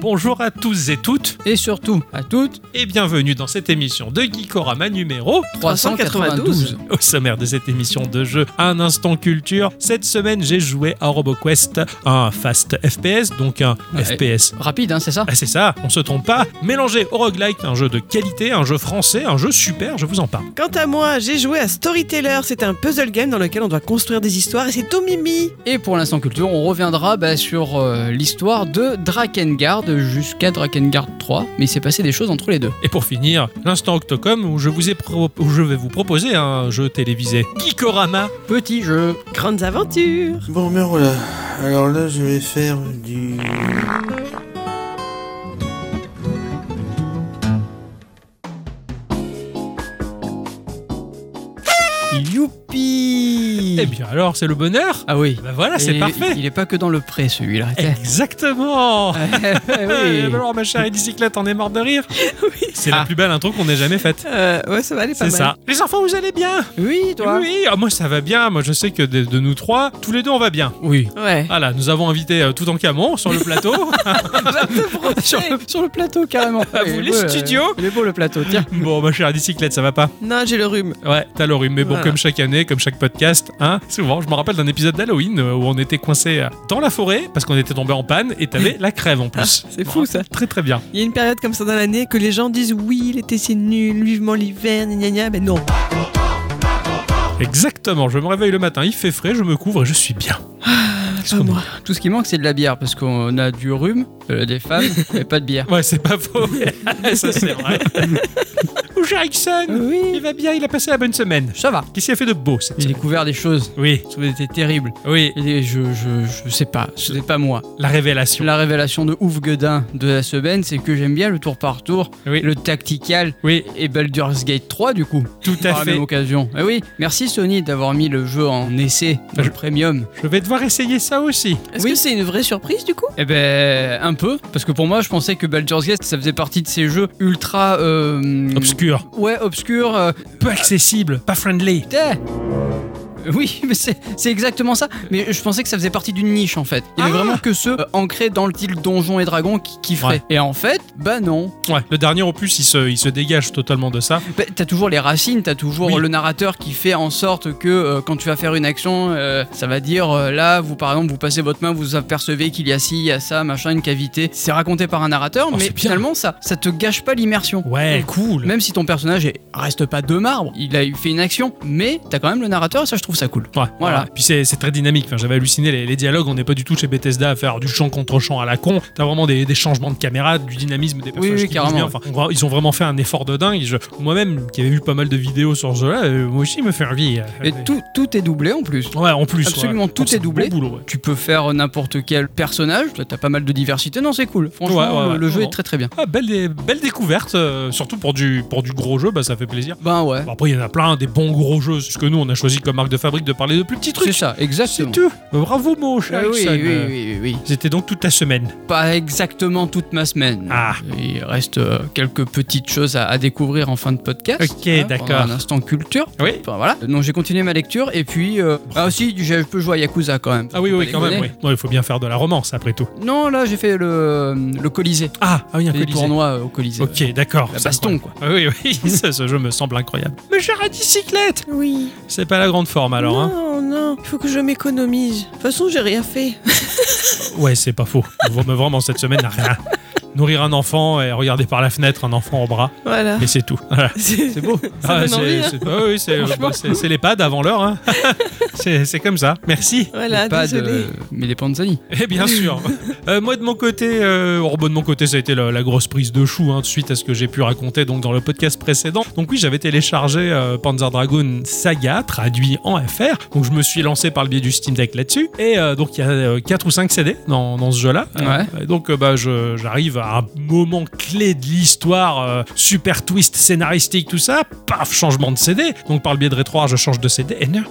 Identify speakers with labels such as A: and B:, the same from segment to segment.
A: bonjour à tous et toutes,
B: Et surtout, à toutes,
A: et bienvenue dans cette émission de Geekorama numéro
B: 392.
A: Au sommaire de cette émission de jeu, un instant culture. Cette semaine, j'ai joué à RoboQuest, un fast FPS, donc un
B: Ouais.
A: FPS.
B: Rapide, hein, c'est ça
A: Ah, c'est ça, on se trompe pas. Mélangé au roguelike, un jeu de qualité, un jeu français, un jeu super, je vous en parle.
C: Quant à moi, j'ai joué à Storyteller. C'est un puzzle game dans lequel on doit construire des histoires et c'est tout mimi.
B: Et pour l'instant culture, on reviendra bah, sur euh, l'histoire de Drakengard jusqu'à Drakengard 3, mais il s'est passé des choses entre les deux.
A: Et pour finir, l'instant Octocom où je, vous ai pro- où je vais vous proposer un jeu télévisé. Geekorama
B: Petit jeu.
C: Grandes aventures.
D: Bon, ben voilà. Alors là, je vais faire du.
B: Youpi
A: Eh bien alors, c'est le bonheur
B: Ah oui.
A: Bah voilà, c'est
B: Et
A: parfait Eh.
B: Il, est pas que dans le pré celui-là.
A: Exactement
B: Eh, eh
A: Eh,
B: oui.
A: Alors ma chère bicyclette, on est mort de rire. C'est la
B: Ah.
A: plus belle intro qu'on ait jamais faite.
C: Euh, ouais, ça va aller pas
A: C'est
C: mal.
A: ça. Les enfants, vous allez bien
B: Oui, toi
A: Oui, ah, moi ça va bien. Moi je sais que de, de nous trois, tous les deux on va bien.
B: Oui.
C: Ouais.
A: Voilà, nous avons invité euh, tout en camon sur le plateau.
B: sur, le, sur le plateau carrément.
A: Ah, vous,
B: Il est
A: les
B: beau, euh,
A: studios
B: Il est beau le plateau, tiens.
A: bon, ma chère bicyclette, ça va pas
C: Non, j'ai le rhume.
A: Ouais, t'as le rhume, mais bon,
C: Voilà.
A: comme chaque année, comme chaque podcast, hein, souvent, je me rappelle d'un épisode d'Halloween euh, où on était coincé euh, dans la forêt parce qu'on était tombé en panne et t'avais la crève en plus.
C: C'est fou ça.
A: Très très bien.
C: Il y a une période comme ça dans l'année que les gens disent oui, l'été c'est nul, vivement l'hiver, gna gna gna, mais non.
A: Exactement, je me réveille le matin, il fait frais, je me couvre et je suis bien. Qu'est-ce
C: Pas
A: qu'on
C: moi.
B: Tout ce qui manque, c'est de la bière, parce qu'on a du rhume, euh, des femmes, mais pas de bière.
A: Ouais, c'est pas faux. ça, c'est vrai. Bonjour Jackson Il
B: Oui.
A: va bien, il a passé la bonne semaine.
B: Ça va.
A: Qu'est-ce qu'il a fait de beau cette
B: J'ai
A: semaine
B: découvert des choses.
A: Oui,
B: Tout était terrible.
A: oui,
B: Et je, je, je sais pas, ce n'est pas moi.
A: la révélation.
B: La révélation de ouf Guedin de la semaine, c'est que j'aime bien le tour par tour,
A: Oui.
B: le tactical
A: Oui,
B: et Baldur's Gate 3 du coup.
A: tout
B: Par
A: à
B: la
A: fait.
B: même occasion. Eh oui, merci Sony d'avoir mis le jeu en essai, dans
A: Je-
B: le premium.
A: Je vais devoir essayer ça aussi.
C: Est-ce
B: Oui.
C: que c'est une vraie surprise du coup
B: Eh ben, un peu, parce que pour moi, je pensais que Baldur's Gate, ça faisait partie de ces jeux ultra. euh,
A: Mm. Obscur,
B: Ouais, obscurs. euh,
A: peu accessible, pas friendly.
B: Putain oui, mais c'est c'est exactement ça. Mais je pensais que ça faisait partie d'une niche en fait. Il n'y avait
A: Ah
B: vraiment que ceux euh, ancrés dans le style Donjons et Dragons qui, qui feraient.
A: Ouais.
B: Et en fait, bah non.
A: Ouais, le dernier opus, il se, il se dégage totalement de ça.
B: Bah, t'as toujours les racines, t'as toujours
A: Oui.
B: le narrateur qui fait en sorte que euh, quand tu vas faire une action, euh, ça va dire euh, là, vous par exemple, vous passez votre main, vous apercevez qu'il y a ci, il y a ça, machin, une cavité. C'est raconté par un narrateur,
A: Oh,
B: mais
A: c'est bien.
B: finalement, ça, ça te gâche pas l'immersion.
A: Ouais, cool.
B: Même si ton personnage est- reste pas de marbre, il a eu fait une action, mais t'as quand même le narrateur et ça, je trouve ça cool.
A: Ouais,
B: Voilà.
A: Puis c'est c'est très dynamique. Enfin, J'avais halluciné les, les dialogues. On n'est pas du tout chez Bethesda à faire du chant contre chant à la con. T'as vraiment des, des changements de caméra, du dynamisme des personnages.
B: oui,
A: qui bougent
B: carrément,
A: bien. Enfin, on voit- ils ont vraiment fait un effort de dingue. Je- Moi-même, qui avais vu pas mal de vidéos sur ce jeu-là, euh, moi aussi, il me fait envie.
B: Et tout, tout est doublé en plus.
A: Ouais, en plus.
B: absolument
A: ouais.
B: tout
A: Donc, c'est
B: est doublé.
A: bon boulot, ouais.
B: Tu peux faire n'importe quel personnage, toi, t'as pas mal de diversité, non c'est cool. Franchement,
A: Ouais, ouais, ouais.
B: le, le jeu
A: Non,
B: est très très bien.
A: Ah, belle, dé- belle découverte, euh, surtout pour du, pour du gros jeu, bah, ça fait plaisir.
B: Ben ouais,
A: Bon, après, il y en a plein, des bons gros jeux, puisque nous, on a choisi comme marque de fabrique de parler de plus petits
B: c'est
A: trucs.
B: ça, exactement.
A: tout. Bravo, mon
B: Ah
A: cher
B: oui,
A: Ixon.
B: oui, oui, oui, oui.
A: C'était donc toute la semaine.
B: Pas exactement toute ma semaine.
A: Ah.
B: Il reste euh, quelques petites choses à, à découvrir en fin de podcast. hein,
A: Ok, d'accord.
B: pendant Un instant culture.
A: Oui.
B: Enfin, voilà. Donc j'ai continué ma lecture et puis euh, ah aussi je peux jouer à Yakuza quand même.
A: Ah oui,
B: Faut
A: oui,
B: pas
A: quand même, oui.
B: déconner.
A: Ouais, il faut bien faire de la romance après tout.
B: Non là j'ai fait le, le Colisée,
A: Ah, ah oui, un
B: les
A: colisée.
B: tournois euh, au Colisée.
A: Ok, d'accord.
B: La
A: ça
B: baston quoi.
A: me- Oui, oui, oui, ça, ce jeu me semble incroyable. Mais j'ai la bicyclette
C: Oui.
A: C'est pas la grande forme alors, hein
C: Non, non, il faut que je m'économise. De toute façon, j'ai rien fait.
A: Ouais, c'est pas faux. Vraiment, vraiment, cette semaine, rien. Nourrir un enfant et regarder par la fenêtre un enfant au bras,
C: Voilà.
A: mais c'est tout. Voilà.
C: C'est
B: beau.
C: Ça donne
A: c'est-
C: envie, hein.
A: c'est- ah oui, c'est bah, c'est- c'est les pads avant l'heure. hein. c'est c'est comme ça. Merci.
C: Voilà,
B: pas
C: désolé.
B: de mais les Panzani.
A: Et Eh, bien sûr. Euh, moi de mon côté, euh, oh, bah, de mon côté, ça a été la, la grosse prise de chou hein, de suite à ce que j'ai pu raconter donc dans le podcast précédent. Donc oui, j'avais téléchargé euh, Panzer Dragoon Saga traduit en FR. Donc je me suis lancé par le biais du Steam Deck là-dessus. Et euh, donc il y a 4 ou 5 CD dans, dans ce jeu-là.
B: Ouais.
A: Euh, et donc euh, bah je- j'arrive à un moment clé de l'histoire, euh, super twist scénaristique, tout ça. Paf, changement de CD. Donc par le biais de Retro, je change de CD et, non.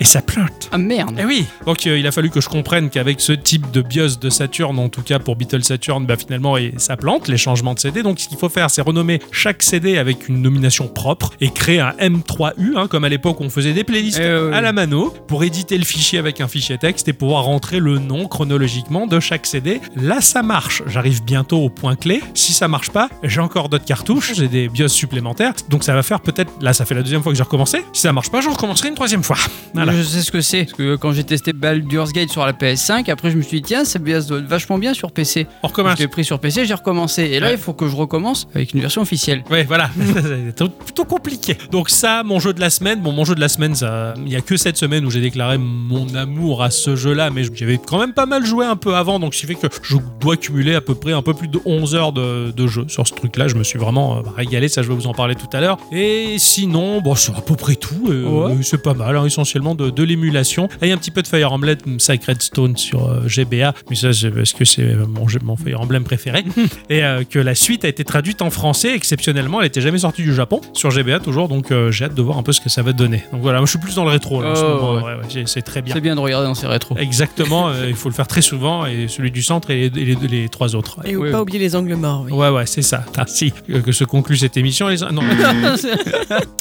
A: et ça plante.
B: Ah merde.
A: Eh oui Donc euh, il a fallu que je comprenne qu'avec ce type de BIOS de Saturn, en tout cas pour Beatles Saturn, bah, finalement et ça plante les changements de CD. Donc ce qu'il faut faire, c'est renommer chaque CD avec une nomination propre et créer un M3U, hein, comme à l'époque on faisait des playlists
B: Eh oui.
A: à la mano, pour éditer le fichier avec un fichier texte et pouvoir rentrer le nom chronologiquement de chaque CD. Là ça marche. J'arrive bientôt au point clé. Si ça marche pas, j'ai encore d'autres cartouches, j'ai des BIOS supplémentaires. Donc ça va faire peut-être. Là, ça fait la deuxième fois que j'ai recommencé. Si ça marche pas, je recommencerai une troisième fois. Voilà.
B: Je sais ce que c'est. Parce que quand j'ai testé Baldur's Gate sur la PS5, après je me suis dit, tiens, ça doit être vachement bien sur PC.
A: On recommence.
B: Je l'ai pris sur PC, j'ai recommencé. Et là,
A: Ouais.
B: il faut que je recommence avec une version officielle.
A: Ouais, voilà, c'est plutôt compliqué. Donc ça, mon jeu de la semaine, bon, mon jeu de la semaine, ça, il y a que cette semaine où j'ai déclaré mon amour à ce jeu-là, mais j'avais quand même pas mal joué un peu avant, donc ce qui fait que je dois cumuler à peu près un peu plus de 11 heures de, de jeu sur ce truc-là. Je me suis vraiment euh, régalé, ça je vais vous en parler tout à l'heure. Et sinon, bon, c'est à peu près tout, euh,
B: Ouais.
A: euh, c'est pas mal, hein, essentiellement de, de l'émulation. Ah, Et un petit peu de Fire Emblem Sacred Stone sur euh, GBA, mais ça, c'est parce que c'est mon, jeu- mon Fire Emblem préféré et euh, que la suite a été traduite en français exceptionnellement. Elle était jamais sortie du Japon sur GBA toujours, donc euh, j'ai hâte de voir un peu ce que ça va donner. Donc voilà, moi, je suis plus dans le rétro là, en ce
B: Oh,
A: moment.
B: ouais.
A: Ouais, ouais, c'est- c'est très bien.
B: C'est bien de regarder dans ces rétros.
A: Exactement, euh, il faut le faire très souvent et celui du centre et les, et les- les trois autres.
C: Et ou
B: Eh Oui.
C: pas oublier les angles morts, oui.
A: Ouais, ouais, c'est ça. Ah, si, que que se conclut cette émission. Les... Non,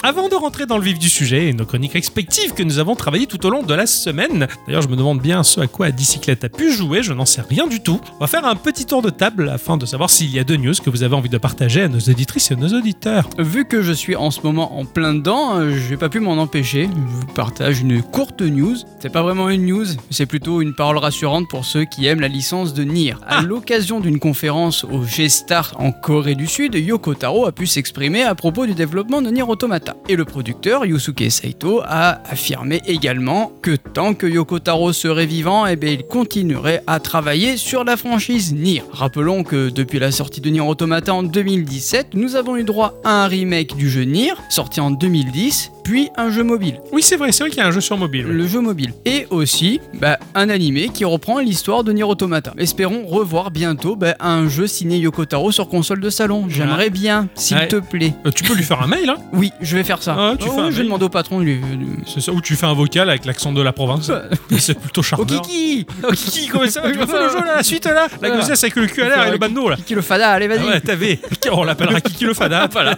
A: Avant de rentrer dans le vif du sujet et nos chroniques respectives que nous avons travaillées tout au long de la semaine, d'ailleurs je me demande bien ce à quoi Dicyclette a pu jouer, je n'en sais rien du tout. On va faire un petit tour de table afin de savoir s'il y a deux news que vous avez envie de partager à nos auditrices et à nos auditeurs.
B: Vu que je suis en ce moment en plein dedans, euh, je n'ai pas pu m'en empêcher. Je vous partage une courte news. C'est pas vraiment une news, c'est plutôt une parole rassurante pour ceux qui aiment la licence de Nier.
A: Ah.
B: À l'occasion d'une conférence au G-Star en Corée du Sud, Yoko Taro a pu s'exprimer à propos du développement de Nier Automata. Et le producteur Yusuke Saito a affirmé également que tant que Yoko Taro serait vivant, eh bien, il continuerait à travailler sur la franchise Nier. Rappelons que depuis la sortie de Nier Automata en 2017, nous avons eu droit à un remake du jeu Nier, sorti en 2010, puis un jeu mobile,
A: Oui c'est vrai, c'est vrai qu'il y a un jeu sur mobile. oui.
B: le jeu mobile, et aussi bah, un animé qui reprend l'histoire de Nier Automata. Espérons revoir bientôt bah, un jeu signé Yoko Taro sur console de salon. J'aimerais bien, s'il
A: Ouais.
B: te plaît.
A: Euh, tu peux lui faire un mail, hein
B: Oui, je vais faire ça.
A: Ah ouais, tu
B: Oh,
A: fais un
B: je vais
A: mail.
B: demander au patron de lui. de-
A: c'est ça, ou tu fais un vocal avec l'accent de la province. c'est plutôt
B: Au
A: charmeur.
B: kiki Au
A: Oh, Kiki, comment ça va Tu me fais le jeu là, la suite là La
B: Voilà.
A: grossesse avec le cul à l'air et le bandeau là
B: Kiki le fada, allez vas-y
A: Ah ouais, t'as vu On l'appellera Kiki le Fada, voilà.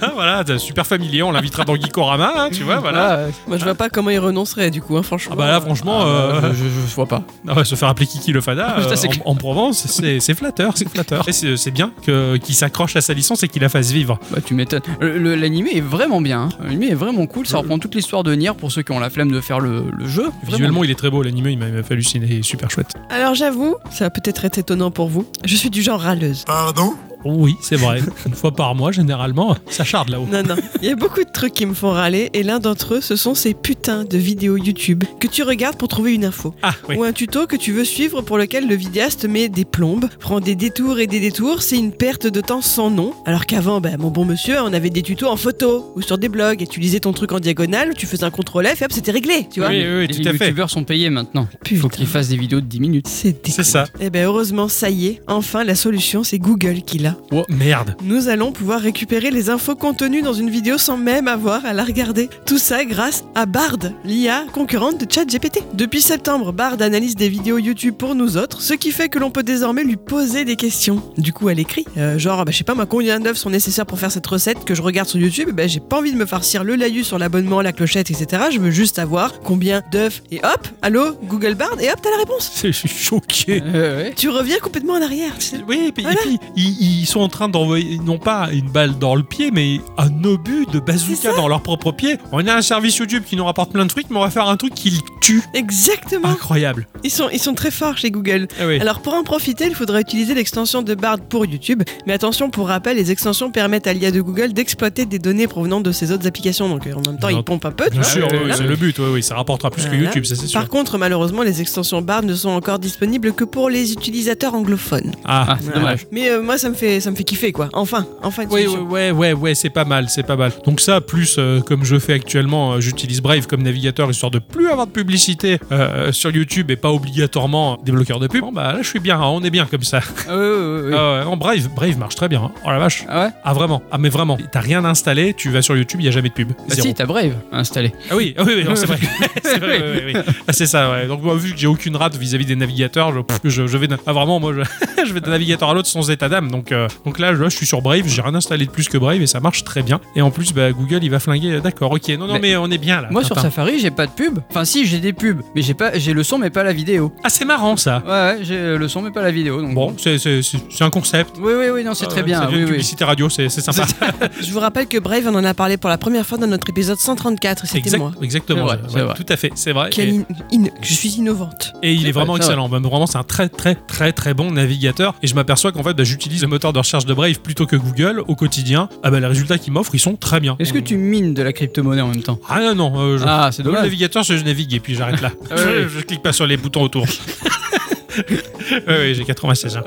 A: Ah, voilà, t'es super familier, on l'invitera dans Geekorama, hein, tu vois, voilà.
B: Ah, euh,
C: Moi, je vois pas comment il renoncerait, du coup, hein, franchement.
A: Ah bah là, franchement,
B: ah,
A: euh,
B: je, je- je vois pas.
A: ah ouais, se faire appeler Kiki le Fada
B: Putain,
A: euh,
B: c'est
A: en-
B: clair.
A: en, Provence, c'est c'est flatteur, c'est flatteur. Et c'est c'est bien que- qu'il s'accroche à sa licence et qu'il la fasse vivre.
B: Bah tu m'étonnes. Le- le- L'animé est vraiment bien. hein. L'animé est vraiment cool. Ça reprend toute l'histoire de Nier pour ceux qui ont la flemme de faire le, le jeu. Vraiment.
A: Visuellement, il est très beau, l'anime, il m'a il m'a fait halluciner, il est super chouette.
C: Alors, j'avoue, ça va peut-être être étonnant pour vous. Je suis du genre râleuse.
D: Pardon
A: Oui, c'est vrai. Une fois par mois, généralement, ça charde là-haut.
C: Non, non. Il y a beaucoup de trucs qui me font râler, et l'un d'entre eux, ce sont ces putains de vidéos YouTube que tu regardes pour trouver une info.
A: Ah, oui.
C: Ou un tuto que tu veux suivre pour lequel le vidéaste met des plombes, prend des détours et des détours, c'est une perte de temps sans nom. Alors qu'avant, bah, mon bon monsieur, on avait des tutos en photo ou sur des blogs, et tu lisais ton truc en diagonale, tu faisais un contrôle F, et hop, c'était réglé, tu vois.
A: Oui, oui, oui,
B: Les
A: tout à fait.
B: youtubeurs sont payés maintenant. Il faut
C: Putain.
B: qu'ils fassent des vidéos de 10 minutes.
C: C'est dé-
A: C'est ça.
C: Eh ben heureusement, ça y est, enfin la solution, c'est Google qui l'a.
A: Oh, merde.
C: Nous allons pouvoir récupérer les infos contenues dans une vidéo sans même avoir à la regarder. Tout ça grâce à Bard, l'IA concurrente de ChatGPT. Depuis septembre, Bard analyse des vidéos YouTube pour nous autres, ce qui fait que l'on peut désormais lui poser des questions. Du coup, elle écrit, euh, genre, bah, je sais pas, moi, combien d'œufs sont nécessaires pour faire cette recette que je regarde sur YouTube bah, J'ai pas envie de me farcir le laïus sur l'abonnement, la clochette, etc. Je veux juste savoir combien d'œufs. Et hop, allô, Google Bard, et hop, t'as la réponse.
A: C'est- Je suis choqué.
B: Euh, ouais.
C: Tu reviens complètement en arrière. tu sais.
A: Oui, et puis, et
C: Voilà.
A: puis, ils, ils sont en train d'envoyer non pas une balle dans le pied, mais un obus de
C: C'est
A: bazooka dans leur propre pied. On a un service YouTube qui nous rapporte plein de trucs, mais on va faire un truc qui le tue.
C: Exactement.
A: Incroyable.
C: Ils sont, ils sont très forts chez Google.
A: Ah oui.
C: Alors pour en profiter, il faudra utiliser l'extension de Bard pour YouTube. Mais attention, pour rappel, les extensions permettent à l'IA de Google d'exploiter des données provenant de ses autres applications. Donc euh, en même temps,
A: Non.
C: ils pompent un peu. tu
A: Bien
C: vois.
A: sûr,
B: Ah,
A: oui,
B: oui,
A: c'est
B: oui.
A: le but. Oui, oui, ça rapportera plus que
C: Voilà.
A: YouTube, ça c'est sûr.
C: Par contre, malheureusement, les extensions Bard ne sont encore disponibles que pour les utilisateurs anglophones.
A: Ah.
B: Ah, c'est dommage.
C: Mais euh, moi, ça me fait, ça me fait kiffer, quoi. Enfin, enfin. une
A: Oui, oui,
C: solution.
A: ouais, ouais, ouais, c'est pas mal, c'est pas mal. Donc ça, plus euh, comme je fais actuellement, euh, j'utilise Brave comme navigateur histoire de plus avoir de publicité euh, sur YouTube et pas obligatoirement des bloqueurs de pub. Bon, bah là, je suis bien, hein, on est bien comme ça.
B: Ah, ouais, ouais, ouais, ouais.
A: Ah ouais, non, Brave, Brave marche très bien. hein. Oh la vache.
B: Ah ouais
A: Ah vraiment Ah mais vraiment T'as rien installé, tu vas sur YouTube, il n'y a jamais de pub.
B: Bah
A: Zéro.
B: si, t'as Brave installé.
A: Ah oui, ah oui, oui, non, c'est vrai. c'est vrai, oui, oui, oui. Ah, c'est ça, ouais. Donc moi, vu que j'ai aucune rate vis-à-vis des navigateurs, je, pff, je- je vais... d'un- Ah vraiment, moi, je, je vais d'un navigateur à l'autre sans état d'âme, donc... euh, donc là, là, je suis sur Brave, j'ai rien installé de plus que Brave et ça marche très bien. Et en plus, bah, Google, il va flinguer. D'accord, ok. Non, non, mais,
B: Mais-
A: on est bien là.
B: Moi sur
A: Tintin.
B: Safari, j'ai pas de pub. Enfin si, j'ai des pubs, mais j'ai pas j'ai le son mais pas la vidéo.
A: Ah, c'est marrant ça.
B: Ouais, ouais, j'ai le son mais pas la vidéo donc
A: Bon, c'est- c'est c'est- c'est un concept.
B: Oui oui oui, non, c'est
A: Euh,
B: très bien.
A: C'est
B: Oui,
A: une
B: oui.
A: publicité radio, c'est c'est sympa.
C: Je vous rappelle que Brave, on en a parlé pour la première fois dans notre épisode 134, et c'était
A: Exact-
C: moi.
A: Exactement.
B: C'est vrai,
A: ouais,
B: c'est vrai.
A: tout à fait, c'est vrai.
C: Quelle
A: Et,
C: in- in- Je suis innovante.
A: et il est,
B: C'est
A: vraiment
B: vrai, c'est
A: excellent. Bah, vraiment, c'est un très très très très bon navigateur. Et je m'aperçois qu'en fait, bah, j'utilise le moteur de recherche de Brave plutôt que Google au quotidien. Ah bah les résultats qu'il m'offre, ils sont très bien.
B: Est-ce que tu mines de la crypto-monnaie en même temps
A: Ah non, non, euh, je-
B: Ah, c'est
A: Dans le
B: dommage.
A: navigateur, je navigue et puis j'arrête là.
B: Ah ouais,
A: je,
B: ouais.
A: je clique pas sur les boutons autour. Oui, oui, j'ai 96 ans.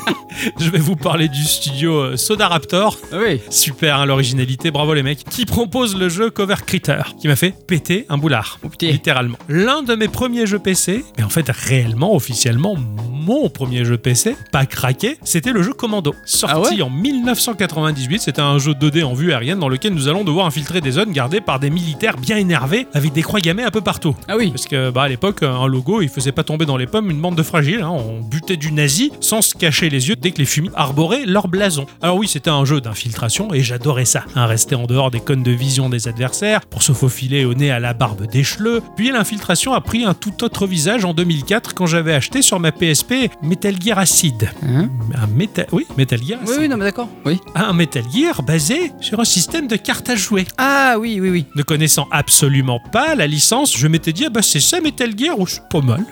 A: je vais vous parler du studio euh, Soda Raptor.
B: Ah oui.
A: Super, hein, l'originalité, bravo les mecs. Qui propose le jeu Cover Critter, qui m'a fait péter un boulard.
B: Oh, putain.
A: Littéralement. L'un de mes premiers jeux PC, mais en fait réellement, officiellement, mon premier jeu PC, pas craqué, c'était le jeu Commando. Sorti
B: Ah ouais
A: en 1998, c'était un jeu 2D en vue aérienne dans lequel nous allons devoir infiltrer des zones gardées par des militaires bien énervés avec des croix gammées un peu partout.
B: Ah oui.
A: Parce que bah, à l'époque, un logo, il faisait pas tomber dans les pommes une bande de fragiles. hein. On butait du nazi sans se cacher les yeux dès que les fumis arboraient leur blason. Alors oui, c'était un jeu d'infiltration et j'adorais ça. hein. Rester en dehors des cônes de vision des adversaires pour se faufiler au nez à la barbe des cheleux. Puis l'infiltration a pris un tout autre visage en 2004 quand j'avais acheté sur ma PSP Metal Gear Acid.
B: Hein
A: Un méta... Oui, Metal Gear
B: oui
A: Acid.
B: oui, non mais d'accord. Oui.
A: Un Metal Gear basé sur un système de cartes à jouer.
B: Ah oui oui oui.
A: Ne connaissant absolument pas la licence, je m'étais dit, ah bah c'est ça Metal Gear, ou c'est pas mal.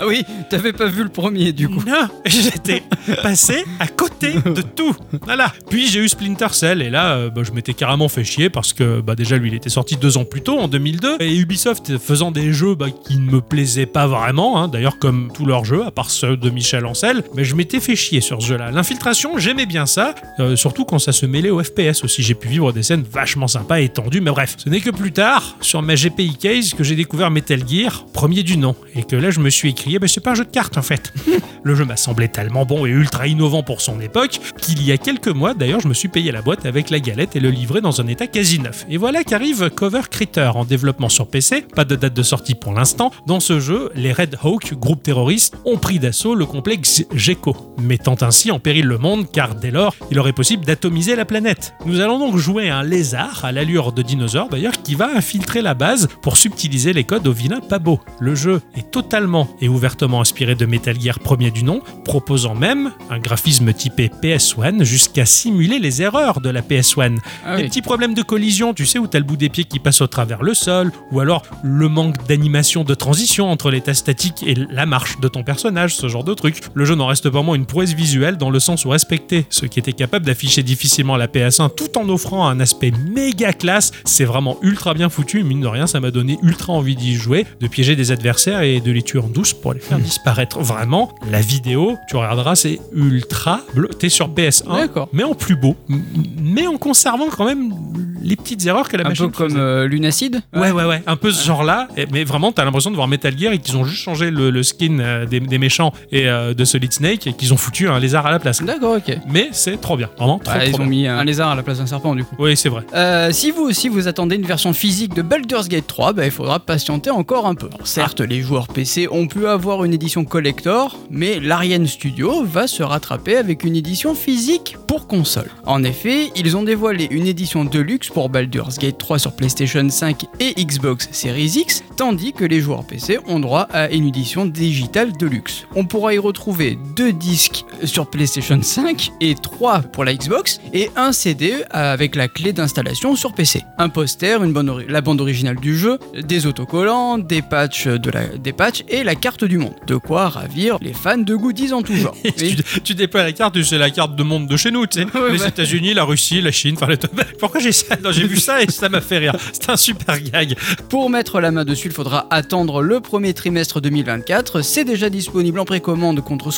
B: Ah oui, t'avais pas vu le premier du coup.
A: Non, Ah, j'étais passé à côté de tout. Voilà. Puis j'ai eu Splinter Cell et là, euh, bah, je m'étais carrément fait chier parce que bah, déjà lui, il était sorti deux ans plus tôt, en 2002, et Ubisoft faisant des jeux bah, qui ne me plaisaient pas vraiment, hein, d'ailleurs comme tous leurs jeux, à part ceux de Michel Ancel, mais je m'étais fait chier sur ce jeu-là. L'infiltration, j'aimais bien ça, euh, surtout quand ça se mêlait au FPS aussi. J'ai pu vivre des scènes vachement sympas et tendues, mais bref. Ce n'est que plus tard, sur ma GPI case, que j'ai découvert Metal Gear, premier du nom, et que là, je me suis écrié, bah, c'est pas un jeu de cartes en fait. Le jeu m'a semblé tellement bon et ultra innovant pour son époque qu'il y a quelques mois d'ailleurs je me suis payé la boîte avec la galette et le livret dans un état quasi neuf. Et voilà qu'arrive Cover Critter en développement sur PC, pas de date de sortie pour l'instant. Dans ce jeu, les Red Hawk, groupe terroriste, ont pris d'assaut le complexe GECO, mettant ainsi en péril le monde car dès lors il aurait possible d'atomiser la planète. Nous allons donc jouer un lézard à l'allure de dinosaure d'ailleurs qui va infiltrer la base pour subtiliser les codes au vilain Pabo. Le jeu est totalement et ouvertement inspiré de Metal Gear premier du nom, proposant même un graphisme typé PS1 jusqu'à simuler les erreurs de la PS1
B: Ah
A: les
B: oui.
A: petits problèmes de collision, tu sais, où t'as le bout des pieds qui passe au travers le sol, ou alors le manque d'animation de transition entre l'état statique et la marche de ton personnage, ce genre de truc. Le jeu n'en reste pas moins une prouesse visuelle dans le sens où respecter ce qui était capable d'afficher difficilement la PS1 tout en offrant un aspect méga classe, c'est vraiment ultra bien foutu, et mine de rien, ça m'a donné ultra envie d'y jouer, de piéger des adversaires et de les tuer en douce pour les faire
B: Hmm.
A: disparaître. Vraiment, la vidéo, tu regarderas, c'est ultra bleu. T'es sur PS1,
B: Ah, D'accord.
A: mais en plus beau, m- mais en conservant quand même les petites erreurs que la
B: Un
A: machine
B: peu comme
A: faisait.
B: euh, Lunacid.
A: Ouais, ouais, ouais, un peu ce genre-là, et- mais vraiment, t'as l'impression de voir Metal Gear et qu'ils ont juste changé le, le skin euh, des, des méchants et euh, de Solid Snake et qu'ils ont foutu un lézard à la place.
B: D'accord, ok.
A: Mais c'est trop bien, vraiment, trop,
B: Bah,
A: trop
B: Ah, ils ont
A: bien.
B: mis un un lézard à la place d'un serpent du coup.
A: Oui, c'est vrai.
B: Euh, si vous aussi vous attendez une version physique de Baldur's Gate 3, bah, il faudra patienter encore un peu. Alors, certes, les joueurs PC ont pu avoir une édition collector, mais l'Ariane Studio va se rattraper avec une édition physique pour console. En effet, ils ont dévoilé une édition deluxe pour Baldur's Gate 3 sur PlayStation 5 et Xbox Series X, tandis que les joueurs PC ont droit à une édition digitale deluxe. On pourra y retrouver deux disques sur PlayStation 5 et 3 pour la Xbox et un CD avec la clé d'installation sur PC. Un poster, une bande ori- la bande originale du jeu, des autocollants, des patchs, de la, des patchs et la carte du monde. De quoi ravir les fans de goodies en tout genre. Oui.
A: tu, tu déploies la carte, c'est la carte de monde de chez nous, tu sais.
B: Ouais,
A: les
B: bah.
A: États-Unis, la Russie, la Chine, enfin, le... pourquoi j'ai ça Non, j'ai vu ça et ça m'a fait rire. C'est un super gag.
B: Pour mettre la main dessus, il faudra attendre le premier trimestre 2024. C'est déjà disponible en précommande contre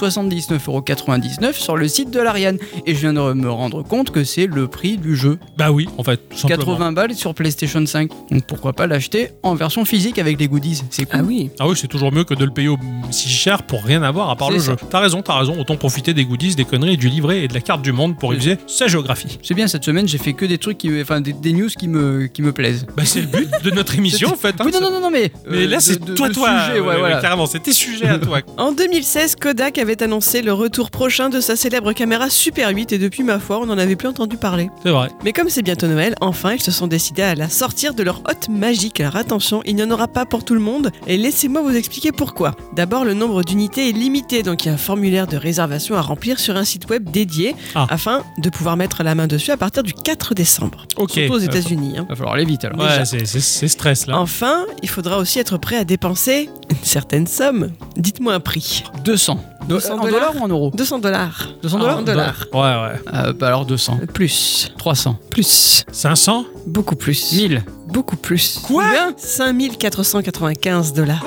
B: 79,99€ sur le site de l'Ariane. Et je viens de me rendre compte que c'est le prix du jeu.
A: Bah oui, en fait, tout simplement.
B: 80 balles sur PlayStation 5. Donc pourquoi pas l'acheter en version physique avec les goodies C'est cool.
C: oui.
A: Ah oui, c'est toujours mieux que de le payer au- si cher pour rien avoir à part le
B: C'est
A: jeu. T'as raison, t'as raison. Autant profiter des goodies, des conneries, du livret et de la carte du monde pour
B: Oui.
A: utiliser sa géographie.
B: C'est bien, cette semaine j'ai fait que des trucs qui. Enfin, des des, des news qui me, qui me plaisent.
A: Bah, c'est le but de notre émission en fait. hein.
B: oui, non, non, non, non, mais.
A: Mais
B: euh,
A: là,
B: de-
A: c'est
B: de-
A: toi,
B: de
A: toi.
B: sujet, ouais,
A: ouais, ouais,
B: voilà.
A: Carrément, c'est tes sujets à toi.
C: En 2016, Kodak avait annoncé le retour prochain de sa célèbre caméra Super 8 et depuis ma foi, on n'en avait plus entendu parler.
A: C'est vrai.
C: Mais comme c'est bientôt Noël, enfin, ils se sont décidés à la sortir de leur hotte magique. Alors attention, il n'y en aura pas pour tout le monde et laissez-moi vous expliquer pourquoi. D'abord, le nombre d'unités est limité, donc il y a un formulaire de réservation à remplir sur un site web dédié
A: Ah.
C: afin de pouvoir mettre la main dessus à partir du 4 décembre.
A: Ok.
C: Surtout aux États-Unis. hein.
B: Va falloir aller vite alors.
A: Ouais, c'est- c'est c'est stress là.
C: Enfin, il faudra aussi être prêt à dépenser une certaine somme. Dites-moi un prix.
B: 200. Do-
C: 200
B: en dollars ou en euros
C: 200 dollars.
B: 200
C: dollars
A: Ah,
B: dollars
C: dollars.
A: Ouais, ouais.
B: Euh, bah alors 200.
C: Plus.
B: 300.
C: Plus.
A: 500
C: Euh, Beaucoup plus.
B: 1000.
C: Beaucoup plus.
A: Quoi
C: Combien 5495 dollars.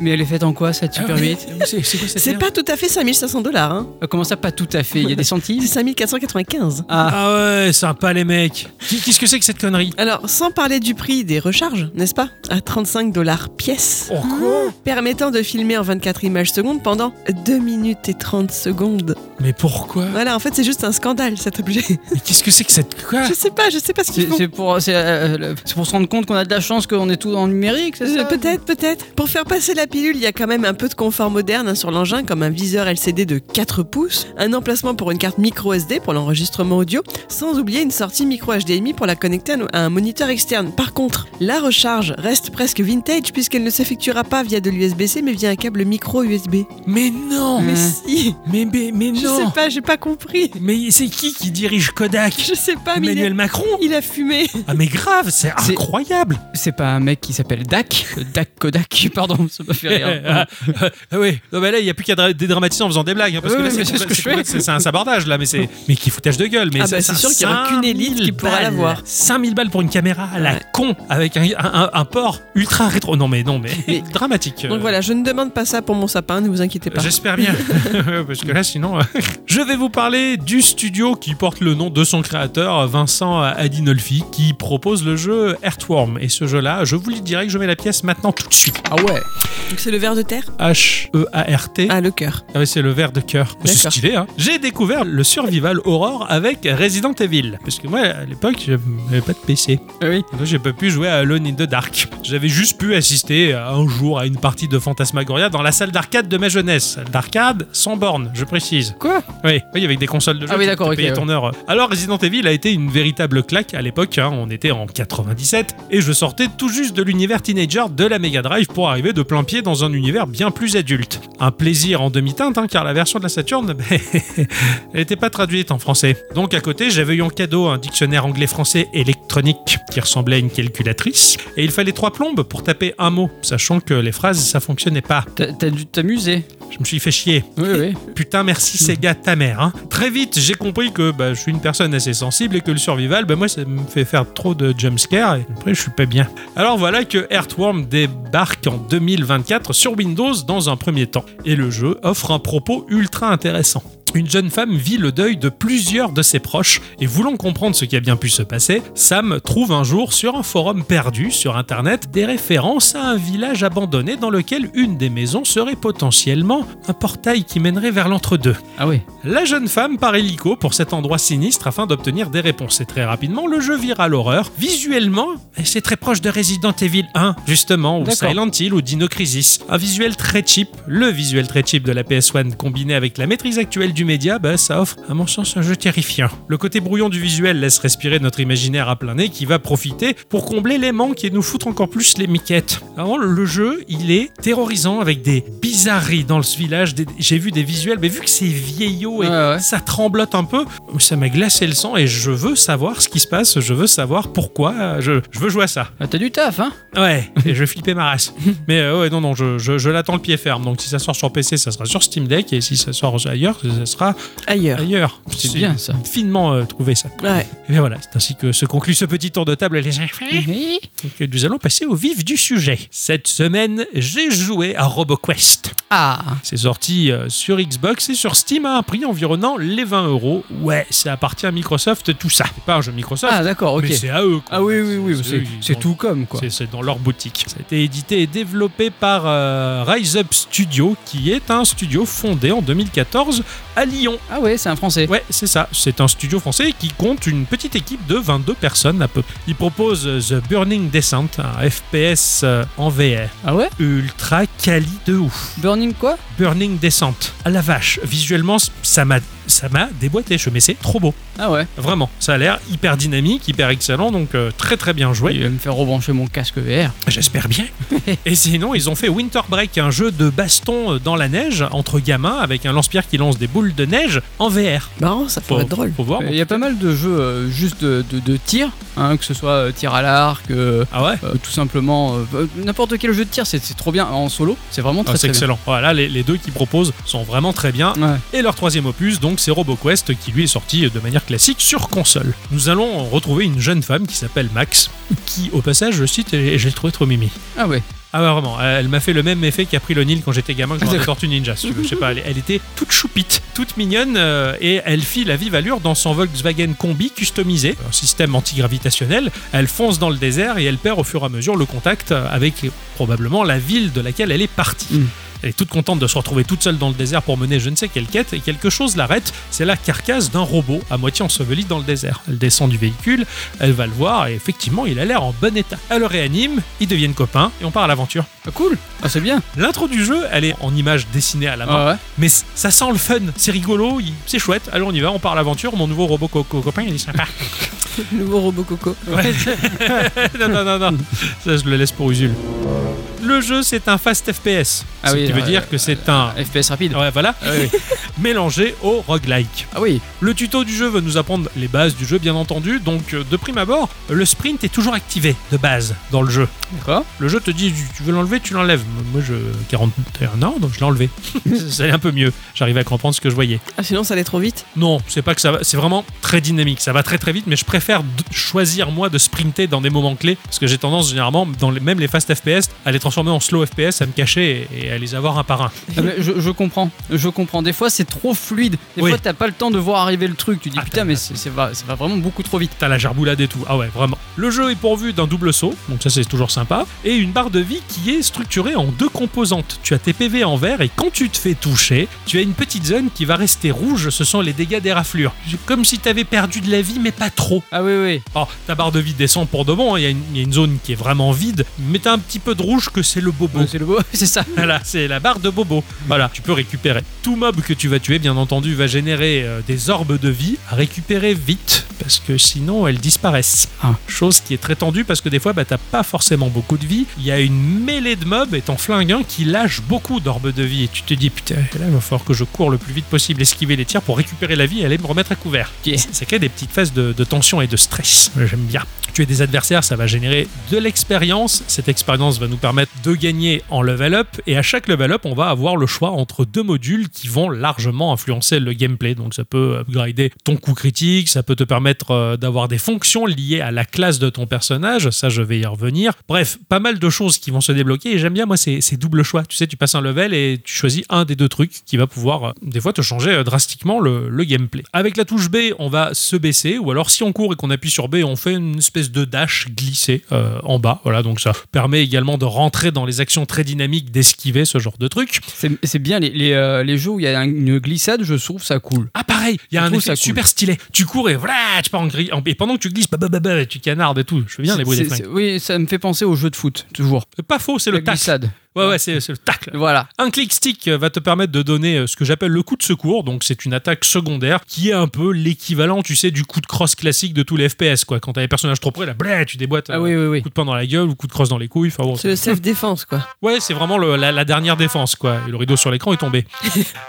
B: Mais elle est faite en quoi cette
A: Ah
B: Super 8
A: C'est c'est quoi cette
C: C'est
A: merde
C: pas tout à fait 5500 dollars. Hein.
B: Euh, Comment ça, pas tout à fait Il y a des
C: C'est
B: centimes
C: 5495.
B: Ah,
A: Ah ouais, sympa les mecs. Qui- Qu'est-ce que c'est que cette connerie
C: Alors, sans parler du prix des recharges, n'est-ce pas À 35 dollars pièce, Ah.
A: Oh quoi
C: permettant de filmer en 24 images secondes pendant 2 minutes et 30 secondes.
A: Mais pourquoi
C: Voilà, en fait, c'est juste un scandale cet objet.
A: Mais qu'est-ce que c'est que cette quoi
C: Je sais pas, je sais pas ce qu'ils
B: c'est
C: font.
B: c'est pour, c'est, euh, le- c'est pour se rendre compte qu'on a de la chance qu'on est tout en numérique, c'est ça
C: Euh, Peut-être, peut-être. Pour faire passer la pilule, il y a quand même un peu de confort moderne hein, sur l'engin, comme un viseur LCD de 4 pouces, un emplacement pour une carte micro SD pour l'enregistrement audio, sans oublier une sortie micro HDMI pour la connecter à no- à un moniteur externe. Par contre, la recharge reste presque vintage puisqu'elle ne s'effectuera pas via de l'USB-C mais via un câble micro USB.
A: Mais non
C: Mais
B: Mmh.
C: si,
A: Mais, mais, mais
C: je
A: non
C: sais pas, j'ai pas compris.
A: Mais c'est qui qui dirige Kodak
C: Je sais pas, mais il
A: Emmanuel
C: a,
A: Macron
C: il a fumé.
A: Ah mais grave, c'est
B: C'est-
A: incroyable
B: C'est pas un mec qui s'appelle Dak Dak Kodak, pardon, ça m'a fait rire.
A: ah, ah oui, non mais là il n'y a plus qu'à dra- dédramatiser en faisant des blagues, hein, parce
B: Oui,
A: que là
B: oui, mais
A: c'est
B: c'est ce que
A: complet-
B: je
A: c'est complet-
B: fais.
A: c'est- c'est un sabordage là, mais c'est mais qui foutage de gueule. Mais
C: Ah bah, c'est sûr qu'il y aura qu'une élite qui pourra l'avoir.
A: 5000 balles pour une caméra à la
C: Ouais.
A: con avec un, un- un- un port ultra rétro. Non mais non mais,
C: Mais-
A: dramatique. euh.
C: Donc voilà, je ne demande pas ça pour mon sapin, ne vous inquiétez pas.
A: J'espère bien, parce que là sinon, euh, je vais vous parler du studio qui porte le nom de son créateur, Vincent Adinolfi, qui propose le jeu Earthworm. Et ce jeu-là, je vous le dirai que je mets la pièce maintenant tout de suite.
B: Ah ouais
C: Donc c'est le verre de terre
A: H E A R T.
C: Ah, le cœur.
A: Ah oui, c'est le verre de cœur. C'est
C: D'accord.
A: stylé, hein. J'ai découvert le survival horror avec Resident Evil. Parce que moi, à l'époque, j'avais pas de PC.
B: Oui.
A: Donc, j'ai pas pu jouer à Alone in the Dark. J'avais juste pu assister euh, un jour à une partie de Fantasmagoria dans la salle d'arcade de ma jeunesse. Salle d'arcade sans borne, je précise.
B: Quoi
A: Oui, oui, avec des consoles de jeu.
B: Ah oui,
A: tu-
B: d'accord,
A: tu
B: ok,
A: payais
B: ouais.
A: ton heure. Alors, Resident Evil a été une véritable claque à l'époque. hein. On était en 97 et je sortais tout juste de l'univers teenager de la Mega Drive pour arriver de plein pied dans un univers bien plus adulte. Un plaisir en demi-teinte, hein, car la version de la Saturn, ben, elle n'était pas traduite en français. Donc, à côté, j'avais eu en cadeau un dictionnaire anglais-français électronique qui ressemblait à une calculatrice et il fallait trois plombes pour taper un mot, sachant que les phrases, ça fonctionnait pas.
B: T'as t'as dû t'amuser.
A: Je me suis fait chier.
B: Oui, oui.
A: Putain, merci Sega, ta mère. hein. Très vite, j'ai compris que bah, je suis une personne assez sensible et que le survival, bah, moi, ça me fait faire trop de jumpscares et après, je suis pas bien. Alors voilà que Earthworm débarque en 2024 sur Windows dans un premier temps. Et le jeu offre un propos ultra intéressant. Une jeune femme vit le deuil de plusieurs de ses proches et voulant comprendre ce qui a bien pu se passer, Sam trouve un jour sur un forum perdu sur internet des références à un village abandonné dans lequel une des maisons serait potentiellement un portail qui mènerait vers l'entre-deux.
B: Ah oui.
A: La jeune femme part hélico pour cet endroit sinistre afin d'obtenir des réponses. Et très rapidement, le jeu vira à l'horreur. Visuellement, c'est très proche de Resident Evil 1, justement, ou
B: D'accord.
A: Silent Hill, ou Dino Crisis. Un visuel très cheap, le visuel très cheap de la PS1 combiné avec la maîtrise actuelle du média, bah, ça offre, à mon sens, un jeu terrifiant. Le côté brouillon du visuel laisse respirer notre imaginaire à plein nez qui va profiter pour combler les manques et nous foutre encore plus les miquettes. Avant, le jeu, il est terrorisant avec des bizarreries dans ce village. des- J'ai vu des visuels, mais vu que c'est vieillot et
B: Ouais, ouais.
A: ça tremblote un peu. Ça m'a glacé le sang et je veux savoir ce qui se passe. Je veux savoir pourquoi. euh, Je, je veux jouer à ça.
B: Ah, T'as du taf, hein
A: Ouais, et je vais flipper ma race. Mais euh, ouais, non, non, je, je- je l'attends le pied ferme. Donc si ça sort sur PC, ça sera sur Steam Deck et si ça sort ailleurs, ça sera
C: Ailleurs.
A: ailleurs.
B: Ah, C'est bien ça.
A: Finement euh, trouvé ça.
C: Ouais.
A: Et bien voilà, c'est ainsi que se conclut ce petit tour de table, les gens.
B: Oui.
A: Donc, nous allons passer au vif du sujet. Cette semaine, j'ai joué à RoboQuest. Quest.
B: Ah
A: C'est sorti euh, sur Xbox et sur Steam à un prix environnant les 20 euros. Ouais, ça appartient à Microsoft, tout ça. C'est pas un jeu Microsoft,
B: Ah d'accord, ok.
A: mais c'est à eux. quoi.
B: Ah oui, oui, oui,
A: eux,
B: c'est-
A: ils
B: c'est
A: ont-
B: tout comme quoi.
A: C'est- C'est dans leur boutique. Ça a été édité et développé par euh, Rise Up Studio, qui est un studio fondé en 2014 à Lyon.
B: Ah ouais, c'est un français.
A: Ouais, c'est ça. C'est un studio français qui compte une petite équipe de 22 personnes à peu. Il propose euh, The Burning Descent, un FPS euh, en VR.
B: Ah ouais
A: Ultra quali de ouf.
B: Burning quoi
A: Burning Descent. À la vache, visuellement, c- ça m'a ça m'a déboîté les cheveux, mais c'est trop beau.
B: Ah ouais.
A: Vraiment, ça a l'air hyper dynamique, hyper excellent, donc euh, très très bien joué.
B: Il va me faire rebrancher mon casque VR.
A: J'espère bien. Et sinon, ils ont fait Winter Break, un jeu de baston euh, dans la neige entre gamins avec un lance-pierre qui lance des boules de neige en VR.
C: Marrant, ça pourrait être drôle.
A: Faut voir.
B: Il y a pas mal de jeux euh, juste de, de, de tir, hein, que ce soit euh, tir à l'arc, euh,
A: Ah ouais
B: euh, tout simplement euh, euh, n'importe quel jeu de tir, c'est c'est trop bien en solo, c'est vraiment
A: Ah,
B: très,
A: c'est
B: très
A: excellent. Voilà, les, les deux qu'ils proposent sont vraiment très bien.
B: bien. Ouais.
A: Et leur troisième opus, donc, c'est RoboQuest, qui lui est sorti euh, de manière classique sur console. Nous allons retrouver une jeune femme qui s'appelle Max, qui, au passage, je cite, et j'ai trouvé trop mimi.
B: Ah ouais.
A: Ah bah vraiment, elle elle m'a fait le même effet qu'April O'Neil quand j'étais gamin, que
B: Ah,
A: j'étais
B: d'accord.
A: Tortue Ninja, si tu veux. Je sais pas, elle, elle était toute choupite, toute mignonne, euh, et elle fit la vive allure dans son Volkswagen Combi customisé, un système antigravitationnel. Elle fonce dans le désert et elle perd au fur et à mesure le contact euh, avec euh, probablement la ville de laquelle elle est partie.
B: Mm.
A: Elle est toute contente de se retrouver toute seule dans le désert pour mener je ne sais quelle quête et quelque chose l'arrête. C'est la carcasse d'un robot à moitié enseveli dans le désert. Elle descend du véhicule, elle va le voir et effectivement il a l'air en bon état. Elle le réanime, ils deviennent copains et on part à l'aventure.
B: Ah, cool. Ah c'est bien.
A: L'intro du jeu, elle est en image dessinée à la main,
B: Ah ouais.
A: mais c- ça sent le fun, c'est rigolo, il- c'est chouette. Allez, on y va, on part à l'aventure. Mon nouveau robot co- co- copain, il est sympa.
C: Nouveau robot coco.
A: Ouais. non, non, non, non. Ça, je le laisse pour Usul. Le jeu, c'est un fast FPS.
B: Ah
A: ce
B: oui,
A: qui veut
B: euh,
A: dire que c'est un.
B: FPS rapide.
A: Ouais, voilà. Mélangé au roguelike.
B: Ah oui.
A: Le tuto du jeu veut nous apprendre les bases du jeu, bien entendu. Donc, euh, de prime abord, le sprint est toujours activé de base dans le jeu.
B: D'accord.
A: Le jeu te dit tu- tu veux l'enlever, tu l'enlèves. Moi, je 41 ans, donc je l'ai enlevé. ça allait un peu mieux. J'arrivais à comprendre ce que je voyais.
C: Ah, sinon, ça allait trop vite.
A: Non, c'est pas que ça va. C'est vraiment très dynamique. Ça va très très vite, mais je préfère d- choisir moi de sprinter dans des moments clés parce que j'ai tendance généralement, dans les, même les fast FPS, à les transformer en slow FPS, à me cacher et, et à les avoir un par un.
B: Ah, mais je, je comprends. Je comprends. Des fois c'est trop fluide. Des
A: Oui.
B: fois t'as pas le temps de voir arriver le truc. Tu dis
A: Ah,
B: putain mais c'est- c'est va, ça va vraiment beaucoup trop vite.
A: T'as la gerboulade et tout. Ah ouais, vraiment. Le jeu est pourvu d'un double saut, donc ça c'est toujours sympa, et une barre de vie qui est structurée en deux composantes. Tu as tes PV en vert et quand tu te fais toucher, tu as une petite zone qui va rester rouge, ce sont les dégâts des raflures. C'est Comme si t'avais perdu de la vie, mais pas trop.
B: Ah oui oui.
A: Alors, ta barre de vie descend pour de bon, hein, il y, a une- il y a une zone qui est vraiment vide, mais t'as un petit peu de rouge que c'est le bobo.
B: Ouais, C'est le beau. c'est ça.
A: Voilà, c'est la barre de Bobo. Voilà, tu peux récupérer. Tout mob que tu vas tuer, bien entendu, va générer euh, des orbes de vie à récupérer vite, parce que sinon elles disparaissent.
B: Ah.
A: Chose qui est très tendue, parce que des fois, bah, t'as pas forcément beaucoup de vie. Il y a une mêlée de mobs, et t'en flingues un qui lâche beaucoup d'orbes de vie. Et tu te dis, putain, là, il va falloir que je cours le plus vite possible, esquiver les tirs pour récupérer la vie et aller me remettre à couvert.
B: Ok.
A: Ça crée des petites phases de, de tension et de stress. J'aime bien. Tuer des adversaires, ça va générer de l'expérience. Cette expérience va nous permettre de gagner en level up. Et à chaque level up, on va avoir le choix entre deux modules qui vont largement influencer le gameplay. Donc ça peut upgrader ton coup critique, ça peut te permettre euh, d'avoir des fonctions liées à la classe de ton personnage. Ça, je vais y revenir. Bref, pas mal de choses qui vont se débloquer. Et j'aime bien, moi, ces, ces doubles choix. Tu sais, tu passes un level et tu choisis un des deux trucs qui va pouvoir, euh, des fois, te changer euh, drastiquement le, le gameplay. Avec la touche B, on va se baisser. Ou alors, si on court et qu'on appuie sur B, on fait une espèce de dash glissé euh, en bas. Voilà, donc ça permet également de rentrer dans les actions très dynamiques, d'esquiver ce genre de truc.
B: C'est c'est bien les, les, euh, les jeux où il y a un- une glissade. Je trouve ça cool.
A: Ah pareil, il y a
B: Je
A: un
B: trouve
A: effet
B: ça cool.
A: super stylé. Tu cours et voilà, tu pars en gris. Et pendant que tu glisses, bah, bah, bah, bah, tu canardes et tout. Je veux bien les bruits des
B: C'est- c'est-
A: flingues.
B: Oui ça me fait penser aux jeux de foot toujours.
A: C'est Pas faux, c'est le
B: La
A: tacle.
B: glissade.
A: Ouais, ouais, c'est c'est le tacle.
B: Voilà.
A: Un click stick va te permettre de donner euh, ce que j'appelle le coup de secours, donc c'est une attaque secondaire qui est un peu l'équivalent, tu sais, du coup de cross classique de tous les FPS, quoi. Quand t'as les personnages trop près, là, blé, tu déboîtes.
B: Ah
A: euh,
B: oui oui oui.
A: Coup de poing dans la gueule ou coup de cross dans les couilles. Enfin, bon,
C: C'est le self-défense, quoi.
A: Ouais, c'est vraiment le- la, la dernière défense, quoi. Et le rideau sur l'écran est tombé.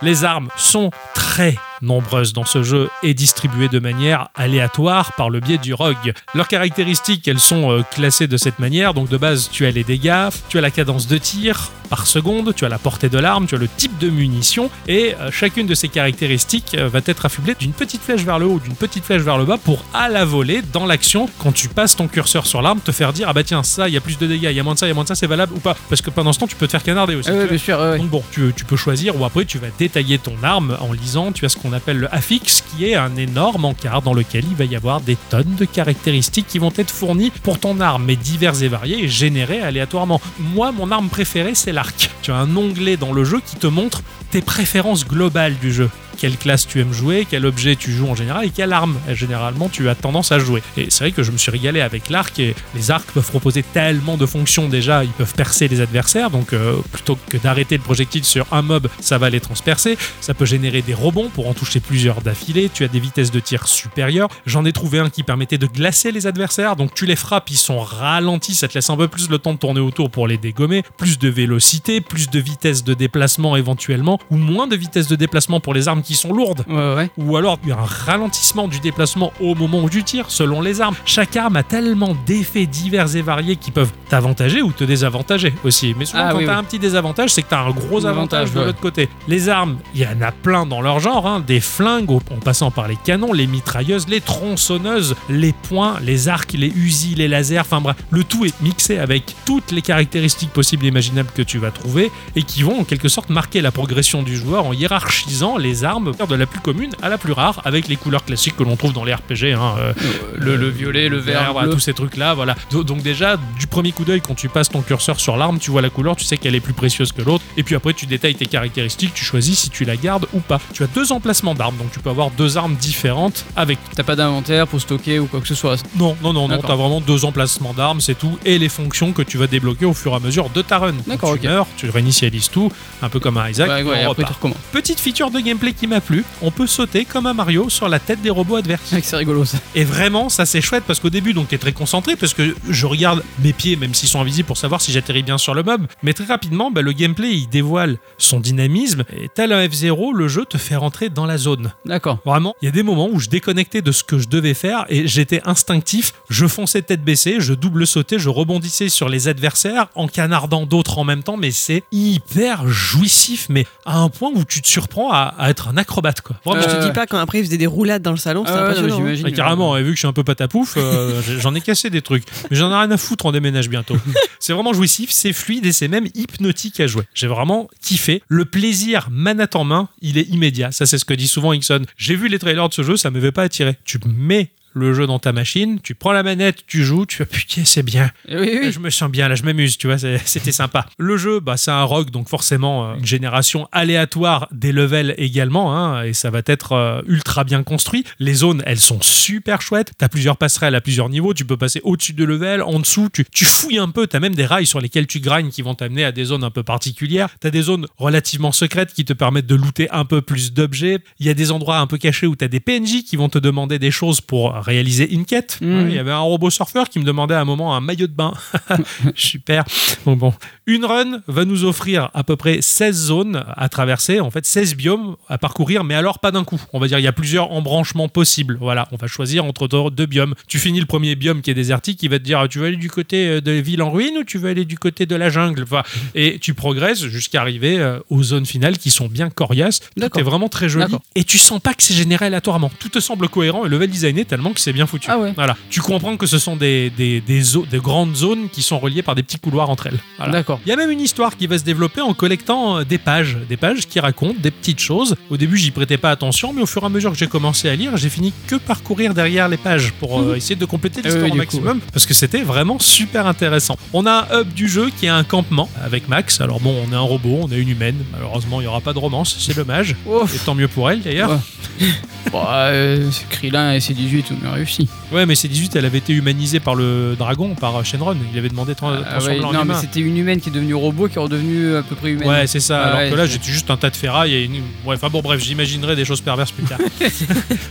A: Les armes sont très nombreuses dans ce jeu et distribuées de manière aléatoire par le biais du rogue. Leurs caractéristiques, elles sont euh, classées de cette manière. Donc de base, tu as les dégâts, tu as la cadence de tir, tirs par seconde, tu as la portée de l'arme, tu as le type de munition, et euh, chacune de ces caractéristiques euh, va être affublée d'une petite flèche vers le haut, d'une petite flèche vers le bas, pour à la volée, dans l'action, quand tu passes ton curseur sur l'arme, te faire dire ah bah tiens ça, il y a plus de dégâts, il y a moins de ça, il y a moins de ça, c'est valable ou pas, parce que pendant ce temps tu peux te faire canarder aussi.
B: Ah
A: tu
B: ouais,
A: vois.
B: bien sûr, ouais, ouais.
A: Donc bon, tu, tu peux choisir ou après tu vas détailler ton arme en lisant, tu as ce qu'on appelle le affix qui est un énorme encart dans lequel il va y avoir des tonnes de caractéristiques qui vont être fournies pour ton arme, mais diverses et variées et générées aléatoirement. Moi, mon arme préférée, c'est l'arc. Tu as un onglet dans le jeu qui te montre tes préférences globales du jeu. Quelle classe tu aimes jouer, quel objet tu joues en général et quelle arme euh, généralement tu as tendance à jouer. Et c'est vrai que je me suis régalé avec l'arc et les arcs peuvent proposer tellement de fonctions déjà, ils peuvent percer les adversaires, donc euh, plutôt que d'arrêter le projectile sur un mob, ça va les transpercer. Ça peut générer des rebonds pour en toucher plusieurs d'affilée, tu as des vitesses de tir supérieures. J'en ai trouvé un qui permettait de glacer les adversaires, donc tu les frappes, ils sont ralentis, ça te laisse un peu plus le temps de tourner autour pour les dégommer, plus de vélocité, plus de vitesse de déplacement éventuellement, ou moins de vitesse de déplacement pour les armes qui sont lourdes
B: Ouais, ouais.
A: ou alors il y a un ralentissement du déplacement au moment où tu tires, selon les armes. Chaque arme a tellement d'effets divers et variés qui peuvent t'avantager ou te désavantager aussi. Mais souvent,
B: Ah,
A: quand
B: oui,
A: t'as
B: oui.
A: un petit désavantage, c'est que t'as un gros avantage,
B: Un avantage,
A: de
B: ouais.
A: l'autre côté. Les armes, il y en a plein dans leur genre, hein. des flingues au- en passant par les canons, les mitrailleuses, les tronçonneuses, les poings, les arcs, les usines, les lasers, enfin bref, le tout est mixé avec toutes les caractéristiques possibles et imaginables que tu vas trouver et qui vont en quelque sorte marquer la progression du joueur en hiérarchisant les armes de la plus commune à la plus rare avec les couleurs classiques que l'on trouve dans les RPG. hein, euh,
B: Le, le violet, le vert, le
A: voilà,
B: bleu.
A: tous ces trucs là, voilà. Do- Donc déjà, du premier coup d'œil, quand tu passes ton curseur sur l'arme, tu vois la couleur, tu sais qu'elle est plus précieuse que l'autre, et puis après tu détailles tes caractéristiques, tu choisis si tu la gardes ou pas. Tu as deux emplacements d'armes, donc tu peux avoir deux armes différentes avec
B: T'as pas d'inventaire pour stocker ou quoi que ce soit.
A: non, non, non, non,
B: D'accord.
A: t'as vraiment deux emplacements d'armes, c'est tout, et les fonctions que tu vas débloquer au fur et à mesure de ta run. Quand
B: D'accord,
A: tu
B: ok.
A: meurs, tu réinitialises tout, un peu comme un Isaac,
B: ouais,
A: on
B: ouais, et après
A: repart.
B: tu recommences.
A: Petite feature de gameplay qui m'a plu, on peut sauter comme un Mario sur la tête des robots adverses.
B: C'est rigolo ça.
A: Et vraiment, ça c'est chouette parce qu'au début, donc t'es très concentré parce que je regarde mes pieds, même s'ils sont invisibles, pour savoir si j'atterris bien sur le mob. Mais très rapidement, bah, le gameplay il dévoile son dynamisme et tel un F0, le jeu te fait rentrer dans la zone.
B: D'accord.
A: Vraiment, il y a des moments où je déconnectais de ce que je devais faire et j'étais instinctif. Je fonçais tête baissée, je double sautais, je rebondissais sur les adversaires en canardant d'autres en même temps, mais c'est hyper jouissif, mais à un point où tu te surprends à, à être un acrobate, quoi. Vraiment, je
B: Euh,
A: te
C: Je
A: dis-
C: te dis
B: ouais.
C: pas quand après ils faisaient des roulades dans le salon, c'est
B: Ah ouais, non,
C: impressionnant. hein.
B: j'imagine.
A: Ouais, carrément, et vu que je suis un peu patapouf, euh, j'ai- j'en ai cassé des trucs. Mais j'en ai rien à foutre, on déménage bientôt. C'est vraiment jouissif, c'est fluide et c'est même hypnotique à jouer. J'ai vraiment kiffé. Le plaisir manette en main, il est immédiat. Ça, c'est ce que dit souvent Ixon. J'ai vu les trailers de ce jeu, ça m'avait pas attiré. Tu mets le jeu dans ta machine, tu prends la manette, tu joues, tu fais putain, c'est bien.
B: Eh Oui, oui,
A: Là, Euh, je me sens bien, là, je m'amuse, tu vois, c'est- c'était sympa. Le jeu, bah, c'est un rogue, donc forcément, euh, une génération aléatoire des levels également, hein, et ça va être euh, ultra bien construit. Les zones, elles sont super chouettes. T'as plusieurs passerelles à plusieurs niveaux, tu peux passer au-dessus de level, en dessous, tu, tu fouilles un peu, t'as même des rails sur lesquels tu grindes qui vont t'amener à des zones un peu particulières. T'as des zones relativement secrètes qui te permettent de looter un peu plus d'objets. Il y a des endroits un peu cachés où t'as des PNJ qui vont te demander des choses pour réaliser une quête.
B: Mm.
A: Ouais, Il y avait un robot surfeur qui me demandait à un moment un maillot de bain. Super. Bon, bon. Une run va nous offrir à peu près 16 zones à traverser, en fait 16 biomes à parcourir, mais alors pas d'un coup. On va dire il y a plusieurs embranchements possibles. Voilà, on va choisir entre deux deux biomes. Tu finis le premier biome qui est désertique, il va te dire ah, tu veux aller du côté euh, de villes en ruine ou tu veux aller du côté de la jungle. Enfin, et tu progresses jusqu'à arriver euh, aux zones finales qui sont bien coriaces. Tout
B: D'accord.
A: est vraiment très joli.
B: D'accord.
A: Et tu sens pas que c'est généré aléatoirement. Tout te semble cohérent et level designé tellement que c'est bien foutu.
B: Ah ouais.
A: Voilà. Tu comprends que ce sont des, des, des, zo- des grandes zones qui sont reliées par des petits couloirs entre elles. Voilà.
B: D'accord.
A: Il y a même une histoire qui va se développer en collectant euh, des pages, des pages qui racontent des petites choses. Au début, j'y prêtais pas attention, mais au fur et à mesure que j'ai commencé à lire, j'ai fini que par courir derrière les pages pour euh, essayer de compléter
B: Ah
A: l'histoire
B: oui,
A: au
B: du coup,
A: maximum, parce que c'était vraiment super intéressant. On a un hub du jeu qui est un campement avec Max. Alors bon, on est un robot, on est une humaine. Malheureusement, il y aura pas de romance, c'est dommage.
B: Ouf.
A: Et tant mieux pour elle d'ailleurs.
B: Bah, euh, c'est Krillin et ses 18, on a réussi.
A: Ouais, mais c'est 18, elle avait été humanisée par le dragon, par euh, Shenron. Il avait demandé trans-
B: Ah ouais,
A: transformer en
B: non, mais
A: humain.
B: c'était une humaine qui est devenue robot qui est redevenue à peu près humaine.
A: Ouais, c'est ça.
B: Ah
A: Alors
B: ouais,
A: que là,
B: c'est-
A: j'étais juste un tas de ferraille et une. Ouais, enfin bon, bref, j'imaginerai des choses perverses plus tard.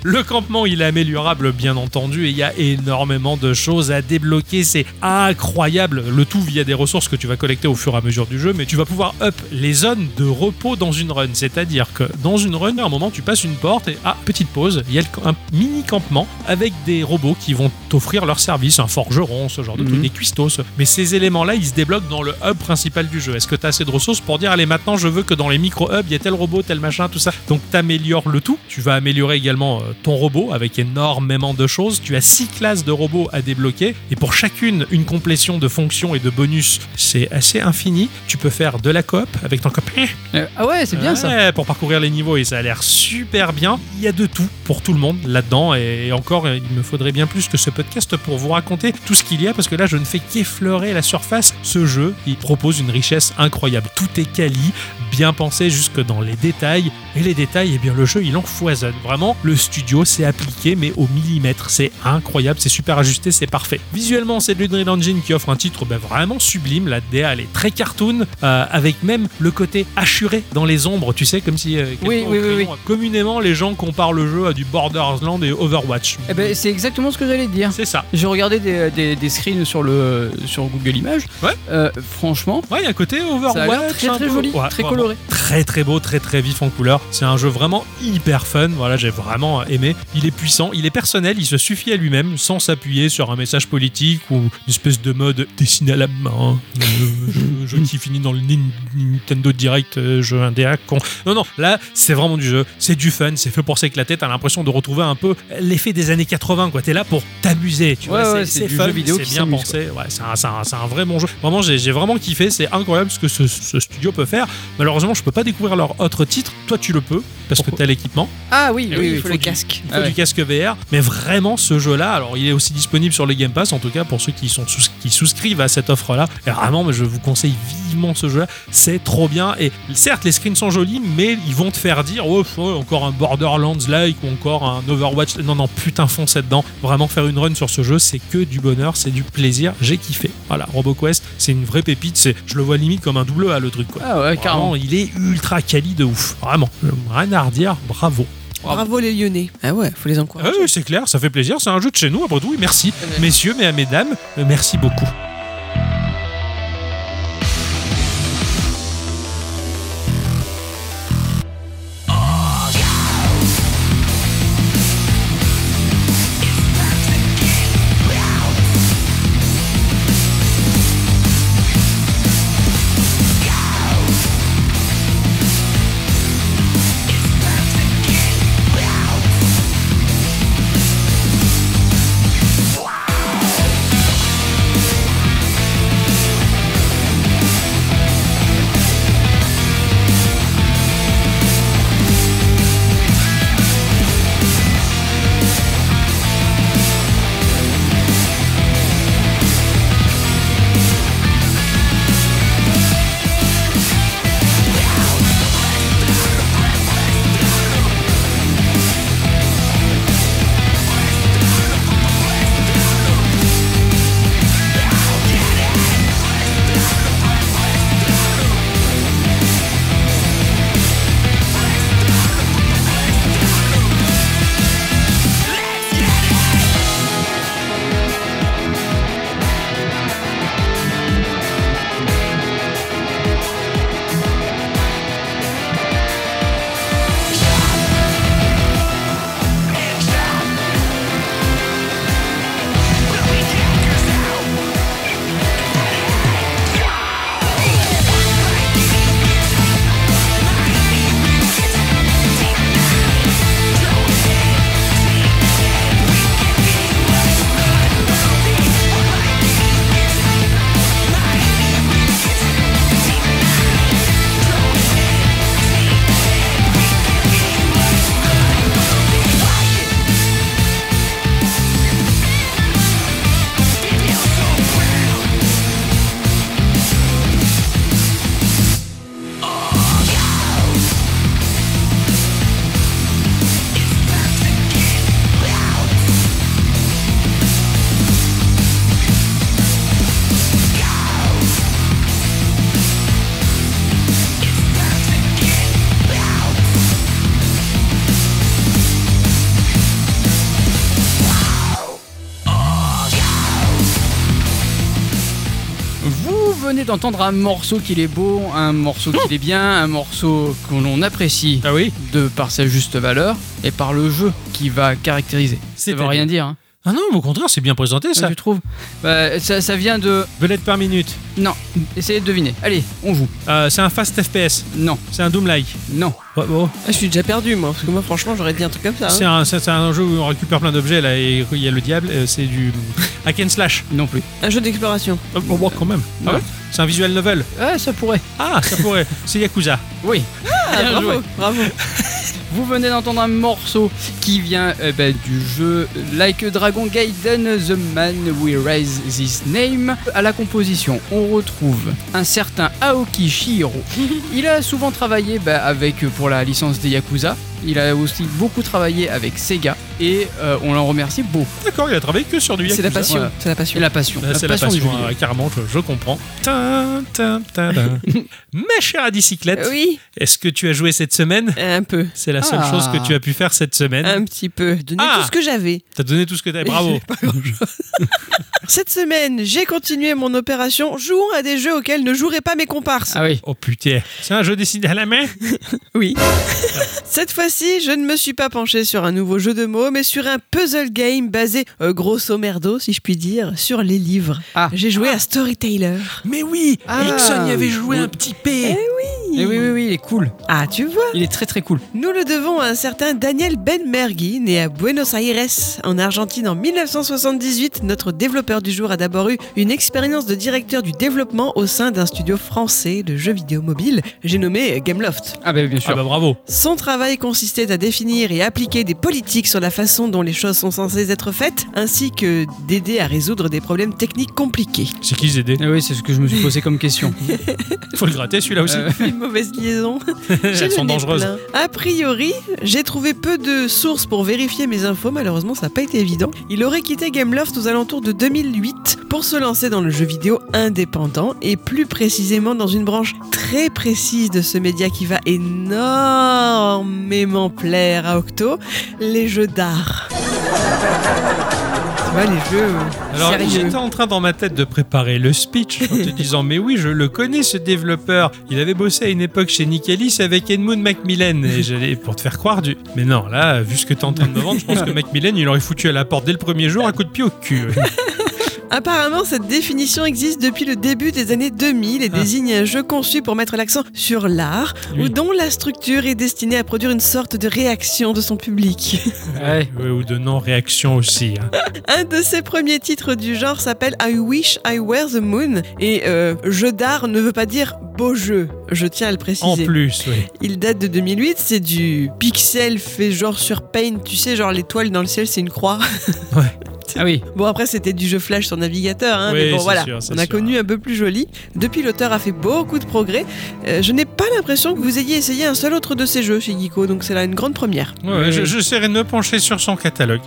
A: le campement, il est améliorable, bien entendu, et il y a énormément de choses à débloquer. C'est incroyable. Le tout via des ressources que tu vas collecter au fur et à mesure du jeu, mais tu vas pouvoir up les zones de repos dans une run. C'est-à-dire que dans une run, à un moment, tu passes une porte et ah, petite pause, il y a le- un mini campement avec des robots locaux qui vont t'offrir leur service, un forgeron, ce genre de
B: Mhm.
A: truc, des cuistots. Mais ces éléments-là, ils se débloquent dans le hub principal du jeu. Est-ce que t'as assez de ressources pour dire, allez, maintenant, je veux que dans les micro-hubs, il y ait tel robot, tel machin, tout ça Donc, t'améliores le tout. Tu vas améliorer également euh, ton robot avec énormément de choses. Tu as six classes de robots à débloquer. Et pour chacune, une complétion de fonctions et de bonus, c'est assez infini. Tu peux faire de la coop avec ton copain.
B: Euh, ah ouais, c'est bien ça.
A: Ouais, Pour parcourir les niveaux et ça a l'air super bien. Il y a de tout pour tout le monde là-dedans et encore il me faudrait bien plus que ce podcast pour vous raconter tout ce qu'il y a parce que là je ne fais qu'effleurer la surface. Ce jeu, il propose une richesse incroyable. Tout est quali, bien pensé jusque dans les détails et les détails, eh bien le jeu il en foisonne. Vraiment, le studio s'est appliqué mais au millimètre. C'est incroyable, c'est super ajusté, c'est parfait. Visuellement, c'est de l'Unreal Engine qui offre un titre ben, vraiment sublime. La DA elle est très cartoon euh, avec même le côté hachuré dans les ombres, tu sais, comme si euh, quelqu'un
B: Oui,
A: au
B: oui, oui,
A: crayon- communément les gens comparent le jeu à du Borderlands et Overwatch.
B: Eh ben, c'est exactement ce que j'allais te dire.
A: c'est ça.
B: J'ai regardé des, des, des screens sur, le, sur Google Images.
A: Ouais.
B: Euh, franchement,
A: Ouais, il y a un côté Overwatch.
B: ça a l'air très
A: un
B: très
A: peu-
B: joli,
A: Ouais,
B: très
A: vraiment.
B: coloré.
A: très très beau, très très vif en couleur. C'est un jeu vraiment hyper fun. Voilà, j'ai vraiment aimé. Il est puissant, il est personnel, il se suffit à lui-même sans s'appuyer sur un message politique ou une espèce de mode dessiné à la main. Euh, jeu, jeu qui finit dans le Nin- Nintendo Direct, euh, jeu indé à con. Non, non, là, c'est vraiment du jeu. C'est du fun, c'est fait pour s'éclater. T'as l'impression de retrouver un peu l'effet des années 80, quoi. T'es là pour t'amuser, tu
B: Ouais,
A: vois.
B: ouais, c'est
A: c'est
B: du
A: fun,
B: jeu vidéo
A: c'est
B: qui
A: bien
B: s'amuse,
A: pensé. Ouais, c'est un, c'est un- c'est un vrai bon jeu. Vraiment, j'ai j'ai vraiment kiffé. C'est incroyable ce que ce- ce studio peut faire. Malheureusement, je peux pas découvrir leur autre titre. Toi, tu le peux parce que
B: Pourquoi
A: t'as l'équipement.
C: hein.
B: Ah oui,
A: Eh
B: oui,
A: oui,
B: il faut
A: il
B: le
A: faut du-
B: casque.
A: Il faut
B: Ah ouais.
A: du casque VR. Mais vraiment, ce jeu-là, alors il est aussi disponible sur le Game Pass, en tout cas pour ceux qui, sont sous- qui souscrivent à cette offre-là. Et vraiment, mais je vous conseille vivement ce jeu-là. C'est trop bien. Et certes, les screens sont jolis, mais ils vont te faire dire oh, pff, ouais, encore un Borderlands-like ou encore un Overwatch. Non, non, putain, foncez dedans. Vraiment, faire une run sur ce jeu, c'est que du bonheur, c'est du plaisir. J'ai kiffé. Voilà, RoboQuest, c'est une vraie pépite. C'est- Je le vois limite comme un double A, le truc, quoi.
B: Ah ouais, carrément.
A: Vraiment, il est ultra quali de ouf. Vraiment, rien à redire, bravo.
C: Bravo les Lyonnais. Ah ouais, faut les encourager.
A: Ah oui, c'est clair, ça fait plaisir, c'est un jeu de chez nous, après tout, oui, merci.
B: Ouais.
A: Messieurs, mais mesdames, euh, merci beaucoup.
B: Vous venez d'entendre un morceau qu'il est beau, un morceau qu'il est bien, un morceau que l'on apprécie
A: Ah oui
B: de par sa juste valeur et par le jeu qui va caractériser. Ça
A: C'est
B: veut rien dire. hein.
A: Ah non, mais au contraire, c'est bien présenté ça.
B: Tu trouves Bah, ça, ça vient de.
A: Belette par minute.
B: Non, essayez de deviner. Allez, on joue.
A: Euh, c'est un fast FPS.
B: Non,
A: C'est un Doom-like.
B: non.
A: Oh, oh.
C: Ah, je suis déjà perdu moi, parce que moi franchement j'aurais dit un truc comme ça. hein.
A: C'est un, c'est- c'est un jeu où on récupère plein d'objets là et il y a le diable. euh, C'est du hack and slash.
B: Non plus.
C: Un jeu d'exploration.
A: Oh, oh, oh, quand même. Ah
B: Non.
A: ouais c'est un visual novel.
B: Ah, ça pourrait.
A: Ah, ça pourrait. c'est Yakuza.
B: Oui.
C: Ah,
B: Bien
C: bravo,
B: joué.
C: bravo.
B: Vous venez d'entendre un morceau qui vient euh, bah, du jeu Like a Dragon Gaiden, The Man We Raise This Name. À la composition, on retrouve un certain Aoki Shihiro. Il a souvent travaillé bah, avec euh, pour la licence des Yakuza. Il a aussi beaucoup travaillé avec Sega et euh, on l'en remercie beaucoup.
A: D'accord, il a travaillé que sur du
C: C'est la
A: Yakuza.
C: passion,
B: voilà.
C: c'est la passion.
B: Et la passion,
A: Là, c'est la passion,
B: du jeu
A: hein,
B: vidéo.
A: carrément, je, je comprends. Tin, tin, tin, tin. Ma chère Adicyclette,
C: Euh, Oui,
A: est-ce que tu as joué cette semaine
C: un peu,
A: C'est la seule
B: Ah.
A: chose que tu as pu faire cette semaine.
C: un petit peu. Donner
A: Ah.
C: tout ce que j'avais.
A: T'as donné tout ce que t'avais, bravo.
C: Cette semaine, j'ai continué mon opération jouant à des jeux auxquels ne joueraient pas mes comparses.
B: Ah oui.
A: Oh putain, c'est un jeu dessiné à la main
C: Oui. Cette fois-ci, je ne me suis pas penché sur un nouveau jeu de mots, mais sur un puzzle game basé, euh, grosso merdo, si je puis dire, sur les livres.
B: Ah.
C: J'ai joué à Storyteller.
A: Mais oui
B: Ah. Ericsson y avait joué un
A: petit P
B: Et Eh oui, oui, oui, il est cool.
C: Ah, tu vois,
B: Il est très très cool.
C: nous le devons à un certain Daniel Benmergui, né à Buenos Aires, en Argentine en 1978. Notre développeur du jour a d'abord eu une expérience de directeur du développement au sein d'un studio français de jeux vidéo mobile, j'ai nommé Gameloft.
B: Ah bah bien sûr.
A: Ah bah bravo
C: Son travail consistait à définir et appliquer des politiques sur la façon dont les choses sont censées être faites, ainsi que d'aider à résoudre des problèmes techniques compliqués.
A: C'est qui Zédé
B: Ah oui, c'est ce que je me suis posé comme question.
A: Faut le gratter celui-là Ah, aussi.
B: Euh,
C: Une mauvaise liaison. J'ai
A: Elles
C: le
A: sont
C: nez
A: dangereuses.
C: plein. A priori, j'ai trouvé peu de sources pour vérifier mes infos, malheureusement ça n'a pas été évident. Il aurait quitté Gameloft aux alentours de 2008 pour se lancer dans le jeu vidéo indépendant et plus précisément dans une branche très précise de ce média qui va énormément plaire à Octo, les jeux d'art. Tu vois, les jeux... euh,
A: Alors
C: sérieux.
A: j'étais en train dans ma tête de préparer le speech en te disant mais oui je le connais ce développeur. Il avait bossé à une époque chez Nicalis avec Edmund Macmillan et j'allais pour te faire croire du. Mais non là vu ce que t'es en train de me vendre je pense que Macmillan il aurait foutu à la porte dès le premier jour un coup de pied au cul.
C: Apparemment, cette définition existe depuis le début des années 2000 et
A: Ah.
C: désigne un jeu conçu pour mettre l'accent sur l'art ou
A: Oui.
C: dont la structure est destinée à produire une sorte de réaction de son public.
B: ouais.
A: Ouais, ou de non réaction aussi. hein.
C: Un de ses premiers titres du genre s'appelle I Wish I Were the Moon et euh, jeu d'art ne veut pas dire beau jeu, je tiens à le
A: En
C: préciser.
A: plus oui.
C: Il date de 2008, c'est du pixel fait genre sur Paint, tu sais, genre l'étoile dans le ciel c'est une croix.
B: Ah oui.
C: Bon, après, c'était du jeu Flash sur navigateur, hein,
A: Oui,
C: mais bon,
A: c'est
C: voilà,
A: sûr, c'est
C: on a
A: sûr.
C: connu un peu plus joli. Depuis, l'auteur a fait beaucoup de progrès. Euh, je n'ai pas l'impression que vous ayez essayé un seul autre de ces jeux chez Geeko, donc c'est là une grande première.
A: Ouais, ouais, je- J'essaierai de me pencher sur son catalogue.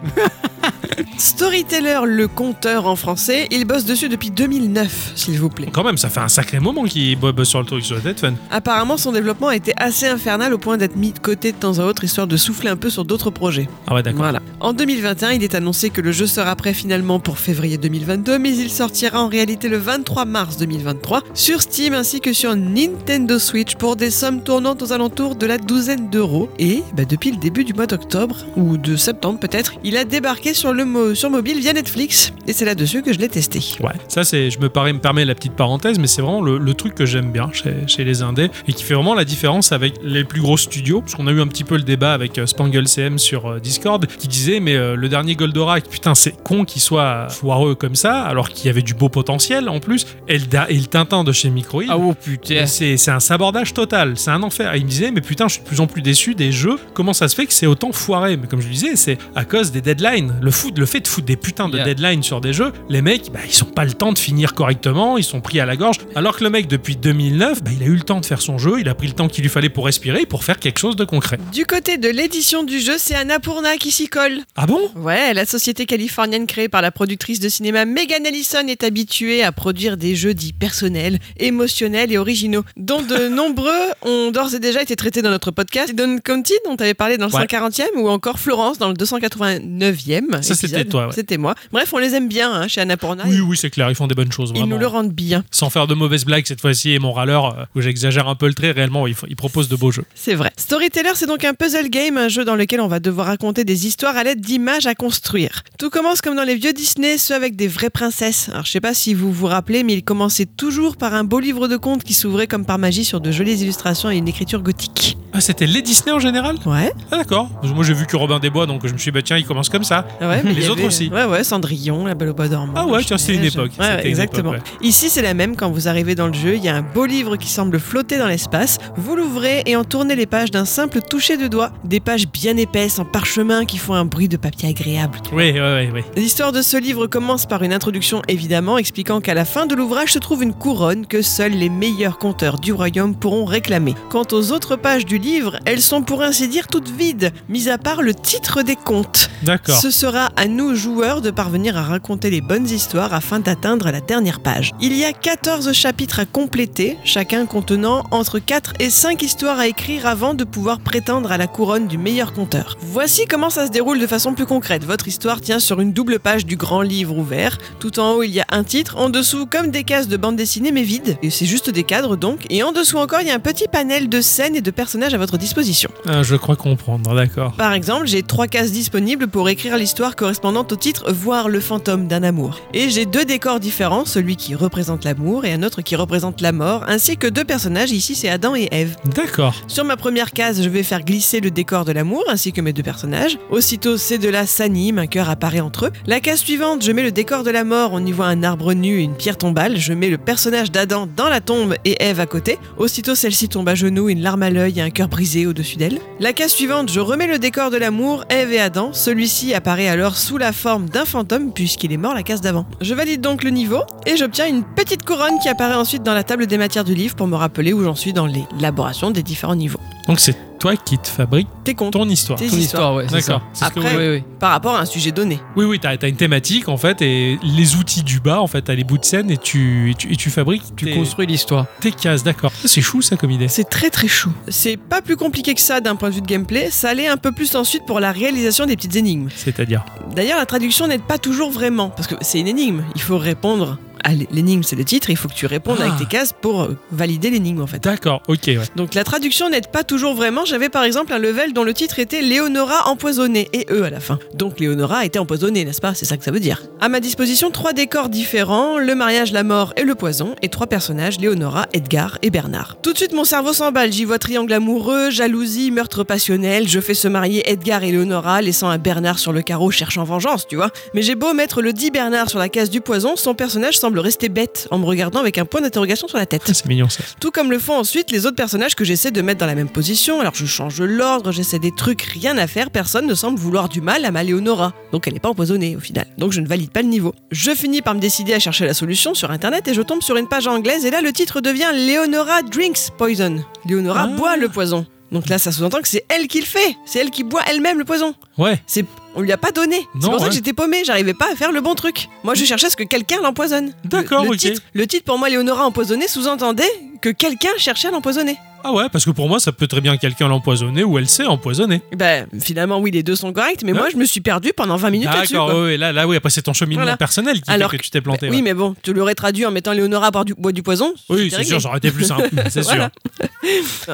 C: Storyteller, le conteur en français, il bosse dessus depuis 2009, s'il vous plaît.
A: Quand même, ça fait un sacré moment qu'il bob sur le truc sur la fun.
C: Apparemment, son développement a été assez infernal au point d'être mis de côté de temps à autre, histoire de souffler un peu sur d'autres projets.
A: Ah ouais, d'accord.
C: Voilà. En 2021, il est annoncé que le jeu sera prêt finalement pour février 2022, mais il sortira en réalité le 23 mars 2023 sur Steam ainsi que sur Nintendo Switch pour des sommes tournant aux alentours de la douzaine d'euros. Et bah, depuis le début du mois d'octobre, ou de septembre peut-être, il a débarqué sur, le mo- sur mobile via Netflix, et c'est là-dessus que je l'ai testé.
A: Ouais, ça c'est, je me, parais- me permets la petite parenthèse, mais c'est vraiment le, le truc que j'aime bien chez, chez les indés et qui fait vraiment la différence avec les plus gros studios. Parce qu'on a eu un petit peu le débat avec euh, Spangle CM sur euh, Discord qui disait, mais euh, le dernier Goldorak, putain, c'est con qu'il soit foireux comme ça, alors qu'il y avait du beau potentiel en plus. Et le, da- et le Tintin de chez Microïd.
B: Ah oh putain.
A: Et C'est c'est un sabordage total, c'est un enfer. Et il me disait, mais putain, je suis de plus en plus déçu des jeux. Comment ça se fait que c'est autant foiré Mais comme je le disais, c'est à cause des deadlines. Le, foot, le fait de foutre des putains de
B: Yeah.
A: deadlines sur des jeux, les mecs, bah, ils ont pas le temps de finir correctement, ils sont pris à la gorge. Alors que le mec, depuis 2009, bah, il a eu le temps de faire son jeu, il a pris le temps qu'il lui fallait pour respirer, pour faire quelque chose de concret.
C: Du côté de l'édition du jeu, c'est Annapurna qui s'y colle.
A: Ah bon
C: Ouais, la société californienne créée par la productrice de cinéma Megan Ellison est habituée à produire des jeux dits personnels, émotionnels et originaux, dont de nombreux ont d'ores et déjà été traités dans notre podcast. Don Conti, dont tu avais parlé dans le
A: Ouais.
C: 140e, ou encore Florence dans le 289e.
A: Ça,
C: Et épisode.
A: C'était toi, ouais.
C: C'était moi. Bref, on les aime bien hein, chez Annapurna.
A: Oui, oui, c'est clair, ils font des bonnes choses,
C: Ils
A: vraiment.
C: nous le rendent bien,
A: Sans faire de mauvaises blagues cette fois-ci, et mon râleur, euh, où j'exagère un peu le trait, réellement, ils, f- ils proposent de beaux jeux.
C: c'est vrai. Storyteller, c'est donc un puzzle game, un jeu dans lequel on va devoir raconter des histoires à l'aide d'images à construire. Tout commence comme dans les vieux Disney, ceux avec des vraies princesses. Alors je sais pas si vous vous rappelez, mais il commençait toujours par un beau livre de contes qui s'ouvrait comme par magie sur de jolies illustrations et une écriture gothique.
A: Ah, c'était les Disney en général
C: Ouais,
A: Ah, d'accord. Parce que Moi, j'ai vu que Robin des Bois, donc je me suis dit, bah tiens, il commence comme ça.
C: ah ouais, mais il y
A: Les autres
C: avait-
A: aussi.
C: Ouais, ouais, Cendrillon, la Belle au Bois dormant.
A: Ah ouais,
C: la
A: tiens, c'est une
C: Blanche-Neige.
A: époque.
C: Ouais,
A: C'était
C: ouais,
A: une
C: exactement.
A: époque,
C: Ici, c'est la même. Quand vous arrivez dans le jeu, il y a un beau livre qui semble flotter dans l'espace. Vous l'ouvrez et en tournez les pages d'un simple toucher de doigt. Des pages bien épaisses en parchemin qui font un bruit de papier agréable.
A: Oui, oui, oui. oui.
C: L'histoire de ce livre commence par une introduction évidemment expliquant qu'à la fin de l'ouvrage se trouve une couronne que seuls les meilleurs conteurs du royaume pourront réclamer. Quant aux autres pages du livre, elles sont pour ainsi dire toutes vides, mis à part le titre des contes.
A: D'accord.
C: Ce sera à nous joueurs de parvenir à raconter les bonnes histoires afin d'atteindre la dernière page. Il y a 14 chapitres à compléter, chacun contenant entre 4 et 5 histoires à écrire avant de pouvoir prétendre à la couronne du meilleur conteur. Voici comment ça se déroule de façon plus concrète. Votre histoire tient sur une double page du grand livre ouvert. Tout en haut, il y a un titre, en dessous comme des cases de bande dessinée mais vides. Et c'est juste des cadres donc. Et en dessous encore, il y a un petit panel de scènes et de personnages à votre disposition.
A: Ah, je crois comprendre, d'accord.
C: Par exemple, j'ai trois cases disponibles pour écrire l'histoire correspondante au titre Voir le fantôme d'un amour. Et j'ai deux décors différents, celui qui représente l'amour et un autre qui représente la mort, ainsi que deux personnages, ici c'est Adam et Ève.
A: D'accord.
C: Sur ma première case, je vais faire glisser le décor de l'amour ainsi que mes deux personnages. Aussitôt, ces deux-là s'animent, un cœur apparaît entre eux. La case suivante, je mets le décor de la mort, on y voit un arbre nu et une pierre tombale. Je mets le personnage d'Adam dans la tombe et Ève à côté. Aussitôt, celle-ci tombe à genoux, une larme à l'œil et un cœur brisé au-dessus d'elle. La case suivante, je remets le décor de l'amour, Ève et Adam. Celui-ci apparaît alors sous la forme d'un fantôme puisqu'il est mort la case d'avant. Je valide donc le niveau et j'obtiens une petite couronne qui apparaît ensuite dans la table des matières du livre pour me rappeler où j'en suis dans l'élaboration des différents niveaux.
A: Donc c'est toi qui te fabrique
C: T'es content
A: ton histoire.
C: Tes
B: Ton
C: histoires.
B: histoire, ouais, c'est
A: D'accord.
B: ça.
A: C'est ce que
C: Après-
A: vous-
B: Oui, oui.
C: Par rapport à un sujet donné.
A: Oui, oui, t'as t'as une thématique en fait, et les outils du bas, en fait, t'as les bouts de scène et tu, et tu, et tu fabriques,
B: Tu
A: tes-
B: construis l'histoire.
A: tes cases, d'accord. Ah, C'est chou ça comme idée.
C: C'est très très chou. C'est pas plus compliqué que ça d'un point de vue de gameplay, ça l'est un peu plus ensuite pour la réalisation des petites énigmes.
A: C'est-à-dire.
C: D'ailleurs, la traduction n'aide pas toujours vraiment, parce que c'est une énigme, il faut répondre. à l'é- L'énigme, c'est le titre, il faut que tu répondes
A: Ah.
C: avec tes cases pour euh, valider l'énigme en fait.
A: D'accord, ok, ouais.
C: Donc la traduction n'aide pas toujours vraiment. J'avais par exemple un level dont le titre était Léonora empoisonnée et E à la fin. Donc Léonora était empoisonnée, n'est-ce pas C'est ça que ça veut dire. À ma disposition, trois décors différents le mariage, la mort et le poison, et trois personnages Léonora, Edgar et Bernard. Tout de suite, mon cerveau s'emballe. J'y vois triangle amoureux, jalousie, meurtre passionnel. Je fais se marier Edgar et Léonora, laissant un Bernard sur le carreau cherchant vengeance, tu vois. Mais j'ai beau mettre le dit Bernard sur la case du poison, son personnage semble rester bête en me regardant avec un point d'interrogation sur la tête.
A: Ah, C'est mignon ça.
C: Tout comme le font ensuite les autres personnages que j'essaie de mettre dans la même position. Alors je change l'ordre, j'essaie des trucs, rien à faire, personne ne semble vouloir du mal à ma Léonora. Donc elle n'est pas empoisonnée au final. Donc je ne valide pas le niveau. Je finis par me décider à chercher la solution sur internet et je tombe sur une page anglaise et là le titre devient Léonora drinks poison. Léonora
A: Ah.
C: boit le poison. Donc là ça sous-entend que c'est elle qui le fait, c'est elle qui boit elle-même le poison.
A: Ouais,
C: C'est on lui a pas donné. C'est
A: Non,
C: pour ça que
A: ouais.
C: j'étais paumé, j'arrivais pas à faire le bon truc. Moi, je cherchais à ce que quelqu'un l'empoisonne. Le-
A: D'accord,
C: le,
A: ok.
C: Titre, le titre pour moi, Léonora empoisonnée, sous-entendait que quelqu'un cherchait à l'empoisonner.
A: ah ouais, parce que pour moi, ça peut très bien quelqu'un l'empoisonner ou elle s'est empoisonnée.
C: Ben, finalement, oui, les deux sont corrects, mais
A: Ouais.
C: moi, je me suis perdu pendant 20 minutes là-dessus.
A: D'accord,
C: quoi.
A: ouais, ouais, là, là, oui, après c'est ton cheminement
C: hein. Voilà.
A: personnel qui
C: Alors
A: fait que tu t'es planté.
C: Ben Oui, mais bon, tu l'aurais traduit en mettant Léonora boit du, boit du poison.
A: ouais. Oui,
C: c'était
A: c'est
C: réglé.
A: sûr, j'aurais été plus simple, c'est sûr.
C: Voilà.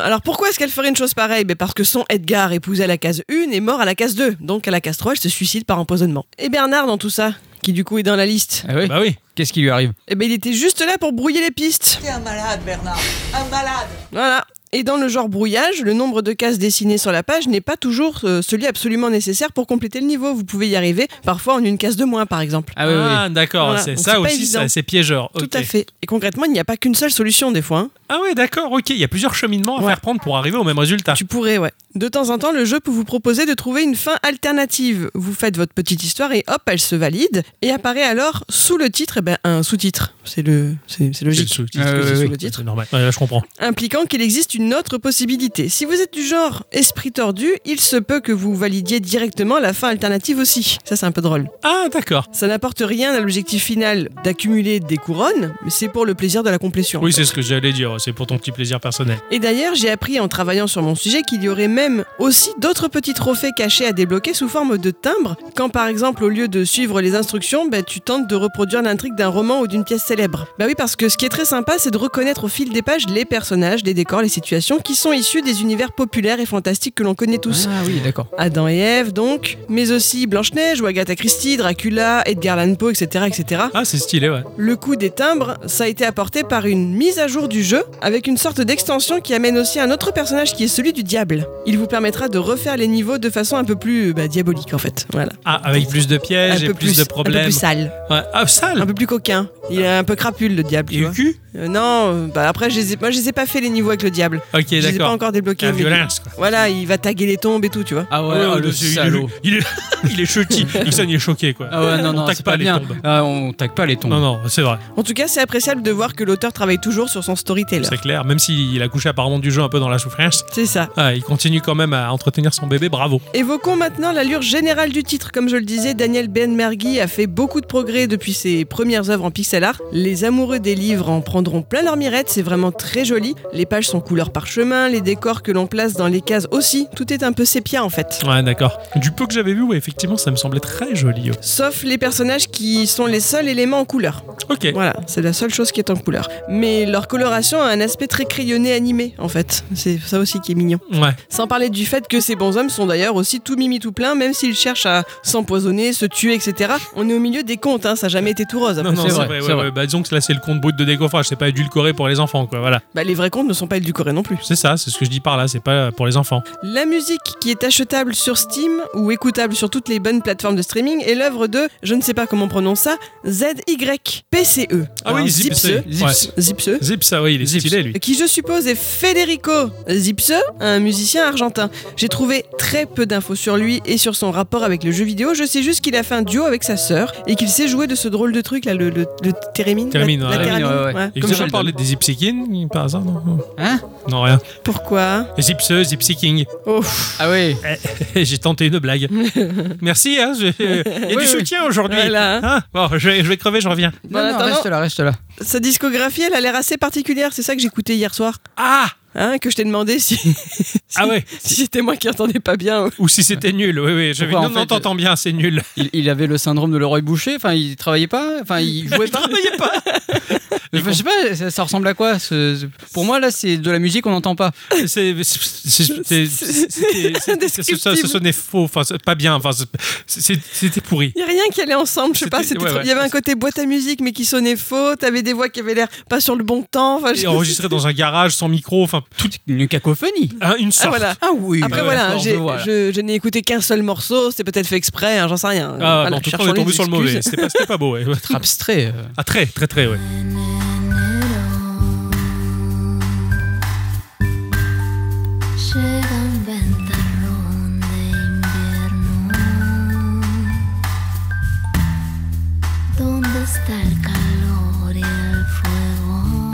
C: Alors pourquoi est-ce qu'elle ferait une chose pareille Ben Parce que son Edgar, épousé à la case 1, est mort à la case 2. Donc à la case 3, elle se suicide par empoisonnement. Et Bernard dans tout ça, qui du coup est dans la liste,
B: Ah oui Ah,
A: Bah oui.
B: Qu'est-ce qui lui arrive
C: eh ben il était juste là pour brouiller les pistes.
E: T'es un malade, Bernard. Un malade.
C: Voilà. Et dans le genre brouillage, le nombre de cases dessinées sur la page n'est pas toujours euh, celui absolument nécessaire pour compléter le niveau. Vous pouvez y arriver, parfois en une case de moins par exemple.
B: Ah oui, oui, oui.
A: d'accord,
C: Voilà,
A: c'est
C: donc
A: ça
C: c'est pas
A: aussi,
C: évident.
A: ça- c'est piégeur. ok.
C: Tout à fait. Et concrètement, il n'y a pas qu'une seule solution des fois. hein.
A: Ah ouais, d'accord, ok, il y a plusieurs cheminements à faire prendre pour arriver au même
B: Ah.
A: résultat.
C: Tu pourrais, ouais. De temps en temps, le jeu peut vous proposer de trouver une fin alternative. Vous faites votre petite histoire et hop, elle se valide. Et apparaît alors, sous le titre, eh ben, un sous-titre. C'est le, c'est c'est
A: C'est le
C: logique.
A: sous-
B: Ah,
A: c'est
B: oui,
A: sous-
B: oui.
A: le titre. C'est normal. Ouais, là, je comprends.
C: impliquant qu'il existe une autre possibilité. Si vous êtes du genre esprit tordu, il se peut que vous validiez directement la fin alternative aussi. Ça, c'est un peu drôle.
A: Ah, d'accord.
C: Ça n'apporte rien à l'objectif final d'accumuler des couronnes, mais c'est pour le plaisir de la complétion.
A: Oui, c'est ce que j'allais dire. C'est pour ton petit plaisir personnel.
C: Et d'ailleurs, j'ai appris en travaillant sur mon sujet qu'il y aurait même aussi d'autres petits trophées cachés à débloquer sous forme de timbres, quand par exemple, au lieu de suivre les instructions, bah, tu tentes de reproduire l'intrigue d'un roman ou d'une pièce célèbre. Bah oui, parce que ce qui est très sympa, c'est de reconnaître au fil des pages les personnages, les décors, les situations qui sont issus des univers populaires et fantastiques que l'on connaît tous.
B: Ah oui, d'accord.
C: Adam et Ève, donc, mais aussi Blanche-Neige ou Agatha Christie, Dracula, Edgar Allan Poe, etc., etc.
A: Ah, c'est stylé, ouais.
C: Le coût des timbres, ça a été apporté par une mise à jour du jeu, avec une sorte d'extension qui amène aussi un autre personnage qui est celui du diable. Il vous permettra de refaire les niveaux de façon un peu plus euh, bah, diabolique en fait. Voilà.
A: Ah, avec plus de
C: Un
A: pièges et
C: peu
A: plus, de
C: Un
A: problèmes.
C: peu plus sale.
A: Ouais. Ah, sale.
C: Un peu plus coquin. Il est un peu crapule le diable, tu
A: Et
C: vois.
A: le cul
C: Euh, non, euh, bah après, je les ai- moi je les ai pas fait les niveaux avec le diable.
A: Ok,
C: je les ai pas
A: d'accord. Ah,
C: encore débloqués.
A: La
C: mais-
A: violence, quoi.
C: Voilà, il va taguer les tombes et tout, tu vois.
B: Ah ouais,
A: Ouais,
B: oh, le
A: monsieur, il est-
B: salaud.
A: Il est, il est choqué. Ixon, il est choqué, quoi.
B: Ah ouais, non,
A: On
B: non,
A: taque
B: c'est
A: pas
B: pas,
A: les
B: bien.
A: tombes.
B: Ah, on taque pas les tombes.
A: Non, non, c'est vrai,
C: En tout cas, c'est appréciable de voir que l'auteur travaille toujours sur son storyteller.
A: c'est clair. Même s'il a couché apparemment du jeu un peu dans la souffrance,
C: C'est ça.
A: ah, il continue quand même à entretenir son bébé, bravo.
C: Évoquons maintenant l'allure générale du titre. Comme je le disais, Daniel Benmergui a fait beaucoup de progrès depuis ses premières œuvres en pixel art. Les amoureux des livres en prendront plein leur mirette, c'est vraiment très joli. Les pages sont couleur parchemin, les décors que l'on place dans les cases aussi, tout est un peu sépia en fait.
A: Ouais, d'accord. Du peu que j'avais vu, ouais, effectivement, ça me semblait très joli. ouais.
C: Sauf les personnages qui sont les seuls éléments en couleur.
A: Ok.
C: Voilà, c'est la seule chose qui est en couleur. Mais leur coloration a un aspect très crayonné animé en fait. C'est ça aussi qui est mignon.
A: Ouais.
C: Sans parler du fait que ces bonshommes sont d'ailleurs aussi tout mimi tout plein, même s'ils cherchent à s'empoisonner, se tuer, etc. On est au milieu des contes, hein, ça n'a jamais été tout rose.
A: Non, non,
B: c'est
A: c'est
B: vrai,
A: vrai.
B: c'est
A: ouais,
B: vrai.
A: ouais. Bah, disons que là, c'est le compte brut de décoffrage, c'est pas édulcoré pour les enfants, quoi. Voilà.
C: Bah, les vrais contes ne sont pas édulcorés non plus.
A: C'est ça, c'est ce que je dis par là, c'est pas pour les enfants.
C: La musique qui est achetable sur Steam ou écoutable sur toutes les bonnes plateformes de streaming est l'œuvre de, je ne sais pas comment on prononce ça, ZYPCE.
A: Ah oui,
C: Hein,
A: Zipse.
B: Zips.
A: Ouais.
C: Zipse.
A: Zipse, ah oui, il est
B: Zips.
A: stylé, lui.
C: qui je suppose est Federico Zipse, un musicien argentin. J'ai trouvé très peu d'infos sur lui et sur son rapport avec le jeu vidéo. Je sais juste qu'il a fait un duo avec sa sœur et qu'il sait jouer de ce drôle de truc là, le, le, le térémine.
A: Térémine,
C: la,
A: ouais.
C: la térémine,
B: Térémine, ouais, ouais.
A: Et
B: Comme
A: vous avez
B: Sheldon.
A: parlé des Zipsikin, par hasard, non
B: Hein
A: Non, rien.
C: Pourquoi
A: Zipse, Zipsiking.
C: Oh, pff,
B: Ah oui.
A: J'ai tenté une blague. Merci, hein, je- il y a
B: Oui,
A: du
B: oui.
A: soutien aujourd'hui.
C: Voilà.
A: Hein bon, je vais, je vais crever, je reviens.
B: Non,
C: En
B: non,
C: attendant-
B: reste là, reste là.
C: Sa discographie, elle a l'air assez particulière. C'est ça que j'écoutais hier soir.
A: Ah
C: Hein, que je t'ai demandé si, si,
A: Ah ouais
C: si c'était moi qui entendais pas bien.
A: Ou si c'était nul, oui, oui. j'avais-
B: Pourquoi,
A: non,
B: en
A: non,
B: fait,
A: t'entends bien, c'est nul.
B: Il, il avait le syndrome de Leroy Boucher, enfin il travaillait pas, enfin il jouait
A: Je
B: pas.
A: travaillais pas.
B: Enfin, je sais pas, ça, ça ressemble à quoi ce- ce- Pour moi là c'est de la musique on n'entend pas.
A: C'est- c'est- c'était-
C: C'est-
A: c'était- c'était- Ça ça- ça sonnait faux, enfin, c'est pas bien, enfin, c'est- c'est- c'était pourri.
C: Il y a rien qui allait ensemble. Je sais pas.
A: C'était-
C: c'était
A: ouais,
C: trop-
A: ouais.
C: Il y avait un côté boîte à musique mais qui sonnait faux. T'avais des voix qui avaient l'air pas sur le bon temps. Enfin, je-
A: Et enregistré dans un garage sans micro, enfin, tout,
B: Une cacophonie.
A: hein, une sorte.
C: Ah voilà.
B: Ah oui.
C: Après
A: bah ouais,
C: voilà,
B: d'accord,
C: j'ai-
B: je vois, là.
C: je, je n'ai écouté qu'un seul morceau, c'était peut-être fait exprès, hein, j'en sais rien.
A: Ah,
C: Voilà,
A: bon, en tout cas, on
C: cherchons
A: est tombé
C: les
A: sur le
C: excuses.
A: mauvais. C'était pas, c'était pas beau, ouais.
B: Abstrait. euh.
A: Ah, très, très, très, ouais.
F: Llega un ventarrón de invierno. ¿Dónde está el calor y el fuego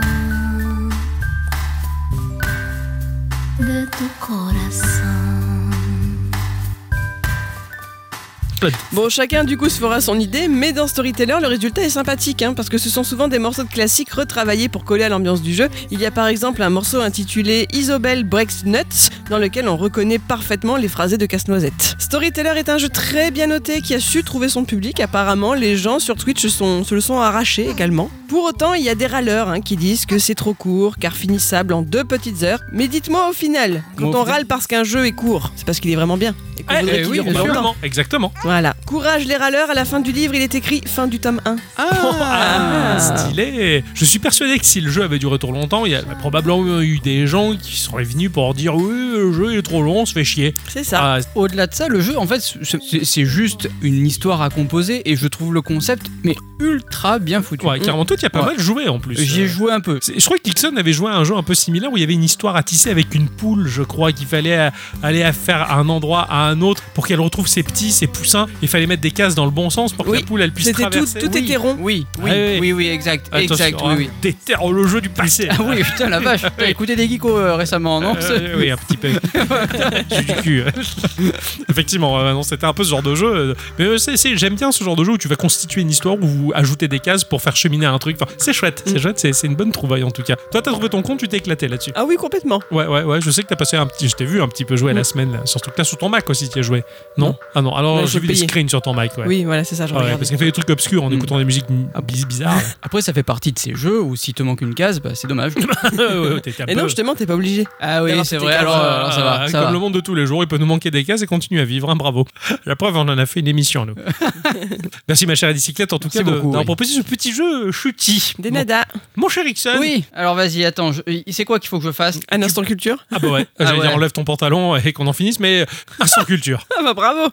F: de tu corazón?
C: Bon, chacun du coup se fera son idée, mais dans Storyteller, le résultat est sympathique, hein, parce que ce sont souvent des morceaux de classiques retravaillés pour coller à l'ambiance du jeu. Il y a par exemple un morceau intitulé Isobel Breaks Nuts, dans lequel on reconnaît parfaitement les phrasés de Casse-Noisette. Storyteller est un jeu très bien noté qui a su trouver son public. Apparemment, les gens sur Twitch se sont- se le sont arrachés également. Pour autant, il y a des râleurs hein, qui disent que c'est trop court, car finissable en deux petites heures. Mais dites-moi au final, quand
B: Bon,
C: on
B: peut-être-
C: râle parce qu'un jeu est court, c'est parce qu'il est vraiment bien. Et qu'on
A: Ah,
C: voudrait
A: eh
C: qu'il
A: oui,
C: dure
A: bah,
C: longtemps.
A: vraiment, exactement.
C: Voilà. Courage les râleurs, à la fin du livre, il est écrit fin du tome 1.
A: Ah, stylé Je suis persuadé que si le jeu avait duré trop longtemps, il y a probablement eu des gens qui seraient venus pour dire oui, le jeu il est trop long, on se fait chier.
C: C'est ça.
A: Ah,
B: Au-delà de ça, le jeu, en fait, c'est c'est juste une histoire à composer et je trouve le concept mais ultra bien foutu.
A: ouais, carrément, toi, tu as pas
B: Ouais.
A: mal joué en plus.
B: J'y ai
A: Euh,
B: joué un peu.
A: c'est- Je crois que Dixon avait joué à un jeu un peu similaire où il y avait une histoire à tisser avec une poule, je crois, qu'il fallait euh, aller à faire à un endroit à un autre pour qu'elle retrouve ses petits, ses poussins. fin, il fallait mettre des cases dans le bon sens pour que
B: Oui.
A: la poule elle puisse
C: C'était tout,
A: traverser.
C: tout était rond.
B: Oui, oui,
A: Ah oui.
B: oui, oui, exact,
A: Attention,
B: exact,
A: hein,
B: oui, oui.
A: déterre le jeu du passé.
B: Ah oui, putain, la vache, t'as écouté des geekos euh, récemment, non
A: Euh, oui, un petit peu. J'ai du cul. hein. Effectivement, euh, non, c'était un peu ce genre de jeu. euh, Mais euh, c'est- c'est- j'aime bien ce genre de jeu où tu vas constituer une histoire, où vous ajoutez des cases pour faire cheminer un truc. Enfin, c'est chouette,
C: Mm.
A: c'est chouette, c'est c'est une bonne trouvaille en tout cas. Toi, t'as trouvé ton compte, tu t'es éclaté là-dessus.
C: Ah oui, complètement.
A: Ouais, ouais, ouais, je sais que t'as passé un petit. Je t'ai vu un petit peu jouer
C: Mm.
A: la semaine, là. surtout que là, sur ton Mac aussi, tu as joué. Non,
B: Non.
A: Ah non, alors
C: Ouais,
A: j'ai
C: j'ai
A: vu des
C: payé.
A: screens sur ton Mac, ouais.
C: Oui, voilà, c'est ça, je
A: Ah ouais,
C: regardais.
A: parce qu'il fait des trucs obscurs en
B: Mm.
A: écoutant des musiques mm,
B: Ah,
A: biz- bizarres.
B: Après, ça fait partie de ces jeux où si te manque une case, bah, c'est dommage.
A: Ouais, ouais, t'étais un
C: Et non,
A: peu-
C: justement, t'es pas obligé.
B: Ah oui,
C: D'avoir
B: c'est
C: toutes
B: vrai,
C: tes
B: alors,
A: Ah,
B: alors ça va, ça
A: comme
B: va.
A: le monde de tous les jours, il peut nous manquer des cases et continuer à vivre. hein, bravo. La preuve, on en a fait une émission, nous. Merci, ma chère bicyclette, en tout
B: Merci
A: cas, de-
B: beaucoup,
A: d'avoir
B: oui.
A: proposé ce petit jeu chuti.
C: Des
A: Mon-
C: nada.
A: Mon cher Ixon.
B: Oui, alors vas-y, attends, je- c'est quoi qu'il faut que je fasse
C: Un instant culture.
A: Ah bah ouais,
B: Ah
A: j'allais
B: ouais.
A: dire enlève ton pantalon et qu'on en finisse, mais euh, sans culture.
C: Ah bah bravo.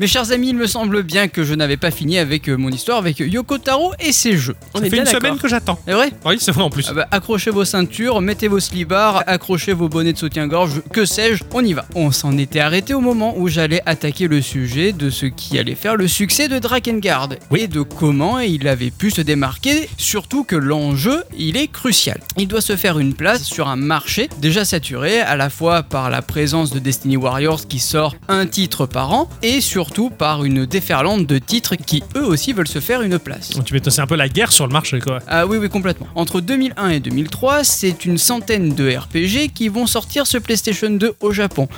B: Mes chers amis, il me semble bien que je n'avais pas fini avec euh, mon histoire avec Yoko Taro et ses jeux.
C: On
A: Ça
C: est
A: fait
C: bien
A: une
C: d'accord.
A: semaine que j'attends.
B: C'est vrai
A: Oui, c'est vrai en plus.
B: Ah bah, accrochez vos ceintures, mettez vos slibards, accrochez vos bonnets de soutien-gorge, que sais-je, on y va. On s'en était arrêté au moment où j'allais attaquer le sujet de ce qui allait faire le succès de Drakengard
A: Oui.
B: et de comment il avait pu se démarquer, surtout que l'enjeu, il est crucial. Il doit se faire une place sur un marché déjà saturé à la fois par la présence de Destiny Warriors qui sort un titre par an et surtout par une déferlante de titres qui eux aussi veulent se faire une place.
A: Tu m'étonnes, c'est un peu la guerre sur le marché, quoi.
B: Ah oui, oui, complètement. Entre 2001 et 2003, c'est une centaine de RPG qui vont sortir ce PlayStation 2 au Japon.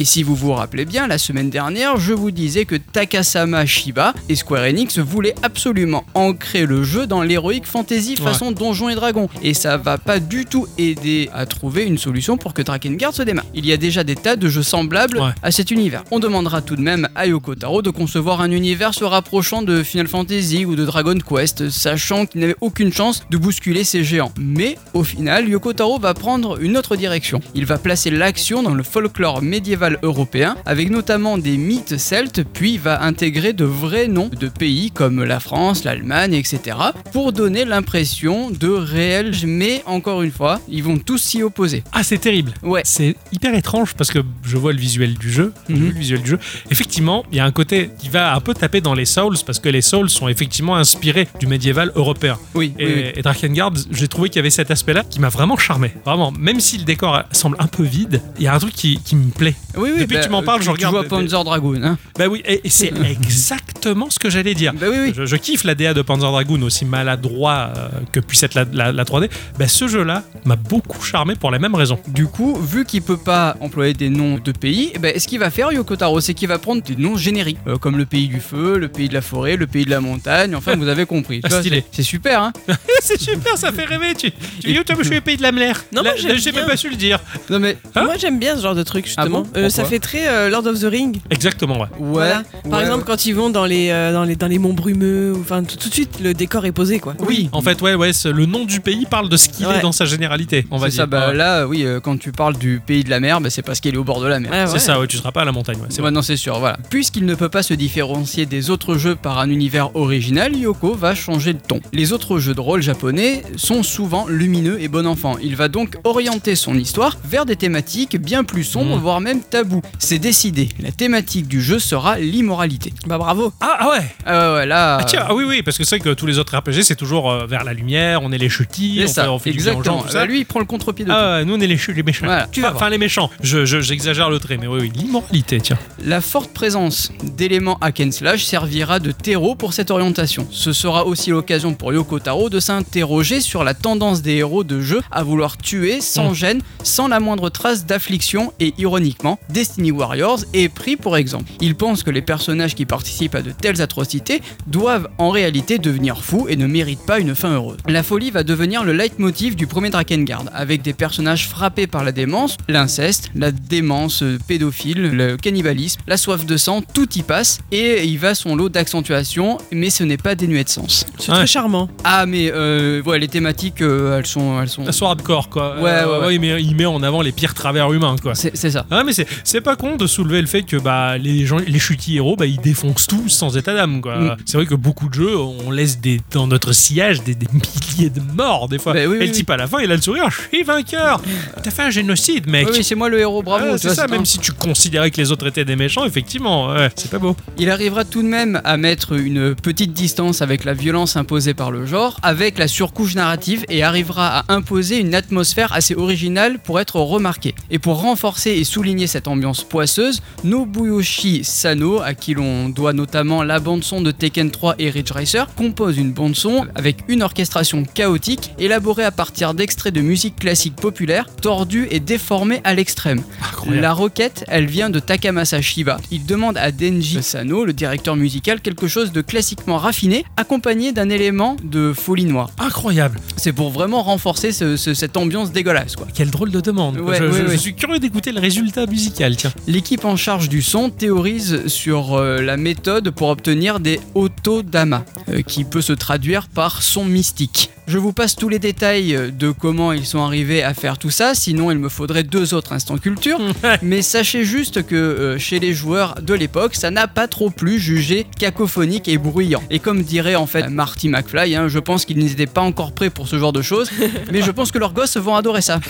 B: Et si vous vous rappelez bien, la semaine dernière, je vous disais que Takasama Shiba et Square Enix voulaient absolument ancrer le jeu dans l'héroïque fantasy
A: Ouais.
B: façon Donjons et Dragons. Et ça va pas du tout aider à trouver une solution pour que Drakengard se démarre. Il y a déjà des tas de jeux semblables
A: Ouais.
B: à cet univers. On demandera tout de même à Yoko Taro de concevoir un univers se rapprochant de Final Fantasy ou de Dragon Quest, sachant qu'il n'avait aucune chance de bousculer ces géants. Mais au final, Yoko Taro va prendre une autre direction. Il va placer l'action dans le folklore médiéval européen, avec notamment des mythes celtes, puis va intégrer de vrais noms de pays comme la France, l'Allemagne, etc., pour donner l'impression de réels, mais encore une fois, ils vont tous s'y opposer.
A: Ah, c'est terrible.
B: Ouais.
A: C'est hyper étrange parce que je vois le visuel du jeu. j'ai
B: Mhm.
A: vu le visuel du jeu. Effectivement, il y a un côté qui va un peu taper dans les Souls parce que les Souls sont effectivement inspirés du médiéval européen.
B: Oui,
A: Et,
B: oui, oui.
A: et Drakengard, j'ai trouvé qu'il y avait cet aspect-là qui m'a vraiment charmé. Vraiment, même si le décor semble un peu vide, il y a un truc qui, qui me plaît.
B: Oui, oui,
A: Depuis que tu m'en parles, je regarde
B: Tu vois
A: des-
B: Panzer Dragoon, hein
A: Bah oui, et, et c'est exactement ce que j'allais dire.
B: Bah oui, oui.
A: Je, je kiffe la DA de Panzer Dragoon, aussi maladroit euh, que puisse être la, la- la 3D. Bah ce jeu-là m'a beaucoup charmé pour la même raison.
B: Du coup, vu qu'il peut pas employer des noms de pays, eh ben, ce qu'il va faire Yoko Taro, c'est qu'il va prendre des noms génériques, euh, comme le pays du feu, le pays de la forêt, le pays de la montagne. Enfin, vous avez compris.
A: Ah,
B: Tu vois,
A: stylé.
B: C'est c'est super, hein
A: c'est super, ça fait rêver. Tu, tu dis, oh, toi, mais je suis le pays de la mer.
C: Non,
A: Là,
C: moi, j'aime
A: là, j'ai
C: bien.
A: même pas su le dire.
B: Non mais
A: Hein Ah
C: Moi j'aime bien ce genre de truc justement.
B: bon
C: Euh, ça
B: Pourquoi
C: fait très euh, Lord of the Ring.
A: Exactement, ouais.
B: ouais.
C: Voilà. Par
B: ouais,
C: exemple quand ils vont dans les, euh, dans les, dans les monts brumeux, ou- enfin tout, tout de suite le décor est posé quoi.
B: ouais. oui.
A: En fait, ouais, ouais, c'est- le nom du pays parle de ce qu'il
C: Ouais.
A: est dans sa généralité, on va
B: C'est
A: dire.
B: ça, bah,
A: Ouais.
B: là, oui, euh, quand tu parles du pays de la mer, bah, c'est parce qu'il est au bord de la mer.
C: Ah,
A: C'est
C: ouais.
A: ça, ouais, tu seras pas à la montagne, ouais, c'est
B: Ouais, non, c'est sûr, voilà. Puisqu'il ne peut pas se différencier des autres jeux par un univers original, Yoko va changer de ton. Les autres jeux de rôle japonais sont souvent lumineux et bon enfant. Il va donc orienter son histoire vers des thématiques bien plus sombres,
A: Mmh.
B: voire même taboues. C'est décidé, la thématique du jeu sera l'immoralité.
C: Bah bravo.
A: Ah, ah ouais
B: Ah ouais, ouais, là...
A: ah, tiens, ah oui, oui, parce que c'est vrai que tous les autres RPG, c'est toujours euh, vers la lumière, on est les chutis,
B: c'est
A: on fait,
B: ça,
A: on fait du bien aux gens,
B: exactement.
A: tout
B: Bah,
A: ça.
B: lui, il prend le contre-pied de tout.
A: Ah, ouais, nous, on est les, chu- les méchants.
B: Voilà, tu vas
A: enfin, les méchants. Je- je- J'exagère le trait, mais oui, oui, l'immoralité, tiens.
B: La forte présence d'éléments hack and slash servira de terreau pour cette orientation. Ce sera aussi l'occasion pour Yoko Taro de s'interroger sur la tendance des héros de jeu à vouloir tuer sans
A: Mm.
B: gêne, sans la moindre trace d'affliction et ironiquement, Destiny Warriors est pris pour exemple. Il pense que les personnages qui participent à de telles atrocités doivent en réalité devenir fous et ne méritent pas une fin heureuse. La folie va devenir le leitmotiv du premier Drakengard, avec des personnages frappés par la démence, l'inceste, la démence euh, pédophile, le cannibalisme, la soif de sang, tout y passe, et il va son lot d'accentuation, mais ce n'est pas dénué de sens.
C: C'est
A: Ouais.
C: très charmant.
B: Ah mais euh, ouais, les thématiques, euh, elles sont... Elles sont...
A: La soirée hardcore, quoi.
B: Ouais, ouais, ouais.
A: il, met, il met en avant les pires travers humains, quoi.
B: C'est c'est ça.
A: Ah mais c'est c'est pas con de soulever le fait que bah les gens les chutis héros bah ils défoncent tout sans état d'âme. quoi.
B: Mm.
A: C'est vrai que beaucoup de jeux, on laisse des, dans notre sillage des, des milliers de morts des fois.
B: Bah oui,
A: Et
B: oui,
A: le type à la fin, il a le sourire, je suis vainqueur. T'as fait un génocide, mec.
B: Oui, oui, c'est moi le héros,
A: Ah,
B: bravo. tu
A: c'est
B: vois,
A: ça,
B: c'est un-
A: même si tu considérais que les autres étaient des méchants, effectivement, ouais, c'est pas beau.
B: Il arrivera tout de même à mettre une petite distance avec la violence imposée par le genre, avec la surcouche narrative, et arrivera à imposer une atmosphère assez originale pour être remarquée. Et pour renforcer et souligner cette ambiance poisseuse, Nobuyoshi Sano, à qui l'on doit notamment la bande-son de Tekken 3 et Ridge Racer, compose une bande-son avec une orchestration chaotique, élaborée à partir d'extraits de musique classique populaire, tordue et déformée à l'extrême.
A: Incroyable.
B: La requête, elle vient de Takamasa Shiba. Il demande à Denji Sano, le directeur musical, quelque chose de classiquement raffiné, accompagné d'un élément de folie noire.
A: Incroyable.
B: C'est pour vraiment renforcer ce- ce- cette ambiance dégueulasse, quoi.
A: Quelle drôle de demande.
B: Ouais,
A: je,
B: ouais,
A: je- je
B: ouais.
A: suis curieux d'écouter le résultat musical, tiens.
B: L'équipe en charge du son théorise sur euh, la méthode pour obtenir des autodamas, euh, qui peut se traduire par son mystique. Je vous passe tous les détails euh, de comment ils sont arrivés à faire tout ça, sinon il me faudrait deux autres instants culture. Mais sachez juste que euh, chez les joueurs de l'époque, ça n'a pas trop plu jugé cacophonique et bruyant. Et comme dirait en fait Marty McFly, hein, je pense qu'ils n'étaient pas encore prêts pour ce genre de choses, mais je pense que leurs gosses vont adorer ça.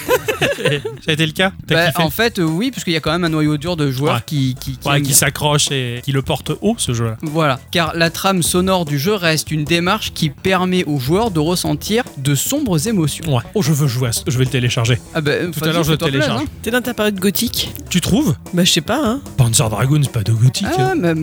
A: ça a été le cas T'as
B: Bah,
A: kiffé
B: en fait, euh, oui, puisqu'il y a quand même un noyau dur de joueurs
A: Ouais.
B: qui, qui, qui
A: Ouais,
B: aiment
A: qui
B: bien.
A: s'accroche et qui le porte haut, ce jeu-là.
B: Voilà, car la trame sonore du jeu reste une démarche qui permet aux joueurs de ressentir de sombres émotions.
A: Ouais. Oh, je veux jouer à ce... Je vais le télécharger.
B: Ah bah,
A: Tout à l'heure, je le télécharge.
B: hein.
C: T'es dans ta période gothique
A: Tu trouves
C: Bah, je sais pas, hein.
A: Panzer Dragoon, c'est pas de gothique. hein.
B: Ah, mais
C: à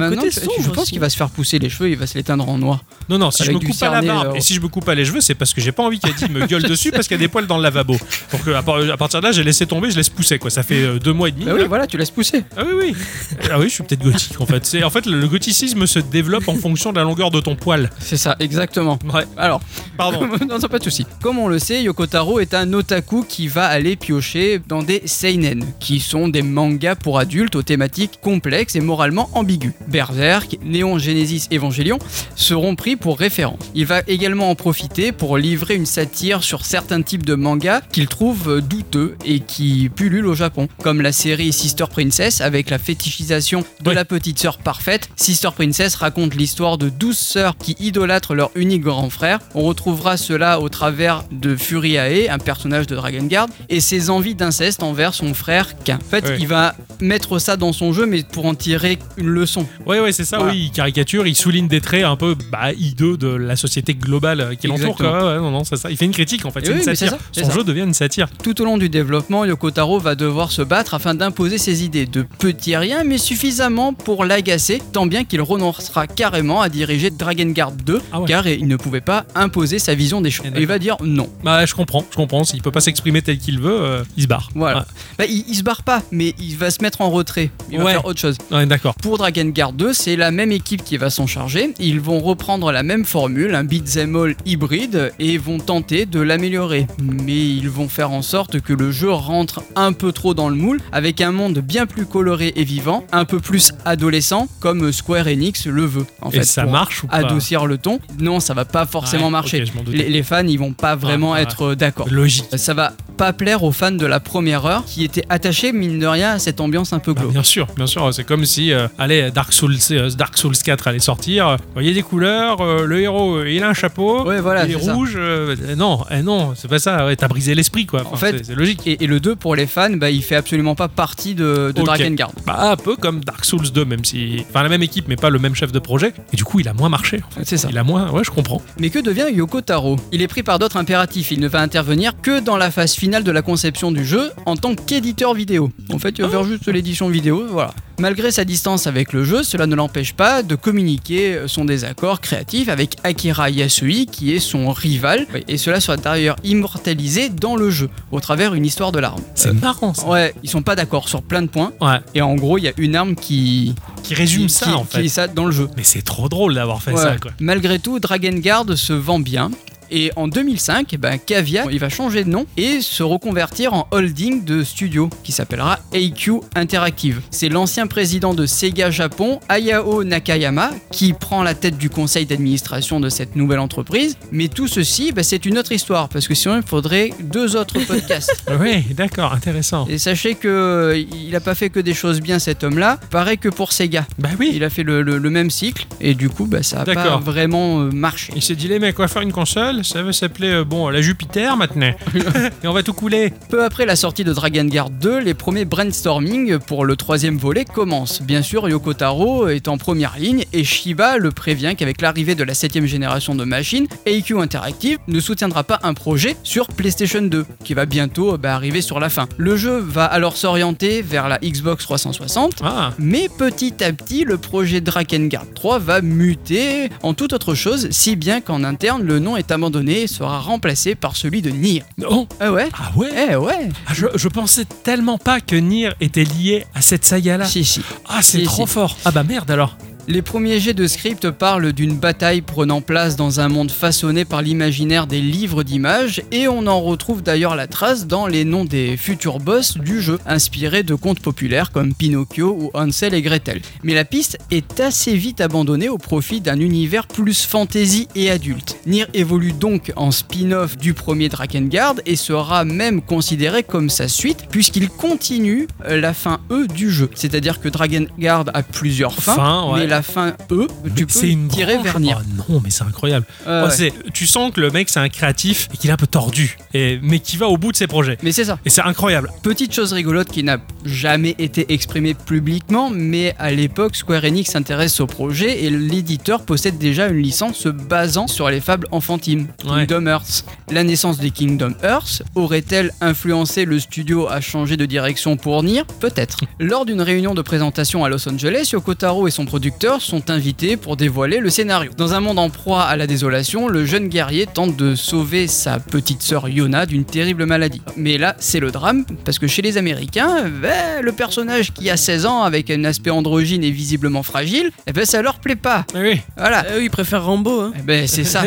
B: maintenant,
C: côté
B: tu-
C: sombre
B: je pense
C: aussi.
B: qu'il va se faire pousser les cheveux, il va se l'éteindre en noir.
A: Non, non, si je
B: Avec
A: me
B: du
A: coupe pas la
B: cerné,
A: barbe
B: là.
A: et si je me coupe pas les cheveux, c'est parce que j'ai pas envie qu'Eddie me gueule dessus parce qu'il y a des poils dans le lavabo. Donc euh, à, par- à partir de là, j'ai laissé tomber, je laisse pousser quoi. Ça fait euh, deux mois et demi.
B: Bah oui, voilà, tu laisses pousser.
A: Ah oui, oui. Ah oui, je suis peut-être gothique en fait. C'est en fait le, le gothicisme se développe en fonction de la longueur de ton poil.
B: C'est ça, exactement.
A: Ouais,
B: Alors,
A: pardon.
B: non, ça, pas de souci. Comme on le sait, Yokotaro est un otaku qui va aller piocher dans des seinen, qui sont des mangas pour adultes aux thématiques complexes et moralement ambiguës. Berserk, Néon Genesis Evangelion seront pris pour référence. Il va également en profiter pour livrer une satire sur certains types de mangas qu'il trouve euh, douteux et qui pullulent au Japon, comme la série Sister Princess avec la fétichisation de
A: Ouais.
B: la petite sœur parfaite. Sister Princess raconte l'histoire de 12 sœurs qui idolâtrent leur unique grand frère. On retrouvera cela au travers de Furiae, un personnage de Dragon Guard, et ses envies d'inceste envers son frère Kain. En fait,
A: Ouais.
B: il va mettre ça dans son jeu, mais pour en tirer une leçon.
A: Ouais, ouais, c'est ça,
B: Voilà.
A: oui. Il caricature, il souligne des traits un peu bah, hideux de la société globale euh, qui l'entoure. quoi. Ouais, ouais, non, non, c'est ça. Il fait une critique en fait.
B: Et
A: C'est une
B: Eh oui, mais c'est
A: satire.
B: ça, c'est
A: Son
B: ça.
A: jeu devient une satire.
B: Tout au long du développement, Yokotaro va devoir se battre afin d'imposer ses idées de petit rien, mais suffisamment pour l'agacer, tant bien qu'il renoncera carrément à diriger Dragon Guard 2,
A: Ah ouais.
B: car il ne pouvait pas imposer sa vision des choses.
A: Et d'accord.
B: Il va dire non.
A: Bah, je comprends, je comprends. S'il peut pas s'exprimer tel qu'il veut, euh, il se barre.
B: Voilà. Bah, il, il se barre pas, mais il va se mettre en retrait. Il va
A: Ouais.
B: faire autre chose.
A: Ouais, ouais, d'accord.
B: Pour Dragon Guard 2, c'est la même équipe qui va s'en charger. Ils vont reprendre la même formule, un beat'em all hybride, et vont tenter de l'améliorer. Mais ils vont faire en sorte que le jeu rentre un peu trop dans le moule, avec un monde bien plus coloré et vivant, un peu plus adolescent, comme Square Enix le veut. En
A: Et
B: fait,
A: ça
B: pour
A: marche ou pas
B: Adoucir le ton. Non, ça va pas forcément
A: Ouais,
B: marcher.
A: ok, je m'en doutais.
B: les, les fans, ils vont pas vraiment
A: ouais.
B: être euh, d'accord.
A: Logique.
B: Ça va pas plaire aux fans de la première heure qui étaient attachés, mine de rien, à cette ambiance un peu
A: Bah,
B: glauque.
A: bien sûr, bien sûr, c'est comme si euh, allez, Dark Souls, euh, Dark Souls 4 allait sortir, euh, voyez des couleurs, euh, le héros euh, il a un chapeau,
B: Ouais, voilà,
A: il est
B: c'est ça.
A: rouge, euh, eh non, eh non, c'est pas ça, ouais, t'as brisé l'esprit quoi, Enfin,
B: fait-
A: c'est- c'est logique.
B: Et, et le 2 pour les fans, bah, il fait absolument pas partie de, de
A: Ok.
B: Dragon Guard.
A: Bah, un peu comme Dark Souls 2, même si. Enfin, la même équipe, mais pas le même chef de projet. Et du coup, il a moins marché. en fait.
B: C'est ça.
A: Il a moins. Ouais, je comprends.
B: Mais que devient Yoko Taro Il est pris par d'autres impératifs. Il ne va intervenir que dans la phase finale de la conception du jeu en tant qu'éditeur vidéo. En fait, il
A: Ah
B: va faire juste l'édition vidéo, voilà. Malgré sa distance avec le jeu, cela ne l'empêche pas de communiquer son désaccord créatif avec Akira Yasui, qui est son rival. Et cela sera d'ailleurs immortalisé dans le jeu, au travers une histoire de l'arme.
A: C'est marrant ça.
B: Euh, Ouais, ils sont pas d'accord sur plein de points.
A: Ouais.
B: Et en gros, il y a une arme qui.
A: Qui résume
B: qui-
A: ça
B: qui-
A: en
B: qui est
A: fait.
B: ça dans le jeu.
A: Mais c'est trop drôle d'avoir fait
B: Ouais.
A: ça quoi.
B: Malgré tout, Dragon Guard se vend bien. Et en 2005, eh ben, Caviar, il va changer de nom et se reconvertir en holding de studio qui s'appellera AQ Interactive. C'est l'ancien président de Sega Japon, Hayao Nakayama, qui prend la tête du conseil d'administration de cette nouvelle entreprise. Mais tout ceci, bah, c'est une autre histoire parce que sinon il faudrait deux autres podcasts.
A: Oui, Bah d'accord, intéressant.
B: Et sachez que euh, il n'a pas fait que des choses bien cet homme-là. Pareil que pour Sega,
A: Bah oui.
B: il a fait le, le- le même cycle et du coup, bah, ça n'a pas
A: D'accord.
B: vraiment euh, marché.
A: Il s'est dit les mecs, on va faire une console, ça va s'appeler euh, bon la Jupiter maintenant. Et on va tout couler.
B: Peu après la sortie de Dragon Guard 2, les premiers brainstorming pour le troisième volet commencent. Bien sûr, Yoko Taro est en première ligne et Shiba le prévient qu'avec l'arrivée de la 7ème génération de machines, AQ Interactive ne soutiendra pas un projet sur PlayStation 2, qui va bientôt bah, arriver sur la fin. Le jeu va alors s'orienter vers la Xbox 360,
A: Ah,
B: mais petit à petit, le projet Drakengard 3 va muter en toute autre chose, si bien qu'en interne, le nom est abandonné et sera remplacé par celui de Nier.
A: non.
B: Ah ouais
A: Ah ouais.
B: Eh ouais
A: Ah, je, je pensais tellement pas que Nier était lié à cette saga là.
B: Si, si.
A: Ah, c'est
B: Si,
A: trop
B: si.
A: fort. Ah bah merde alors.
B: Les premiers jets de script parlent d'une bataille prenant place dans un monde façonné par l'imaginaire des livres d'images, et on en retrouve d'ailleurs la trace dans les noms des futurs boss du jeu, inspirés de contes populaires comme Pinocchio ou Hansel et Gretel. Mais la piste est assez vite abandonnée au profit d'un univers plus fantasy et adulte. Nier évolue donc en spin-off du premier Drakengard et sera même considéré comme sa suite, puisqu'il continue euh, la fin E du jeu. C'est-à-dire que Drakengard a plusieurs fins,
A: Fin, ouais.
B: mais la fin E, tu
A: Mais
B: peux tirer
A: branche-
B: vers Nier.
A: Oh non, mais c'est incroyable.
B: Euh,
A: Oh,
B: ouais.
A: c'est- Tu sens que le mec c'est un créatif et qu'il est un peu tordu, et, mais qui va au bout de ses projets.
B: Mais c'est ça.
A: Et c'est incroyable.
B: Petite chose rigolote qui n'a jamais été exprimée publiquement, mais à l'époque, Square Enix s'intéresse au projet et l'éditeur possède déjà une licence se basant sur les fables enfantines,
A: Ouais.
B: Kingdom Hearts. La naissance des Kingdom Hearts aurait-elle influencé le studio à changer de direction pour Nier Peut-être. Lors d'une réunion de présentation à Los Angeles, Yoko Taro et son producteur sont invités pour dévoiler le scénario. Dans un monde en proie à la désolation, le jeune guerrier tente de sauver sa petite sœur Yona d'une terrible maladie. Mais là, c'est le drame, parce que chez les Américains, ben, le personnage qui a 16 ans avec un aspect androgyne et visiblement fragile, eh ben, ça leur plaît pas.
A: Ah oui.
B: Voilà.
C: Ah oui, il préfère Rambo. hein.
B: Eh ben, c'est ça.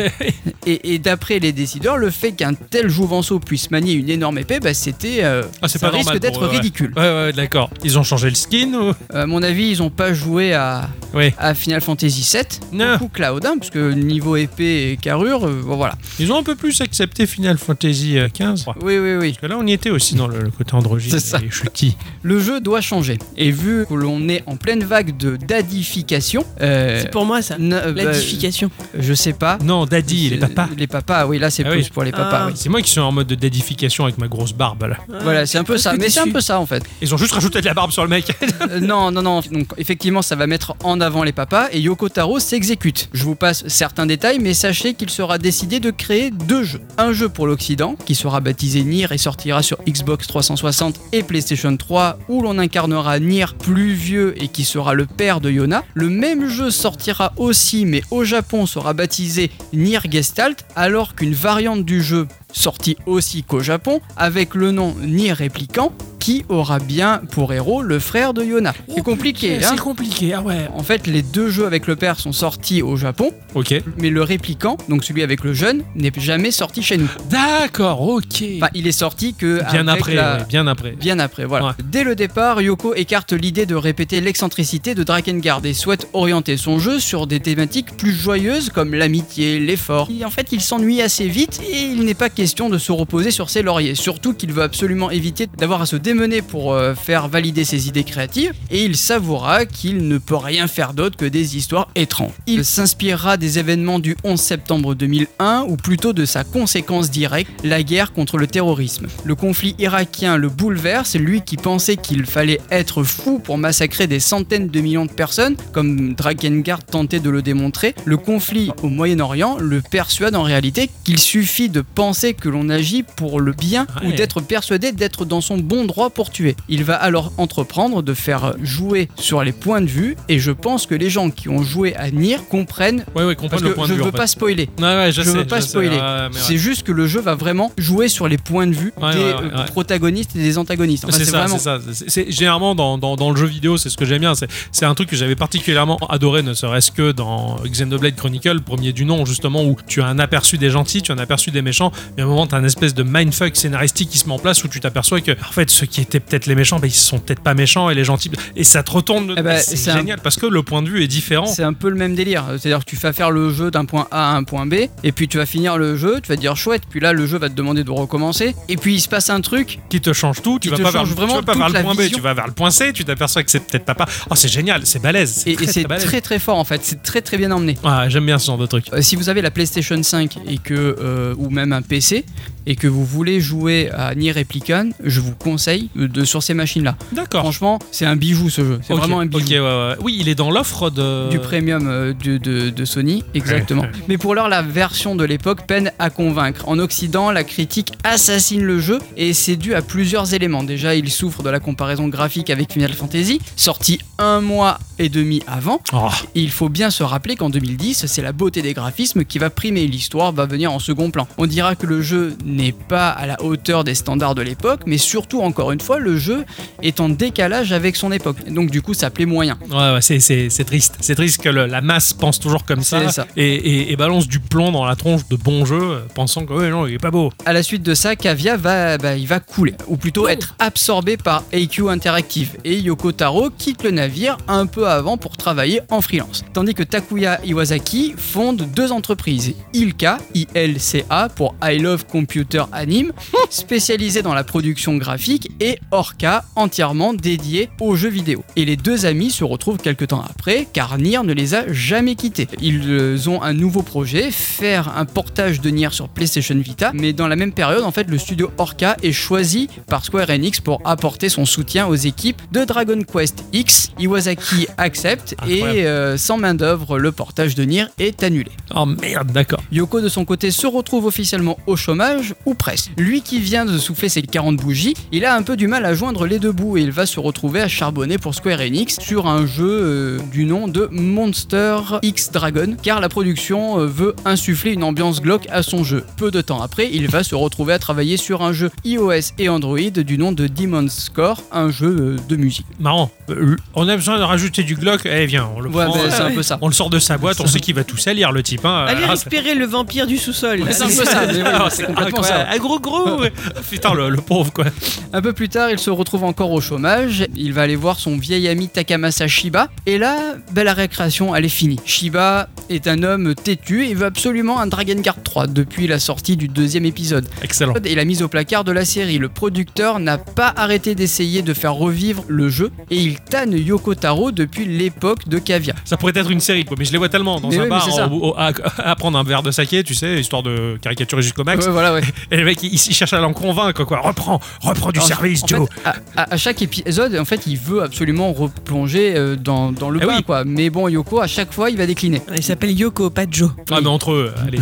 B: Et, et d'après les décideurs, le fait qu'un tel jouvenceau puisse manier une énorme épée, bah, c'était. euh,
A: Ah, c'est
B: ça
A: pas normal pour
B: risque d'être
A: eux, ouais.
B: ridicule.
A: Ouais, ouais, d'accord. Ils ont changé le skin ou
B: Euh, à mon avis, ils n'ont pas joué à,
A: Oui.
B: à Final Fantasy VII.
A: Non.
B: Beaucoup Cloud, hein, parce que niveau épée et carrure, euh, bon, voilà.
A: Ils ont un peu plus accepté Final Fantasy XV. Parce
B: Oui, oui, oui.
A: que là, on y était aussi dans le, le côté androgyne.
B: C'est ça.
A: Et chutis.
B: Le jeu doit changer. Et vu que l'on est en pleine vague de dadification. euh,
C: C'est pour moi ça.
B: n- euh, bah,
C: L'adification.
B: je sais pas.
A: Non, Daddy, il est papa.
B: Les papas, oui, là c'est
A: Ah
B: plus
A: oui.
B: pour les papas,
C: Ah.
B: oui.
A: C'est moi qui suis en mode de dédification avec ma grosse barbe là.
B: Voilà, c'est un peu ça.
C: que
B: Mais c'est un
C: déçu.
B: peu ça en fait.
A: Ils ont juste rajouté de la barbe sur le mec.
B: Euh, non, non, non. Donc, effectivement, ça va mettre en avant les papas et Yoko Taro s'exécute. Je vous passe certains détails, mais sachez qu'il sera décidé de créer deux jeux. Un jeu pour l'Occident, qui sera baptisé Nier et sortira sur Xbox 360 et PlayStation 3, où l'on incarnera Nier plus vieux et qui sera le père de Yona. Le même jeu sortira aussi, mais au Japon sera baptisé Nier Gestalt, alors qu'une variante du jeu sortie aussi qu'au Japon, avec le nom Nier Répliquant, qui aura bien pour héros le frère de Yona.
A: Oh,
B: C'est compliqué, hein
A: compliqué, ah ouais.
B: en fait, les deux jeux avec le père sont sortis au Japon,
A: Ok.
B: mais le répliquant, donc celui avec le jeune, n'est jamais sorti chez nous.
A: D'accord, ok.
B: Enfin, il est sorti que
A: bien
B: Bah, euh, avec
A: après,
B: la-
A: ouais, bien après.
B: Bien après, voilà.
A: Ouais.
B: Dès le départ, Yoko écarte l'idée de répéter l'excentricité de Drakengard et souhaite orienter son jeu sur des thématiques plus joyeuses comme l'amitié, l'effort. Et En fait, il s'ennuie assez vite et il n'est pas question de se reposer sur ses lauriers, surtout qu'il veut absolument éviter d'avoir à se démener pour euh, faire valider ses idées créatives et il s'avouera qu'il ne peut rien faire d'autre que des histoires étranges. Il s'inspirera des événements du 11 septembre 2001 ou plutôt de sa conséquence directe, la guerre contre le terrorisme. Le conflit irakien le bouleverse, lui qui pensait qu'il fallait être fou pour massacrer des centaines de millions de personnes, comme Drakengard tentait de le démontrer, le conflit au Moyen-Orient le persuade en réalité qu'il suffit de penser que l'on agit pour le bien ou
A: Ouais.
B: d'être persuadé d'être dans son bon droit pour tuer. Il va alors entreprendre de faire jouer sur les points de vue, et je pense que les gens qui ont joué à Nier comprennent,
A: Ouais, ouais,
B: parce
A: comprendre
B: que
A: le point
B: je
A: de vue.
B: veux
A: en fait.
B: pas spoiler.
A: Ouais, ouais, je,
B: Je
A: sais,
B: veux pas
A: sais,
B: spoiler.
A: ouais, mais ouais.
B: C'est juste que le jeu va vraiment jouer sur les points de vue
A: Ouais,
B: des
A: ouais, ouais,
B: euh,
A: ouais.
B: protagonistes et des antagonistes. Enfin,
A: c'est
B: c'est
A: ça,
B: vraiment
A: c'est ça. C'est- c'est- généralement, dans, dans- dans le jeu vidéo, c'est ce que j'aime bien. C'est- C'est un truc que j'avais particulièrement adoré, ne serait-ce que dans Xenoblade Chronicle, premier du nom, justement, où tu as un aperçu des gentils, tu as un aperçu des méchants, mais à un moment, tu as un espèce de mindfuck scénaristique qui se met en place où tu t'aperçois que, en fait, ceux qui étaient peut-être les méchants, bah, ils sont peut-être pas méchants et les gentils. Et ça te retourne.
B: Eh ben, c'est
A: c'est
B: un-
A: génial parce que le point de vue est différent.
B: C'est un peu le même délire. C'est-à-dire que tu vas faire le jeu d'un point A à un point B, et puis tu vas finir le jeu, tu vas te dire chouette, puis là le jeu va te demander de recommencer, et puis il se passe un truc.
A: qui te change tout, tu
B: Qui
A: vas
B: te
A: pas vers,
B: change
A: tu
B: vraiment
A: vas pas
B: toute
A: vers le
B: la
A: point B,
B: vision.
A: tu vas vers le point C, tu t'aperçois que c'est peut-être pas pas. Oh, c'est génial, c'est balèze.
B: Et, et
A: très,
B: c'est
A: balèze.
B: très très fort en fait, c'est très très bien emmené.
A: Ah, j'aime bien ce genre de truc.
B: Euh, si vous avez la PlayStation 5 et que euh, ou même un PC et que vous voulez jouer à Nier Replicant, je vous conseille euh, de sur ces machines-là.
A: D'accord.
B: Franchement, c'est un bijou ce jeu. C'est
A: Ah. Ok,
B: vraiment un bijou.
A: ok, ouais, ouais. Oui, il est dans l'offre de.
B: du premium euh, de, de- de Sony, exactement. Mais pour l'heure, la version de l'époque peine à convaincre. En Occident, la critique assassine le jeu et c'est dû à plusieurs éléments. Déjà, il souffre de la comparaison graphique avec Final Fantasy, sorti un mois et demi avant.
A: Oh,
B: Et il faut bien se rappeler qu'en 2010, c'est la beauté des graphismes qui va primer. L'histoire va venir en second plan. On dira que le jeu n'est pas à la hauteur des standards de l'époque, mais surtout, encore une fois, le jeu est en décalage avec son époque. Donc, du coup, ça plaît moyen.
A: ouais, ouais, c'est, c'est- c'est triste. C'est triste que le- la masse pense toujours comme ça,
B: C'est ça.
A: Et, et- et balance du plomb dans la tronche de bons jeux, euh, pensant que ouais, non, il est pas beau.
B: À la suite de ça, Cavia va, bah, il va couler, ou plutôt être absorbé par AQ Interactive. Et Yoko Taro quitte le navire un peu avant pour travailler en freelance. Tandis que Takuya Iwasaki fonde deux entreprises, ILCA, ILCA pour I Love Computer Anime, spécialisée dans la production graphique, et Orca, entièrement dédiée aux jeux vidéo. Et les deux amis se retrouvent quelque temps après, car Nier ne les a jamais quittés. Ils euh, ont un nouveau projet, faire un portage de Nier sur PlayStation Vita, mais dans la même période, en fait, le studio Orca est choisi par Square Enix pour apporter son soutien aux équipes de Dragon Quest X. Iwasaki accepte, et
A: Incroyable.
B: euh, sans main-d'œuvre, le portage de Nier est annulé.
A: Oh merde, d'accord.
B: Yoko de son côté se retrouve officiellement au chômage ou presque. Lui qui vient de souffler ses 40 bougies, il a un peu du mal à joindre les deux bouts et il va se retrouver à charbonner pour Square Enix sur un jeu euh, du nom de Monster X Dragon car la production euh, veut insuffler une ambiance glauque à son jeu. Peu de temps après, il va se retrouver à travailler sur un jeu iOS et Android du nom de Demon's Score, un jeu euh, de musique.
A: Marrant. Euh, on a besoin de rajouter du Glock. Eh, viens, on le
B: Ouais,
A: prend.
B: ben,
A: euh,
B: c'est un peu ça.
A: On le sort de sa boîte, on sait qu'il va tout salir, le type. Hein.
C: Allez
A: Ah,
C: respirer le vampire du sous-sol.
B: C'est un peu ça, mais oui, c'est complètement ça.
A: incroyable. Ah, gros gros ouais. Putain, le, le pauvre, quoi.
B: Un peu plus tard, il se retrouve encore au chômage. Il va aller voir son vieil ami Takamasa Shiba. Et là, ben, la récréation, elle est finie. Shiba est un homme têtu et veut absolument un Dragon Guard 3 depuis la sortie du deuxième épisode
A: Excellent.
B: et la mise au placard de la série. Le producteur n'a pas arrêté d'essayer de faire revivre le jeu et il tanne Yoko Taro depuis l'époque de Cavia.
A: Ça pourrait être une série, quoi, mais je les vois tellement dans
B: Mais
A: un
B: oui, mais c'est ça.
A: bar au- au- à, à prendre un verre de saké, tu sais, histoire de caricaturer jusqu'au max.
B: Ouais, voilà, ouais.
A: Et les mecs, ils, ils cherchent à l'en convaincre, quoi. Reprends, reprends du
B: Alors,
A: service,
B: en
A: Joe.
B: fait, à, à- à chaque épisode, en fait, il veut absolument replonger euh, dans, dans le
A: Eh
B: bain,
A: oui.
B: quoi. Mais bon, Yoko, à chaque fois, il va décliner.
C: Il s'appelle Yoko, pas Joe.
A: Ah, mais entre eux, allez,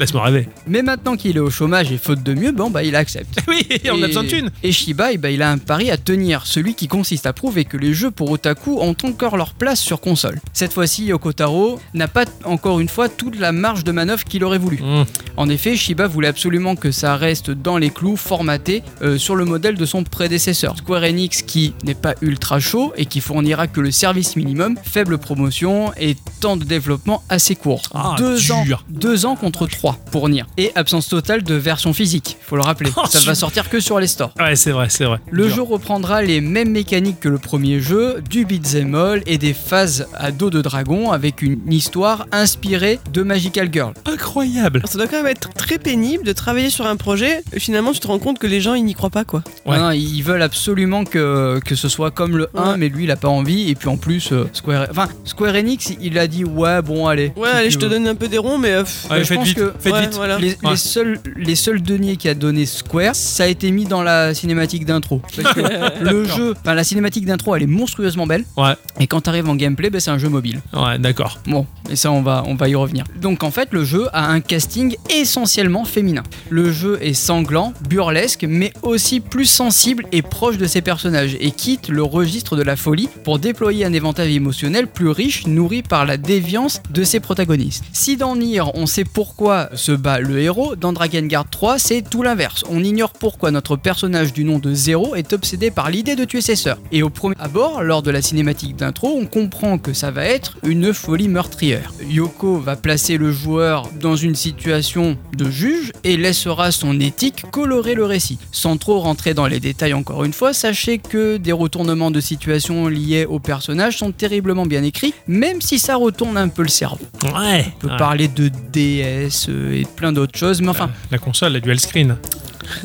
A: laisse-moi rêver.
B: Mais maintenant qu'il est au chômage et faute de mieux, bon bah il accepte.
A: Oui, on
B: Et-
A: a besoin de thunes.
B: Et Shiba, eh ben, il a un pari à tenir, celui qui consiste à prouver que les jeux pour otaku ont encore leur place sur console. Cette fois-ci, Yoko Taro n'a pas encore une fois toute la marge de manœuvre qu'il aurait voulu.
A: Mmh.
B: En effet, Shiba voulait absolument que ça reste dans les clous, formaté, euh, sur le modèle de son prédécesseur. Square Enix, qui n'est pas ultra chaud et qui fournira que le service minimum, faible promotion et temps de développement assez court.
A: Ah,
B: deux,
A: dur.
B: ans, deux ans contre trois pour Nier. Et absence totale de version physique, faut le rappeler.
A: Oh,
B: ça va
A: super.
B: sortir que sur les stores.
A: Ouais, c'est vrai, c'est vrai.
B: Le
A: Dur.
B: jeu reprendra les mêmes mécaniques que le premier jeu, du beat'em all et des phases à dos de dragon avec une histoire inspirée de Magical Girl.
A: Incroyable.
C: Ça doit quand même être très pénible de travailler sur un projet et finalement tu te rends compte que les gens ils n'y croient pas quoi.
A: Ouais.
B: Non, non, Hein, ils veulent absolument que, que ce soit comme le 1,
C: Ouais.
B: mais lui il a pas envie. Et puis en plus, euh, Square, enfin, Square Enix, il a dit ouais, bon, allez.
C: Ouais,
B: si
C: allez,
B: tu
C: je te
B: veux.
C: donne un peu des ronds mais euh, pff,
A: Allez,
B: je
A: faites
B: pense
A: vite,
B: que-
A: faites
C: ouais,
A: vite.
C: voilà.
B: Les, les
A: Ouais.
B: seuls, les seuls deniers qu'a donné Square, ça a été mis dans la cinématique d'intro. Parce que le jeu, enfin la cinématique d'intro, elle est monstrueusement belle.
A: Ouais.
B: Et quand t'arrives en gameplay, ben, c'est un jeu mobile.
A: Ouais, d'accord.
B: Bon, et ça on va, on va y revenir. Donc en fait, le jeu a un casting essentiellement féminin. Le jeu est sanglant, burlesque, mais aussi plus sensible et proche de ses personnages, et quitte le registre de la folie pour déployer un éventail émotionnel plus riche, nourri par la déviance de ses protagonistes. Si dans Nier, on sait pourquoi se bat le héros, dans Dragon Guard 3, c'est tout l'inverse. On ignore pourquoi notre personnage du nom de Zero est obsédé par l'idée de tuer ses sœurs. Et au premier abord, lors de la cinématique d'intro, on comprend que ça va être une folie meurtrière. Yoko va placer le joueur dans une situation de juge et laissera son éthique colorer le récit. Sans trop rentrer dans les détails encore une fois, sachez que des retournements de situation liés au personnage sont terriblement bien écrits, même si ça retourne un peu le cerveau.
A: Ouais.
B: On peut parler de DS euh, et plein d'autres choses, mais enfin,
A: La console, la dual screen.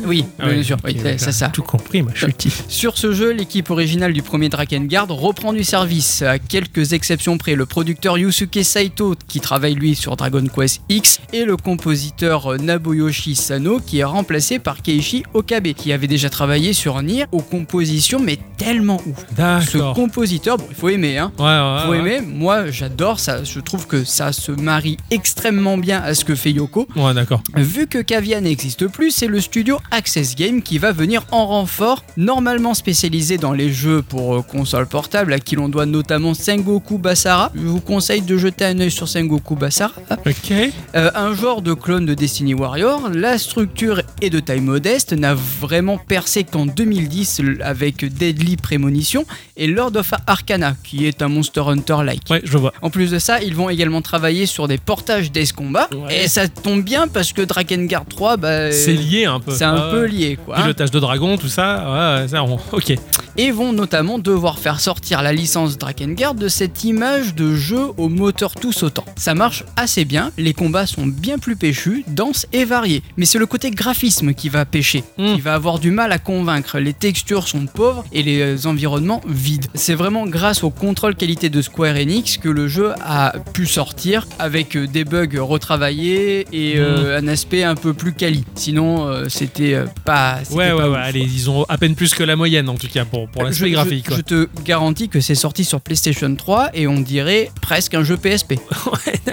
B: oui,
A: Ah
B: bien
A: oui,
B: sûr,
A: ok,
B: oui, c'est
A: d'accord.
B: ça, ça.
A: Tout compris, ma chutie.
B: Sur ce jeu, l'équipe originale du premier Drakengard reprend du service. À quelques exceptions près, le producteur Yusuke Saito, qui travaille lui sur Dragon Quest X, et le compositeur euh, Nabuyoshi Sano, qui est remplacé par Keiichi Okabe, qui avait déjà travaillé sur Nier aux compositions, mais tellement ouf. Ce
A: D'accord. Ah.
B: compositeur, bon, il faut aimer, hein.
A: Ouais, ouais,
B: Faut
A: ouais.
B: aimer, moi j'adore ça, je trouve que ça se marie extrêmement bien à ce que fait Yoko.
A: Ouais, d'accord.
B: Vu que Cavia n'existe plus, c'est le studio Access Game qui va venir en renfort, normalement spécialisé dans les jeux pour euh, consoles portables, à qui l'on doit notamment Sengoku Basara. Je vous conseille de jeter un œil sur Sengoku Basara.
A: Ok.
B: Euh, un genre de clone de Destiny Warrior, la structure est de taille modeste, n'a vraiment percé qu'en 2010 l- avec Deadly Premonition et Lord of Arcana, qui est un Monster Hunter-like.
A: Ouais, je vois.
B: En plus de ça, ils vont également travailler sur des portages d'Ace Combat.
A: Ouais.
B: Et ça tombe bien parce que Drakengard 3, bah,
A: C'est lié un peu.
B: c'est un
A: Ouais,
B: peu
A: ouais.
B: lié. quoi. hein.
A: Pilotage de dragon, tout ça. Ouais, ça, on- ok.
B: Et vont notamment devoir faire sortir la licence Drakengard de cette image de jeu au moteur tout sautant. Ça marche assez bien, les combats sont bien plus péchus, denses et variés. Mais c'est le côté graphisme qui va pêcher,
A: Mm.
B: qui va avoir du mal à convaincre. Les textures sont pauvres et les euh, environnements vides. C'est vraiment grâce au contrôle qualité de Square Enix que le jeu a pu sortir avec euh, des bugs retravaillés et euh,
A: Hmm.
B: un aspect un peu plus quali. Sinon, euh, c'était euh, pas. c'était
A: Ouais,
B: pas
A: ouais,
B: ouf,
A: ouais. Allez, ils ont à peine plus que la moyenne, en tout cas, pour, pour l'aspect
B: je-
A: graphique.
B: je-
A: quoi.
B: Je te garantis que c'est sorti sur PlayStation 3 et on dirait presque un jeu PSP.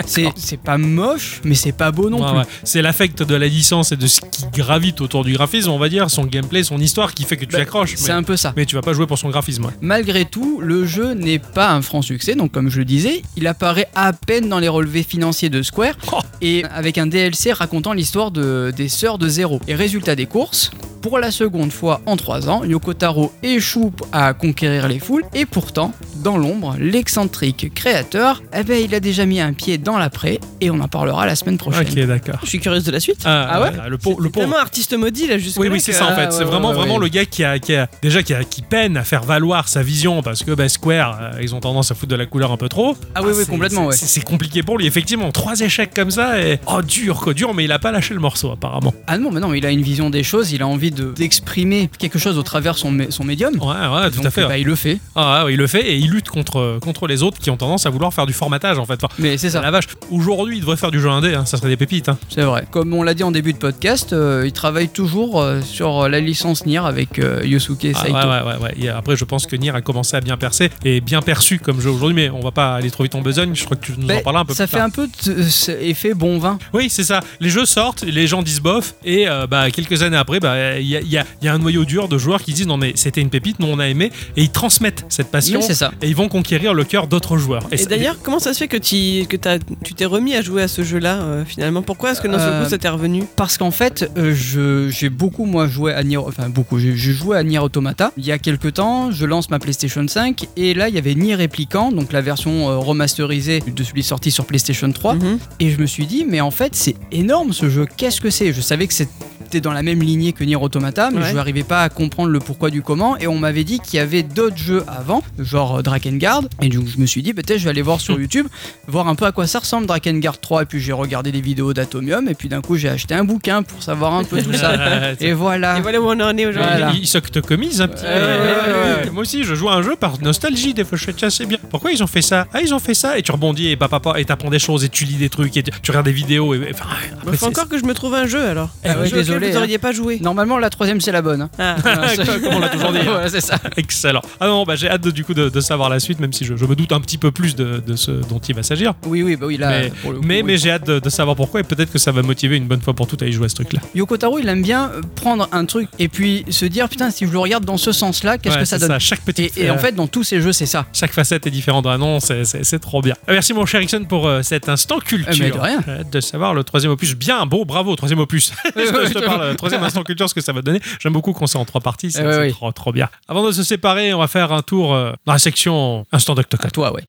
B: c'est c'est pas moche, mais c'est pas beau non
A: Ouais,
B: plus.
A: ouais. C'est l'affect de la licence et de ce qui gravite autour du graphisme, on va dire, son gameplay, son histoire qui fait que tu
B: Bah,
A: t'accroches.
B: C'est
A: Mais,
B: un peu ça.
A: mais tu vas pas jouer pour son graphisme. ouais.
B: Malgré tout, le jeu n'est pas un franc succès, donc comme je le disais, il apparaît à peine dans les relevés financiers de Square,
A: Oh.
B: et avec un DLC racontant l'histoire de- des sœurs de Zéro. Et résultat des courses, pour la seconde fois en 3 ans, Yoko Taro échoue à conquérir les foules, et pourtant, dans l'ombre, l'excentrique créateur, eh ben, il a déjà mis un pied dans l'après, et on en parlera la semaine prochaine.
A: Ok, d'accord. euh,
C: Je suis curieuse de la suite.
B: Oh, Ah ouais
A: Le, pau- le
C: C'est
A: pauvre.
C: tellement artiste maudit là jusque
A: Oui, oui, c'est ça en fait.
B: Ah,
A: c'est
B: ouais,
A: vraiment,
B: ouais,
A: vraiment
B: ouais.
A: le gars qui a, qui a- déjà qui, a- qui peine à faire valoir sa vision parce que bah, Square, euh, ils ont tendance à foutre de la couleur un peu trop.
B: Ah oui, oui,
A: c'est-
B: complètement,
A: c'est-
B: ouais.
A: C'est c'est compliqué pour lui, effectivement. Trois échecs comme ça et. Oh, dur, quoi, dur, mais il a pas lâché le morceau, apparemment.
B: Ah non, mais non, il a une vision des choses, il a envie de- d'exprimer quelque chose au travers son, mé- son médium.
A: Ouais, ouais, tout
B: Donc,
A: à fait.
B: bah, il le fait.
A: Ah, ouais, il le fait et il lutte contre, contre les autres qui ont tendance à vouloir faire du formatage, en fait. Enfin,
B: Mais c'est ça.
A: La vache, aujourd'hui, il devrait faire du jeu indé, hein, ça serait des pépites. hein.
B: C'est vrai. Comme on l'a dit en début de podcast, euh, il travaille toujours euh, sur euh, la licence Nier avec euh, Yosuke
A: Ah,
B: Saito.
A: ouais, ouais, ouais, ouais. Et après, je pense que Nier a commencé à bien percer et bien perçu comme jeu aujourd'hui, mais on va pas aller trop vite en besogne. Je crois que tu nous en
B: Ben,
A: parleras un peu
B: ça
A: plus
B: fait
A: tard.
B: un peu de- ce effet bon vin.
A: Oui, c'est ça. Les jeux sortent, les gens disent bof, et euh, bah, quelques années après, bah, il y, a- il y a- il y a un noyau dur de joueurs qui disent non, mais c'était une pépite, nous on a aimé, et ils transmettent cette passion.
B: Oui, c'est ça.
A: et ils vont conquérir le cœur d'autres joueurs.
C: Et
A: c'est-
C: d'ailleurs, comment ça se fait que, t'y- que t'as- tu t'es remis à jouer à ce jeu-là euh, finalement Pourquoi est-ce que d'un seul
B: Euh,
C: coup ça t'est revenu
B: Parce qu'en fait, euh, je- j'ai beaucoup moi joué à Nier, enfin beaucoup, j'ai j'ai joué à Nier Automata. Il y a quelques temps, je lance ma PlayStation 5 et là il y avait Nier Replicant, donc la version euh, remasterisée de celui sorti sur PlayStation 3.
C: Mhm.
B: Et je me suis dit, mais en fait, c'est énorme ce jeu, qu'est-ce que c'est Je savais que c'était dans la même lignée que Nier Automata, mais
C: Ouais.
B: je n'arrivais pas à comprendre le pourquoi du comment. Et on m'avait dit qu'il y avait d'autres jeux avant, genre euh, Drakengard. Et donc je me suis dit, peut-être je vais aller voir
A: Hmm.
B: sur YouTube, voir un peu à quoi ça ressemble Drakengard 3. Et puis j'ai regardé des vidéos d'Atomium, et puis d'un coup j'ai acheté un bouquin pour savoir un peu tout ça.
A: Euh,
B: Et voilà.
C: Et Ah. voilà où on en est
A: Il-
C: aujourd'hui.
B: Voilà.
A: Ils s'octocommisent un petit peu.
B: Ouais, ouais, ouais, ouais.
A: Moi aussi, je joue à un jeu par nostalgie. Des fois, je fais tiens, c'est bien. Pourquoi ils ont fait ça Ah, ils ont fait ça. Et tu rebondis et papa, papa, et t'apprends des choses et tu lis des trucs et tu, tu regardes des vidéos. Et, et- enfin,
C: Bah,
A: après, c'est-
C: faut encore que je me trouve un jeu alors.
A: Eh,
B: Ah ouais,
C: Un jeu auquel
B: désolé.
C: vous
B: hein.
C: auriez pas joué.
B: Normalement, la troisième, c'est la bonne. hein.
C: Ah.
B: Voilà, c'est-
A: Comme on l'a toujours dit.
B: Voilà, c'est ça.
A: Excellent. Ah non, bah, j'ai hâte de- du coup de, de savoir la suite, même si je, je me doute un petit peu plus de, de ce dont il va s'agir.
B: Oui, oui, bah oui, là,
A: Mais,
B: pour le coup,
A: mais,
B: oui.
A: mais j'ai hâte de, de savoir pourquoi et peut-être que ça va motiver une bonne fois pour toutes à y jouer à ce truc-là.
B: Yoko Taro, il aime bien euh, prendre un truc et puis se dire putain, si je le regarde dans ce sens-là, qu'est-ce
A: Ouais,
B: que ça
A: c'est
B: donne
A: Chaque
B: et,
A: petite.
B: et en
A: euh,
B: fait, dans tous ces jeux, c'est ça.
A: Chaque facette est différente d'un nom, c'est- c'est c'est trop bien. Euh, Merci mon cher Ixon pour euh, cet instant culture.
B: Euh, mais de rien.
A: J'ai hâte de savoir le troisième opus. Bien, beau, bravo, troisième opus. je, je te parle, euh, troisième instant culture, ce que ça va donner. J'aime beaucoup qu'on soit en trois parties, c'est
B: Euh, ouais,
A: c'est
B: oui.
A: trop, trop bien. Avant de se séparer, on va faire un tour euh, dans la section instant d'Octocom.
B: À toi, ouais.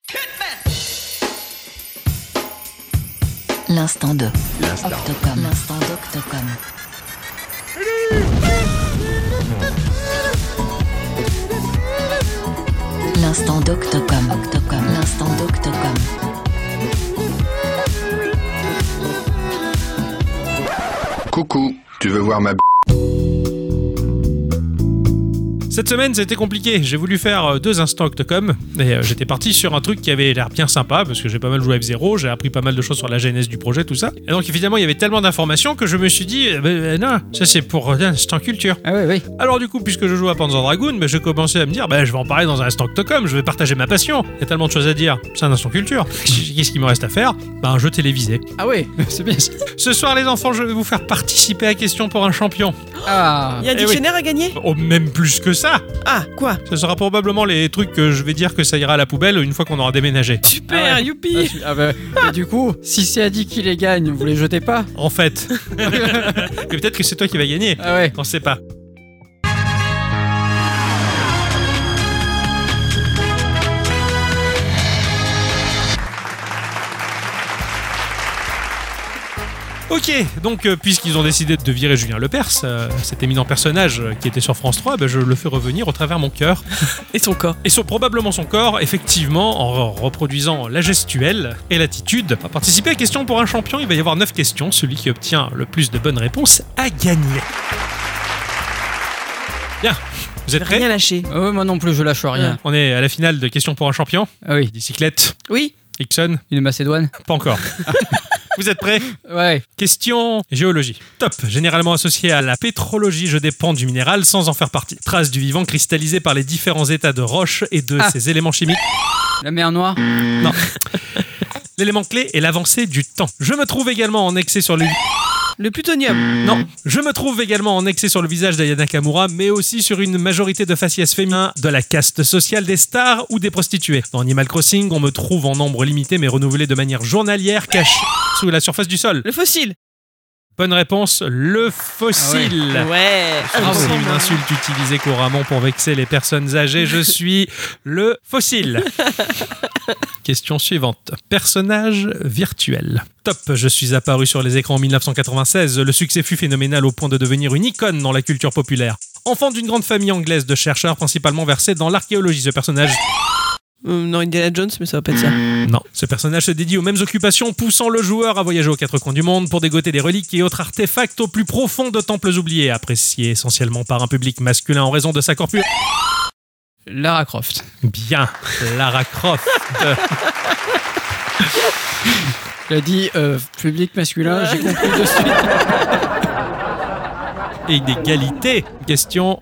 G: L'instant 2. Octocom. L'instant d'Octocom. L'instant d'Octocom. Octocom. L'instant d'Octocom.
H: Coucou, tu veux voir ma b...
A: Cette semaine, c'était compliqué. J'ai voulu faire euh, deux instants Octocom et euh, j'étais parti sur un truc qui avait l'air bien sympa parce que j'ai pas mal joué à F0, j'ai appris pas mal de choses sur la genèse du projet, tout ça. Et donc, finalement, il y avait tellement d'informations que je me suis dit, euh, bah, euh, non, ça c'est pour euh, l'instant culture.
B: Ah, ouais, ouais.
A: Alors, du coup, puisque je joue à Panzer Dragoon, bah, je commençais à me dire, bah, je vais en parler dans un instant Octocom, je vais partager ma passion. Il y a tellement de choses à dire, c'est un instant culture. Qu'est-ce qu'il me reste à faire Bah, un jeu télévisé.
B: Ah, ouais, c'est bien. ça.
A: Ce soir, les enfants, je vais vous faire participer à question pour un champion.
B: Ah,
C: Il y a un
A: Eh oui.
C: dictionnaire à gagner
A: Oh, même plus que ça
C: Ah, quoi
A: ce sera probablement les trucs que je vais dire que ça ira à la poubelle une fois qu'on aura déménagé.
C: Super,
B: Ah ouais.
C: youpi
B: Ah, tu- ah, bah, mais du coup, si c'est Adi qui les gagne, vous les jetez pas
A: En fait. Et peut-être que c'est toi qui vas gagner.
B: Ah, ouais.
A: On sait pas. Ok, donc euh, puisqu'ils ont décidé de virer Julien Lepers, euh, cet éminent personnage euh, qui était sur France 3, bah, je le fais revenir au travers de mon cœur.
C: Et son corps.
A: et sont probablement son corps, effectivement, en re- reproduisant la gestuelle et l'attitude. À participer à question pour un champion, il va y avoir 9 questions. Celui qui obtient le plus de bonnes réponses a gagné. Bien, vous êtes
C: Rien
A: prêts
C: lâché.
B: Ah ouais, moi non plus, je lâche rien.
A: On est à la finale de question pour un champion.
B: Ah oui,
A: Bicyclette,
C: Oui,
A: Ixon,
B: une Macédoine.
A: pas encore. vous êtes prêts
B: Ouais.
A: Question géologie. Top. Généralement associé à la pétrologie, je dépends du minéral sans en faire partie. Trace du vivant cristallisée par les différents états de roche et de
B: Ah.
A: ses éléments chimiques.
B: La mer Noire.
A: L'élément clé est l'avancée du temps. Je me trouve également en excès sur le
C: le
B: Mm.
C: plutonium.
A: non, je me trouve également en excès sur le visage d'Aya Nakamura, mais aussi sur une majorité de faciès féminins de la caste sociale des stars ou des prostituées. Dans Animal Crossing, on me trouve en nombre limité mais renouvelé de manière journalière, caché sous la surface du sol.
C: Le fossile.
A: Bonne réponse, le fossile.
C: Ouais.
A: Ah, C'est une insulte utilisée couramment pour vexer les personnes âgées. Je suis le fossile. Question suivante. Personnage virtuel. Top, je suis apparu sur les écrans en 1996. Le succès fut phénoménal au point de devenir une icône dans la culture populaire. Enfant d'une grande famille anglaise de chercheurs principalement versés dans l'archéologie, ce personnage
C: Euh, non, Indiana Jones, mais ça va pas être ça.
A: non. Ce personnage se dédie aux mêmes occupations, poussant le joueur à voyager aux quatre coins du monde pour dégoter des reliques et autres artefacts au plus profond de temples oubliés, apprécié essentiellement par un public masculin en raison de sa corpulence.
B: Lara Croft.
A: Bien, Lara Croft.
B: Il a dit euh, public masculin, j'ai compris de suite.
A: Et une égalité. Question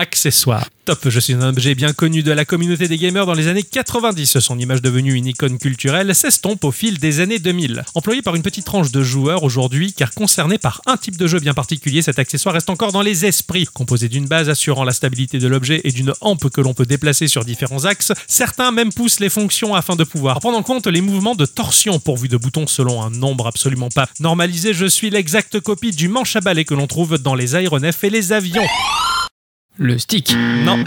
A: accessoire. Top, je suis un objet bien connu de la communauté des gamers dans les années 90. Son image devenue une icône culturelle s'estompe au fil des années 2000. Employé par une petite tranche de joueurs aujourd'hui, car concerné par un type de jeu bien particulier, cet accessoire reste encore dans les esprits. Composé d'une base assurant la stabilité de l'objet et d'une hampe que l'on peut déplacer sur différents axes, certains même poussent les fonctions afin de pouvoir prendre en compte les mouvements de torsion pourvus de boutons selon un nombre absolument pas normalisé. Je suis l'exacte copie du manche à balai que l'on trouve dans les aéronefs et les avions.
B: Le stick.
A: Non.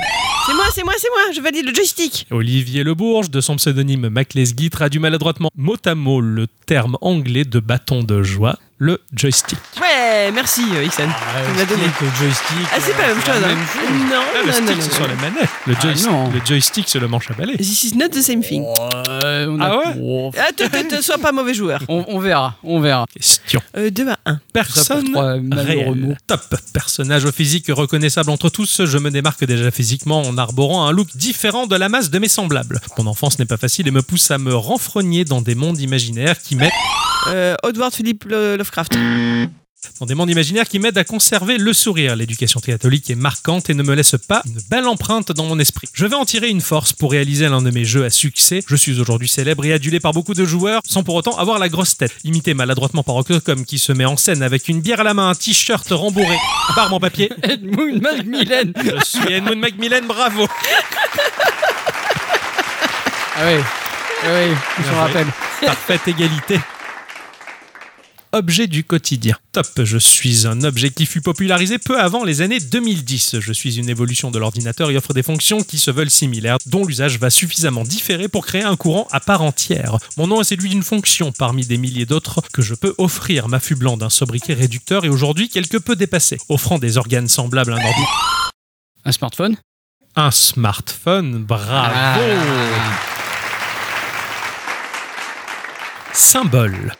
C: C'est moi, c'est moi, c'est moi. Je valide le joystick.
A: Olivier Lebourge, de son pseudonyme Maclesguy, traduit maladroitement mot à mot le terme anglais de bâton de joie, le joystick.
C: Ouais, merci, euh, Ixon. me l'as donné.
B: Ah, Le joystick.
C: Ah, c'est pas la même chose. hein. Non,
A: Ah, le
C: non, non,
A: stick,
C: non,
A: c'est
C: non.
A: sur la manette. Le,
B: Ah,
A: joystick-
B: non.
A: le joystick, c'est le manche à balai.
C: This is not the same thing.
B: Euh, on a-
A: Ah ouais
B: Oh,
C: Attends, ne sois pas mauvais joueur.
B: on, on verra, on verra.
A: Question.
C: Euh, 2 à 1.
B: Tout ça pour
A: Personne
B: trois malheureux mots.
A: réel. Top. Personnage au physique reconnaissable entre tous, je me démarque déjà physiquement en arborant un look différent de la masse de mes semblables. Mon enfance n'est pas facile et me pousse à me renfrogner dans des mondes imaginaires qui m'aident
C: Euh, Edward Philip Lo- Lovecraft.
A: Ce sont des mondes imaginaires qui m'aident à conserver le sourire. L'éducation catholique est marquante et ne me laisse pas une belle empreinte dans mon esprit. Je vais en tirer une force pour réaliser l'un de mes jeux à succès. Je suis aujourd'hui célèbre et adulé par beaucoup de joueurs, sans pour autant avoir la grosse tête. Imité maladroitement par Octocom qui se met en scène avec une bière à la main, un t-shirt rembourré, barbe en papier.
B: Edmund Macmillan
A: Je suis Edmund Macmillan, bravo
B: Ah oui, ah oui, je
A: Bien
B: me
A: joué.
B: rappelle.
A: Parfaite égalité. Objet du quotidien. Top, je suis un objet qui fut popularisé peu avant les années 2010. Je suis une évolution de l'ordinateur et offre des fonctions qui se veulent similaires, dont l'usage va suffisamment différer pour créer un courant à part entière. Mon nom est celui d'une fonction parmi des milliers d'autres que je peux offrir, m'affublant d'un sobriquet réducteur et aujourd'hui quelque peu dépassé, offrant des organes semblables à un ordi.
B: Un smartphone
A: Un smartphone, bravo Symbole.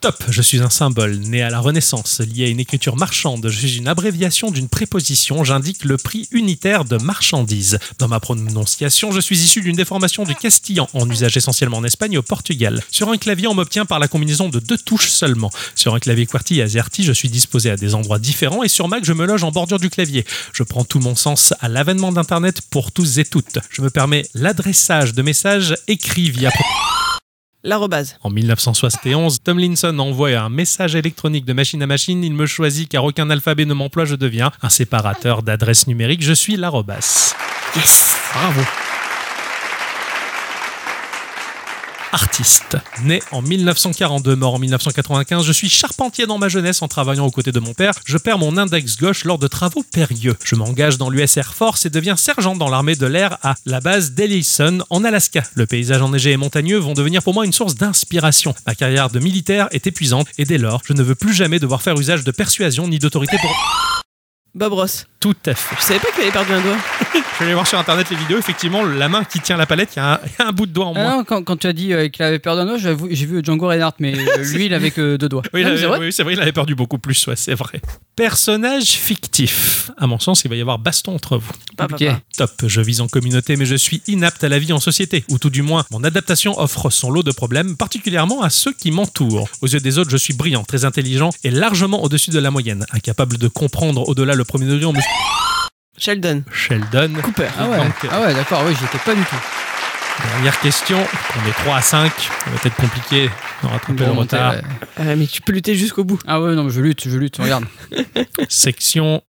A: Top, je suis un symbole né à la Renaissance, lié à une écriture marchande. Je suis une abréviation d'une préposition, j'indique le prix unitaire de marchandise. Dans ma prononciation, je suis issu d'une déformation du castillan, en usage essentiellement en Espagne et au Portugal. Sur un clavier, on m'obtient par la combinaison de deux touches seulement. Sur un clavier QWERTY et AZERTY, je suis disposé à des endroits différents et sur Mac, je me loge en bordure du clavier. Je prends tout mon sens à l'avènement d'Internet pour tous et toutes. Je me permets l'adressage de messages écrits via...
C: L'arrobase.
A: En 1971, Tomlinson envoie un message électronique de machine à machine. Il me choisit car aucun alphabet ne m'emploie. Je deviens un séparateur d'adresses numériques. Je suis l'arrobas.
C: Yes
A: Bravo. Artiste. Né en 1942, mort en 1995, je suis charpentier dans ma jeunesse en travaillant aux côtés de mon père. Je perds mon index gauche lors de travaux périlleux. Je m'engage dans l'US Air Force et deviens sergent dans l'armée de l'air à la base d'Ellison en Alaska. Le paysage enneigé et montagneux vont devenir pour moi une source d'inspiration. Ma carrière de militaire est épuisante et dès lors, je ne veux plus jamais devoir faire usage de persuasion ni d'autorité pour...
C: Bob Ross.
A: Tout à fait.
C: Je savais pas qu'il avait perdu un doigt.
A: Je vais aller voir sur internet les vidéos, effectivement, la main qui tient la palette, il y, a un- il y a un bout de doigt en
B: Ah
A: moins.
B: non, quand, quand tu as dit euh, qu'il avait perdu un doigt, j'avoue, j'ai vu Django Reinhardt, mais euh, lui, il avait que deux doigts.
A: Oui,
B: Non,
A: il
B: mais
A: avait-
B: c'est vrai.
A: oui, c'est vrai, il avait perdu beaucoup plus, ouais, c'est vrai. Personnage fictif. À mon sens, il va y avoir baston entre vous.
C: Pas,
B: Ok.
C: pas, pas.
A: Top, je vis en communauté, mais je suis inapte à la vie en société, ou tout du moins, mon adaptation offre son lot de problèmes, particulièrement à ceux qui m'entourent. Aux yeux des autres, je suis brillant, très intelligent et largement au-dessus de la moyenne, incapable de comprendre au-delà le premier degré. On me
C: Sheldon.
A: Sheldon.
C: Cooper.
B: Ah ouais,
A: Donc, euh,
B: ah ouais d'accord, oui, j'y étais pas du tout.
A: Dernière question, on est 3 à 5, ça va être compliqué de rattraper le
B: Bon,
A: retard.
B: t'es-
C: Euh, mais tu peux lutter jusqu'au bout.
B: Ah ouais, non, mais je lutte, je lutte, regarde.
A: Section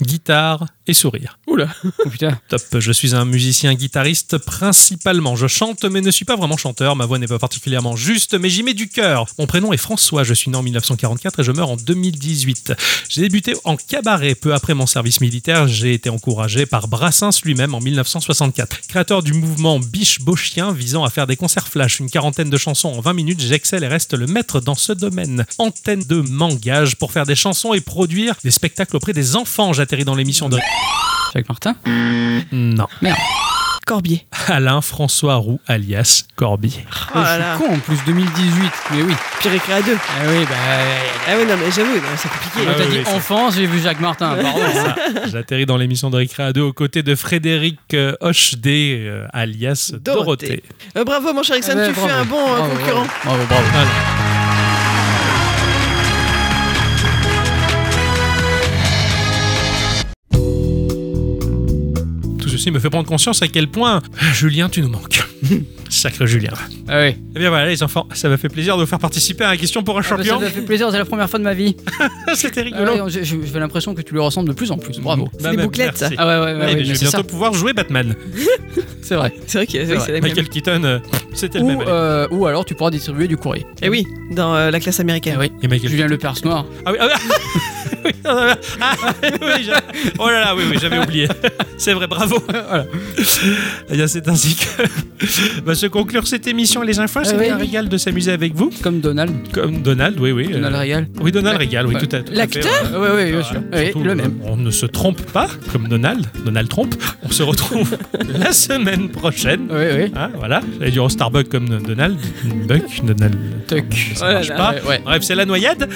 A: guitare et sourire.
C: Oula.
B: Oh putain.
A: Top, je suis un musicien guitariste principalement. Je chante mais ne suis pas vraiment chanteur, ma voix n'est pas particulièrement juste mais j'y mets du cœur. Mon prénom est François, je suis né en 1944 et je meurs en 2018. J'ai débuté en cabaret peu après mon service militaire, j'ai été encouragé par Brassens lui-même en 1964. Créateur du mouvement Biche Bochien visant à faire des concerts flash, une quarantaine de chansons en 20 minutes, j'excelle et reste le maître dans ce domaine. Antenne de m'engage pour faire des chansons et produire des spectacles auprès des enfants. J'atterris dans l'émission de...
B: Jacques Martin
A: Oh Non.
C: Corbier.
A: Alain François Roux, alias Corbier.
C: Oh
B: Ouais,
C: là
B: Ah, Je
C: là.
B: suis con en plus, 2018. Mais oui.
C: Pire écrit à deux.
B: Ah oui, bah.
C: Ah ouais, non, mais j'avoue, non, c'est compliqué.
B: Quand
A: euh, Ah
B: t'as
A: oui,
B: dit
A: oui, c'est-
B: enfance, j'ai vu Jacques Martin, pardon.
A: Ça, J'atterris dans l'émission de Récréa 2 aux côtés de Frédéric euh, Hochdé, euh, alias Dorothée.
C: Dorothée. Euh, bravo, mon cher
B: Ah
C: Alexandre,
B: ouais,
C: tu
B: bravo.
C: fais un bon euh,
B: Bravo,
C: concurrent.
B: Bravo, bravo. bravo.
A: Voilà. Tout ceci me fait prendre conscience à quel point euh, Julien, tu nous manques. Sacré Julien.
B: Ah oui.
A: Eh bien voilà les enfants, ça m'a fait plaisir de vous faire participer à la question pour un
B: Ah bah, ça
A: champion.
B: m'a fait plaisir, c'est la première fois de ma vie.
A: C'était
B: Ah
A: rigolo.
B: ouais, j'ai- j'ai j'ai l'impression que tu lui ressembles de plus en plus. Bravo.
A: Bah,
C: des
A: bah,
C: bouclettes,
A: merci.
B: Ah ouais, ouais, ouais,
A: Ouais,
B: ouais,
A: mais je
B: mais
A: vais
B: c'est
A: bientôt
B: ça.
A: pouvoir jouer Batman.
B: C'est vrai.
C: C'est vrai que c'est
B: C'est
C: vrai que c'est la même.
A: Michael Keaton, euh, c'était le
B: Ou,
A: même. à l'époque.
B: euh, ou alors tu pourras distribuer du courrier.
C: Eh oui, dans euh, la classe américaine.
B: Ah oui.
A: Et Michael
B: Julien Le Perse Noir.
A: Ah oui, ah oui, oui, ah là là. Ah, oui, j'a- oh là là, oui, oui, j'avais oublié. C'est vrai, bravo. Voilà. Eh bien, c'est ainsi que va se conclure cette émission, les infos. C'était
B: Ah oui.
A: un régal de s'amuser avec vous.
B: Comme Donald.
A: Comme Donald, oui, oui. euh,
B: Donald Reagan.
A: Oui, Donald Régal, oui, tout à, tout à fait.
B: L'acteur
A: voilà.
B: Ouais, ouais, bien sûr.
A: Voilà.
B: Oui,
A: Surtout,
B: le
A: euh,
B: même.
A: On ne se trompe pas, comme Donald. Donald trompe. On se retrouve la semaine prochaine.
B: Oui, oui.
A: Hein, voilà, j'allais dire au Starbucks comme Donald. Buck, Donald.
B: Tuck.
A: Ça marche
C: Oh là
A: pas.
B: Ouais, ouais.
A: Bref, c'est la noyade.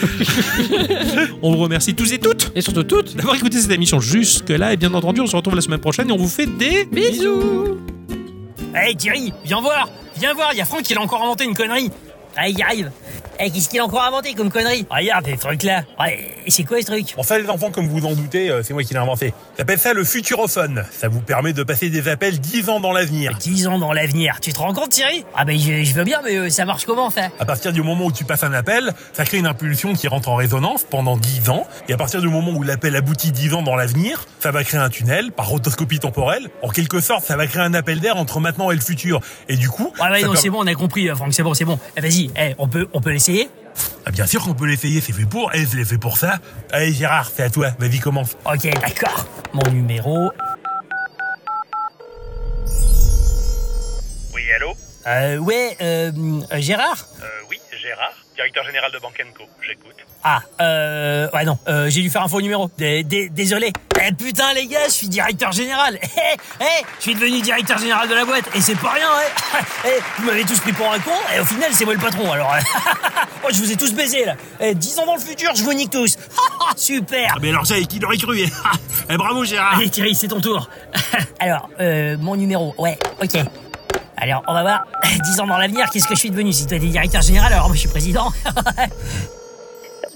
A: on vous remercie tous et toutes
B: Et surtout toutes.
A: d'avoir écouté cette émission jusque-là. Et bien entendu, on se retrouve la semaine prochaine et on vous fait des
B: Bisous
I: Hey Thierry, viens voir Viens voir, il y a Franck, il a encore inventé une connerie Ah, il y arrive Eh,
C: Eh, qu'est-ce qu'il a encore inventé comme connerie
B: Ah,
C: Regarde ces trucs-là. Ouais, c'est quoi ce truc
A: Enfin, les enfants, comme vous vous en doutez, euh, c'est moi qui l'ai inventé. J'appelle ça le futurophone. Ça vous permet de passer des appels 10 ans dans l'avenir.
C: 10 ans dans l'avenir. Tu te rends compte, Thierry Ah ben, je, je veux bien, mais euh, ça marche comment, ça
A: À partir du moment où tu passes un appel, ça crée une impulsion qui rentre en résonance pendant 10 ans. Et à partir du moment où l'appel aboutit 10 ans dans l'avenir, ça va créer un tunnel par rotoscopie temporelle. En quelque sorte, ça va créer un appel d'air entre maintenant et le futur. Et du coup.
C: Ouais, ouais,
A: ça
C: non,
A: per-
C: c'est bon, on a compris, euh, Franck, c'est bon, c'est bon. Eh, vas-y, eh, on peut, on peut l'essayer
A: Ah, bien sûr qu'on peut l'essayer, c'est fait pour. Et je l'ai fait pour ça. Allez, Gérard, c'est à toi. Vas-y, commence.
C: Ok, d'accord. Mon numéro.
A: Oui, allô
C: Euh, ouais, euh, euh, Gérard
A: Oui, Gérard, directeur général de Bank Co. J'écoute.
C: Ah, euh, ouais, non, euh, j'ai dû faire un faux numéro. Dé- dé- Désolé. Eh, putain, les gars, je suis directeur général. Eh, eh, je suis devenu directeur général de la boîte. Et c'est pas rien, ouais. Eh, vous m'avez tous pris pour un con. Et au final, c'est moi le patron, alors. oh, je vous ai tous baisés, là. Eh, 10 ans dans le futur, je vous nique tous. Super.
A: Ah, mais alors, ça, qui l'aurait cru eh Ah, eh, bravo, Gérard
C: Allez, Thierry, c'est ton tour. alors, euh, mon numéro. Ouais, ok. Alors, on va voir. 10 ans dans l'avenir, qu'est-ce que je suis devenu Si toi, t'es directeur général, alors moi, je suis président.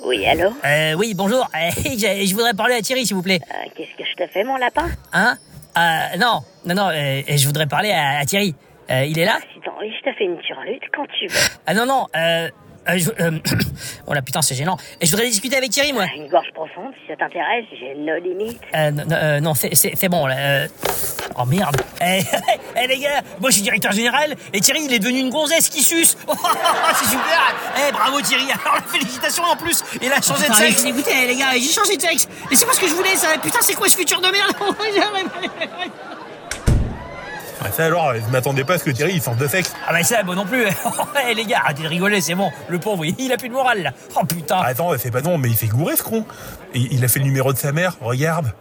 J: Oui, allô
C: Euh, oui, bonjour. Euh, je, je voudrais parler à Thierry, s'il vous plaît.
J: Euh, Qu'est-ce que je te fais, mon lapin
C: Hein Euh, Non, non, non, euh, je voudrais parler à, à Thierry. Euh, il est là
J: Si t'as envie, je te fais une turlute quand tu veux.
C: Ah non, non, euh... euh, je, euh, oh là, putain, c'est gênant. Je voudrais discuter avec Thierry, moi.
J: Une gorge profonde, si ça t'intéresse, j'ai nos limites.
C: Euh, non, non, euh, non, c'est- c'est c'est bon, là. euh. Oh merde. Eh, eh, les gars, moi je suis directeur général et Thierry il est devenu une gonzesse qui suce. Oh, c'est super. Eh, bravo Thierry. Alors la félicitation en plus. Il a changé de sexe. Écoutez, eh, les gars, j'ai changé de sexe. Et c'est pas ce que je voulais, ça. Putain, c'est quoi ce futur de merde
A: Ah, ça, alors, je m'attendais pas à ce que Thierry, il sorte de sexe.
C: Ah bah ça, bon non plus. Eh les gars, arrêtez de rigoler, c'est bon. Le pauvre, il il a plus de morale là. Oh putain.
A: Ah, attends, c'est pas non, mais il fait gourer, ce con. Et il a fait le numéro de sa mère, regarde.